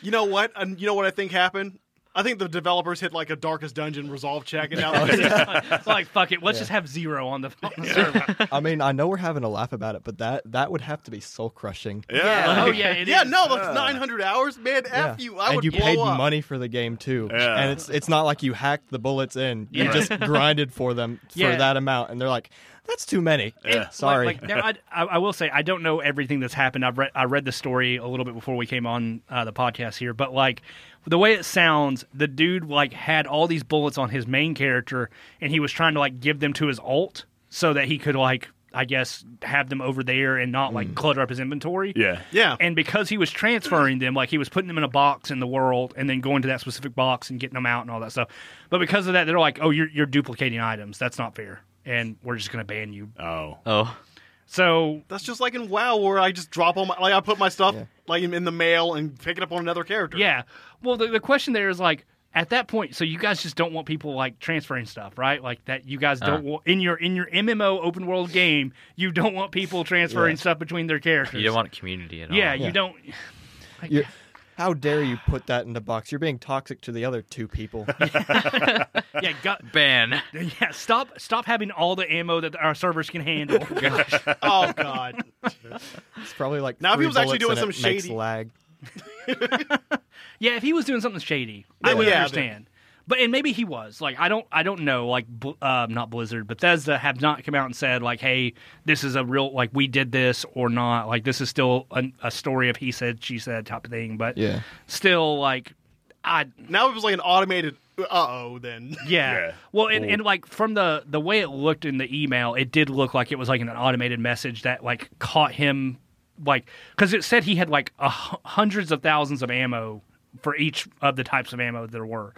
[SPEAKER 3] You know what? And you know what I think happened? I think the developers hit like a darkest dungeon resolve check and now
[SPEAKER 1] It's like, fuck it, let's just have zero on the, on the server.
[SPEAKER 4] I mean, I know we're having a laugh about it, but that that would have to be soul crushing.
[SPEAKER 1] Yeah. Oh yeah, it
[SPEAKER 3] yeah,
[SPEAKER 1] is.
[SPEAKER 3] no, that's 900 hours, man. F you. I
[SPEAKER 4] and
[SPEAKER 3] would
[SPEAKER 4] you
[SPEAKER 3] blow
[SPEAKER 4] paid
[SPEAKER 3] up.
[SPEAKER 4] money for the game too,
[SPEAKER 2] Yeah.
[SPEAKER 4] and it's it's not like you hacked the bullets in. You
[SPEAKER 1] Yeah.
[SPEAKER 4] just grinded for them for
[SPEAKER 1] Yeah.
[SPEAKER 4] that amount, and they're like, "That's too many."
[SPEAKER 2] Yeah.
[SPEAKER 4] Sorry,
[SPEAKER 1] Like, like, now, I, I I will say I don't know everything that's happened. I've read I read the story a little bit before we came on uh, the podcast here, but like the way it sounds, the dude like had all these bullets on his main character, and he was trying to like give them to his alt so that he could like I guess have them over there and not like clutter up his inventory.
[SPEAKER 2] Yeah.
[SPEAKER 3] Yeah.
[SPEAKER 1] And because he was transferring them, like he was putting them in a box in the world and then going to that specific box and getting them out and all that stuff. But because of that, they're like, oh, you're, you're duplicating items. That's not fair. And we're just going to ban you.
[SPEAKER 2] Oh.
[SPEAKER 5] Oh,
[SPEAKER 1] So,
[SPEAKER 3] that's just like in WoW where I just drop all my like I put my stuff
[SPEAKER 4] Yeah.
[SPEAKER 3] like in in the mail and pick it up on another character.
[SPEAKER 1] yeah. Well, the, the question there is like, at that point, so you guys just don't want people like transferring stuff, right? Like that you guys don't want in your in your MMO open world game, you don't want people transferring
[SPEAKER 4] Yeah.
[SPEAKER 1] stuff between their characters.
[SPEAKER 5] Oh, you don't want community at all.
[SPEAKER 1] Yeah,
[SPEAKER 4] Yeah.
[SPEAKER 1] you don't.
[SPEAKER 4] You're- How dare you put that in the box? You're being toxic to the other two people.
[SPEAKER 1] yeah, got,
[SPEAKER 5] Ban.
[SPEAKER 1] yeah. Stop, stop having all the ammo that our servers can handle.
[SPEAKER 3] Oh God.
[SPEAKER 4] It's probably like
[SPEAKER 3] Now if
[SPEAKER 4] three
[SPEAKER 3] he was actually
[SPEAKER 4] bullets
[SPEAKER 3] doing
[SPEAKER 4] and it
[SPEAKER 3] some
[SPEAKER 4] makes
[SPEAKER 3] shady-
[SPEAKER 4] lag.
[SPEAKER 1] Yeah, if he was doing something shady, I
[SPEAKER 3] Yeah.
[SPEAKER 1] would
[SPEAKER 3] Yeah,
[SPEAKER 1] understand. But and maybe he was like I don't I don't know like Bl- uh, not Blizzard Bethesda have not come out and said like hey this is a real like we did this or not like this is still a, a story of he said she said type of thing but
[SPEAKER 4] Yeah.
[SPEAKER 1] still like I
[SPEAKER 3] Now it was like an automated. Uh oh. Then.
[SPEAKER 1] yeah.
[SPEAKER 2] Yeah.
[SPEAKER 1] Well, and, and like from the the way it looked in the email, it did look like it was like an automated message that like caught him, like because it said he had like a, hu- hundreds of thousands of ammo for each of the types of ammo there were.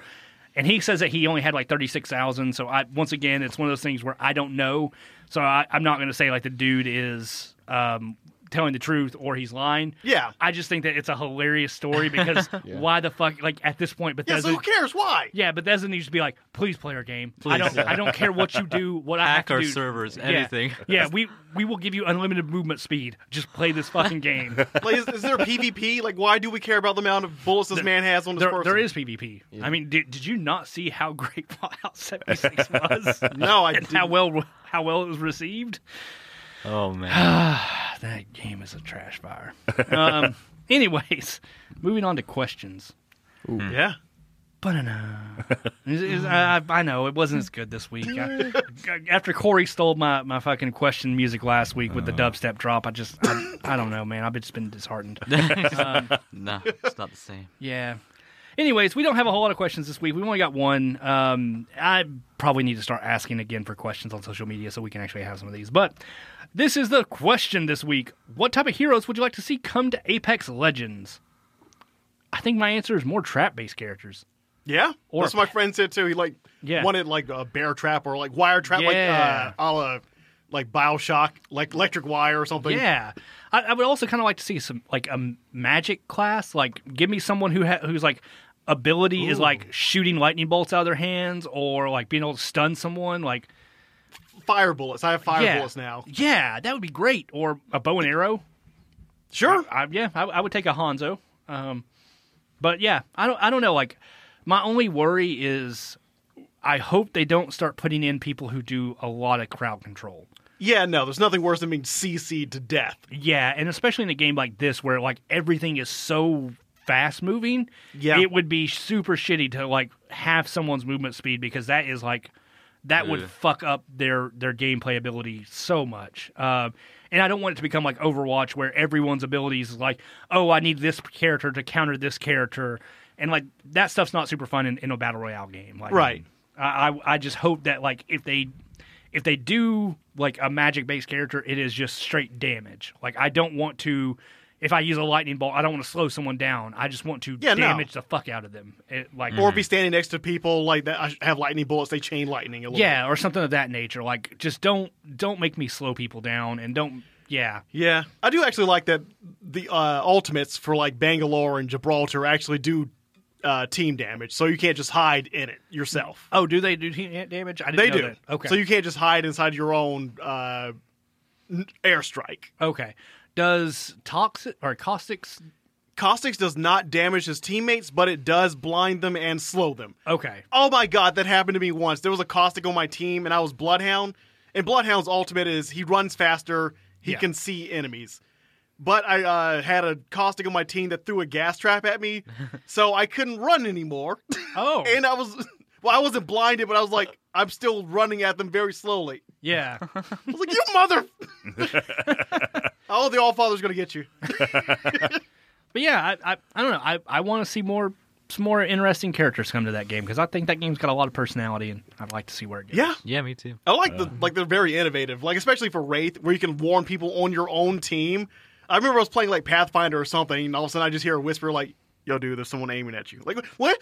[SPEAKER 1] And he says that he only had like thirty six thousand. So I once again, it's one of those things where I don't know. So I, I'm not going to say like the dude is um, telling the truth or he's lying.
[SPEAKER 3] Yeah.
[SPEAKER 1] I just think that it's a hilarious story because why the fuck? Like at this point,
[SPEAKER 3] Yeah.
[SPEAKER 1] Bethesda
[SPEAKER 3] So who cares? Why?
[SPEAKER 1] yeah, Bethesda needs to be like, please play our game. I don't, I don't care what you do, what I have
[SPEAKER 5] Hack
[SPEAKER 1] to
[SPEAKER 5] our
[SPEAKER 1] do.
[SPEAKER 5] servers,
[SPEAKER 1] Yeah.
[SPEAKER 5] anything.
[SPEAKER 1] Yeah, we we will give you unlimited movement speed. Just play this fucking game.
[SPEAKER 3] Like, is, is there PvP? Like, why do we care about the amount of bullets this man has on his
[SPEAKER 1] there,
[SPEAKER 3] person?
[SPEAKER 1] there is PvP. I mean, did, did you not see how great Fallout 76 was?
[SPEAKER 3] No, I
[SPEAKER 1] and how
[SPEAKER 3] didn't.
[SPEAKER 1] well how well it was received?
[SPEAKER 5] Oh man.
[SPEAKER 1] That game is a trash fire. Um, anyways, moving on to questions.
[SPEAKER 3] Mm-hmm. Yeah.
[SPEAKER 1] Ba-da-da. Is- is- I, I know it wasn't as good this week. I- after Corey stole my, my fucking question music last week with the dubstep drop, I just I, I don't know, man. I've just been disheartened.
[SPEAKER 5] no, it's not the same.
[SPEAKER 1] Yeah. Anyways, we don't have a whole lot of questions this week. We only got one. Um, I probably need to start asking again for questions on social media so we can actually have some of these. But this is the question this week: What type of heroes would you like to see come to Apex Legends? I think my answer is more trap-based characters.
[SPEAKER 3] Yeah.
[SPEAKER 1] Or
[SPEAKER 3] That's
[SPEAKER 1] a
[SPEAKER 3] what my
[SPEAKER 1] pet.
[SPEAKER 3] friend said too. He like
[SPEAKER 1] Yeah.
[SPEAKER 3] wanted like a bear trap or like wire trap,
[SPEAKER 1] Yeah.
[SPEAKER 3] like uh, a la like Bioshock, like electric wire or something.
[SPEAKER 1] Yeah, I, I would also kind of like to see some like a m- magic class. Like, give me someone who ha- who's like ability is like shooting lightning bolts out of their hands or like being able to stun someone. Like,
[SPEAKER 3] Fire bullets. I have fire
[SPEAKER 1] yeah.
[SPEAKER 3] bullets now.
[SPEAKER 1] Yeah, that would be great. Or a bow and arrow.
[SPEAKER 3] Sure.
[SPEAKER 1] I, yeah, I, I would take a Hanzo. Um, but yeah, I don't. I don't know. Like, my only worry is. I hope they don't start putting in people who do a lot of crowd control.
[SPEAKER 3] Yeah, no, there's nothing worse than being CC'd to death.
[SPEAKER 1] Yeah, and especially in a game like this where like everything is so fast moving,
[SPEAKER 3] Yeah.
[SPEAKER 1] it would be super shitty to like have someone's movement speed because that is like that would
[SPEAKER 5] Ugh.
[SPEAKER 1] fuck up their their gameplay ability so much. Um, and I don't want it to become like Overwatch where everyone's abilities is like, oh, I need this character to counter this character, and like that stuff's not super fun in, in a battle royale game. Like,
[SPEAKER 3] Right.
[SPEAKER 1] I, I I just hope that like if they if they do like a magic based character, it is just straight damage. Like I don't want to if I use a lightning bolt, I don't want to slow someone down. I just want to
[SPEAKER 3] Yeah, no.
[SPEAKER 1] damage the fuck out of them. It, like
[SPEAKER 3] Or be standing next to people like that I have lightning bullets, they chain lightning a little
[SPEAKER 1] yeah, or something of that nature. Like just don't don't make me slow people down and don't yeah.
[SPEAKER 3] bit. Yeah. I do actually like that the uh, ultimates for like Bangalore and Gibraltar actually do uh, team damage, so you can't just hide in it yourself.
[SPEAKER 1] Oh, do they do heat damage? I didn't
[SPEAKER 3] They
[SPEAKER 1] know
[SPEAKER 3] do.
[SPEAKER 1] that. Okay.
[SPEAKER 3] So you can't just hide inside your own uh, n- airstrike.
[SPEAKER 1] okay. Does toxic or caustics
[SPEAKER 3] Caustics does not damage his teammates, but it does blind them and slow them.
[SPEAKER 1] Okay.
[SPEAKER 3] Oh my god, that happened to me once. There was a caustic on my team, and I was Bloodhound. And Bloodhound's ultimate is he runs faster, he
[SPEAKER 1] Yeah.
[SPEAKER 3] can see enemies. But I uh, had a caustic on my team that threw a gas trap at me, so I couldn't run anymore.
[SPEAKER 1] Oh.
[SPEAKER 3] and I was, well, I wasn't blinded, but I was like, I'm still running at them very slowly.
[SPEAKER 1] Yeah.
[SPEAKER 3] I was like, you mother! oh, the All Father's gonna get you.
[SPEAKER 1] But yeah, I I, I don't know. I, I want to see more some more interesting characters come to that game because I think that game's got a lot of personality and I'd like to see where it goes.
[SPEAKER 3] Yeah,
[SPEAKER 5] Yeah, me too.
[SPEAKER 3] I like the like they're very innovative. Like especially for Wraith, where you can warn people on your own team. I remember I was playing like Pathfinder or something, and all of a sudden I just hear a whisper like, "Yo, dude, there's someone aiming at you." Like what?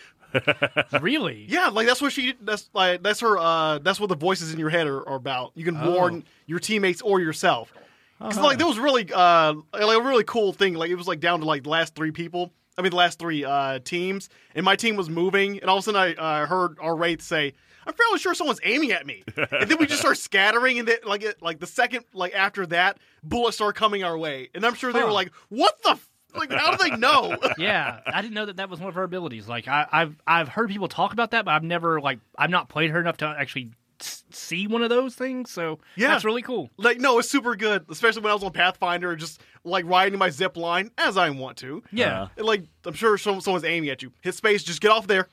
[SPEAKER 1] really?
[SPEAKER 3] Yeah, like that's what she. That's like that's her. Uh, that's what the voices in your head are, are about. You can warn your teammates or yourself. Because like that was really uh like a really cool thing. Like it was like down to like the last three people. I mean the last three uh teams, and my team was moving, and all of a sudden I uh, heard our wraith say. I'm fairly sure someone's aiming at me, and then we just start scattering, and then like it, like the second like after that, bullets start coming our way, and I'm sure they were like, "What the Like, how do they know?
[SPEAKER 1] yeah, I didn't know that that was one of her abilities. Like I, I've I've heard people talk about that, but I've never like I've not played her enough to actually s- see one of those things. So
[SPEAKER 3] Yeah.
[SPEAKER 1] that's really cool.
[SPEAKER 3] like, no, it's super good, especially when I was on Pathfinder and just like riding my zip line as I want to.
[SPEAKER 1] Yeah,
[SPEAKER 2] Uh,
[SPEAKER 3] And, like, I'm sure some, someone's aiming at you. Hit space, just get off there.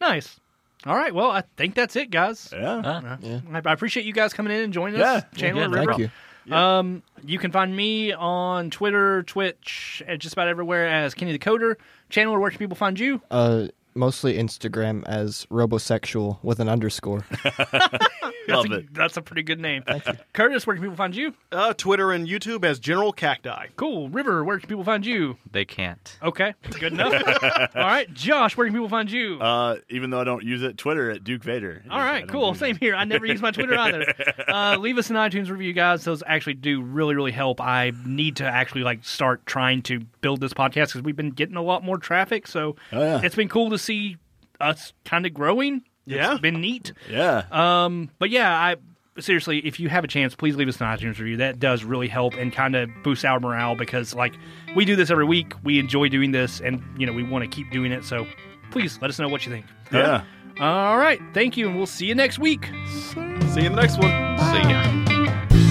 [SPEAKER 1] nice. All right, well I think that's it, guys.
[SPEAKER 2] Yeah.
[SPEAKER 5] Huh?
[SPEAKER 1] I, I appreciate you guys coming in and joining us,
[SPEAKER 2] Yeah.
[SPEAKER 1] Chandler.
[SPEAKER 5] Yeah,
[SPEAKER 1] River.
[SPEAKER 5] no
[SPEAKER 4] Thank
[SPEAKER 5] problem.
[SPEAKER 4] you.
[SPEAKER 1] Um, you can find me on Twitter, Twitch, and just about everywhere as Kenny the Coder. Chandler, where can people find you?
[SPEAKER 4] Uh, mostly Instagram as robosexual with an underscore.
[SPEAKER 1] That's
[SPEAKER 2] Love
[SPEAKER 1] a,
[SPEAKER 2] it.
[SPEAKER 1] That's a pretty good name. Curtis, where can people find you?
[SPEAKER 3] Uh, Twitter and YouTube as General Cacti.
[SPEAKER 1] Cool. River, where can people find you?
[SPEAKER 5] They can't.
[SPEAKER 1] Okay, good enough. All right, Josh, where can people find you?
[SPEAKER 2] Uh, even though I don't use it, Twitter at Duke Vader.
[SPEAKER 1] All
[SPEAKER 2] I
[SPEAKER 1] right,
[SPEAKER 2] don't
[SPEAKER 1] cool.
[SPEAKER 2] use it.
[SPEAKER 1] Same here. I never use my Twitter either. Uh, leave us an iTunes review, guys. Those actually do really, really help. I need to actually like start trying to build this podcast because we've been getting a lot more traffic. So
[SPEAKER 2] Oh, yeah.
[SPEAKER 1] it's been cool to see us kind of growing.
[SPEAKER 3] Yeah.
[SPEAKER 1] it's been neat.
[SPEAKER 2] Yeah.
[SPEAKER 1] Um, but yeah, I seriously, if you have a chance, please leave us an iTunes review. That does really help and kind of boosts our morale because like we do this every week. We enjoy doing this, and you know we want to keep doing it. So please let us know what you think.
[SPEAKER 2] yeah.
[SPEAKER 1] All right, thank you, and we'll see you next week.
[SPEAKER 3] See you in the next one.
[SPEAKER 5] See ya.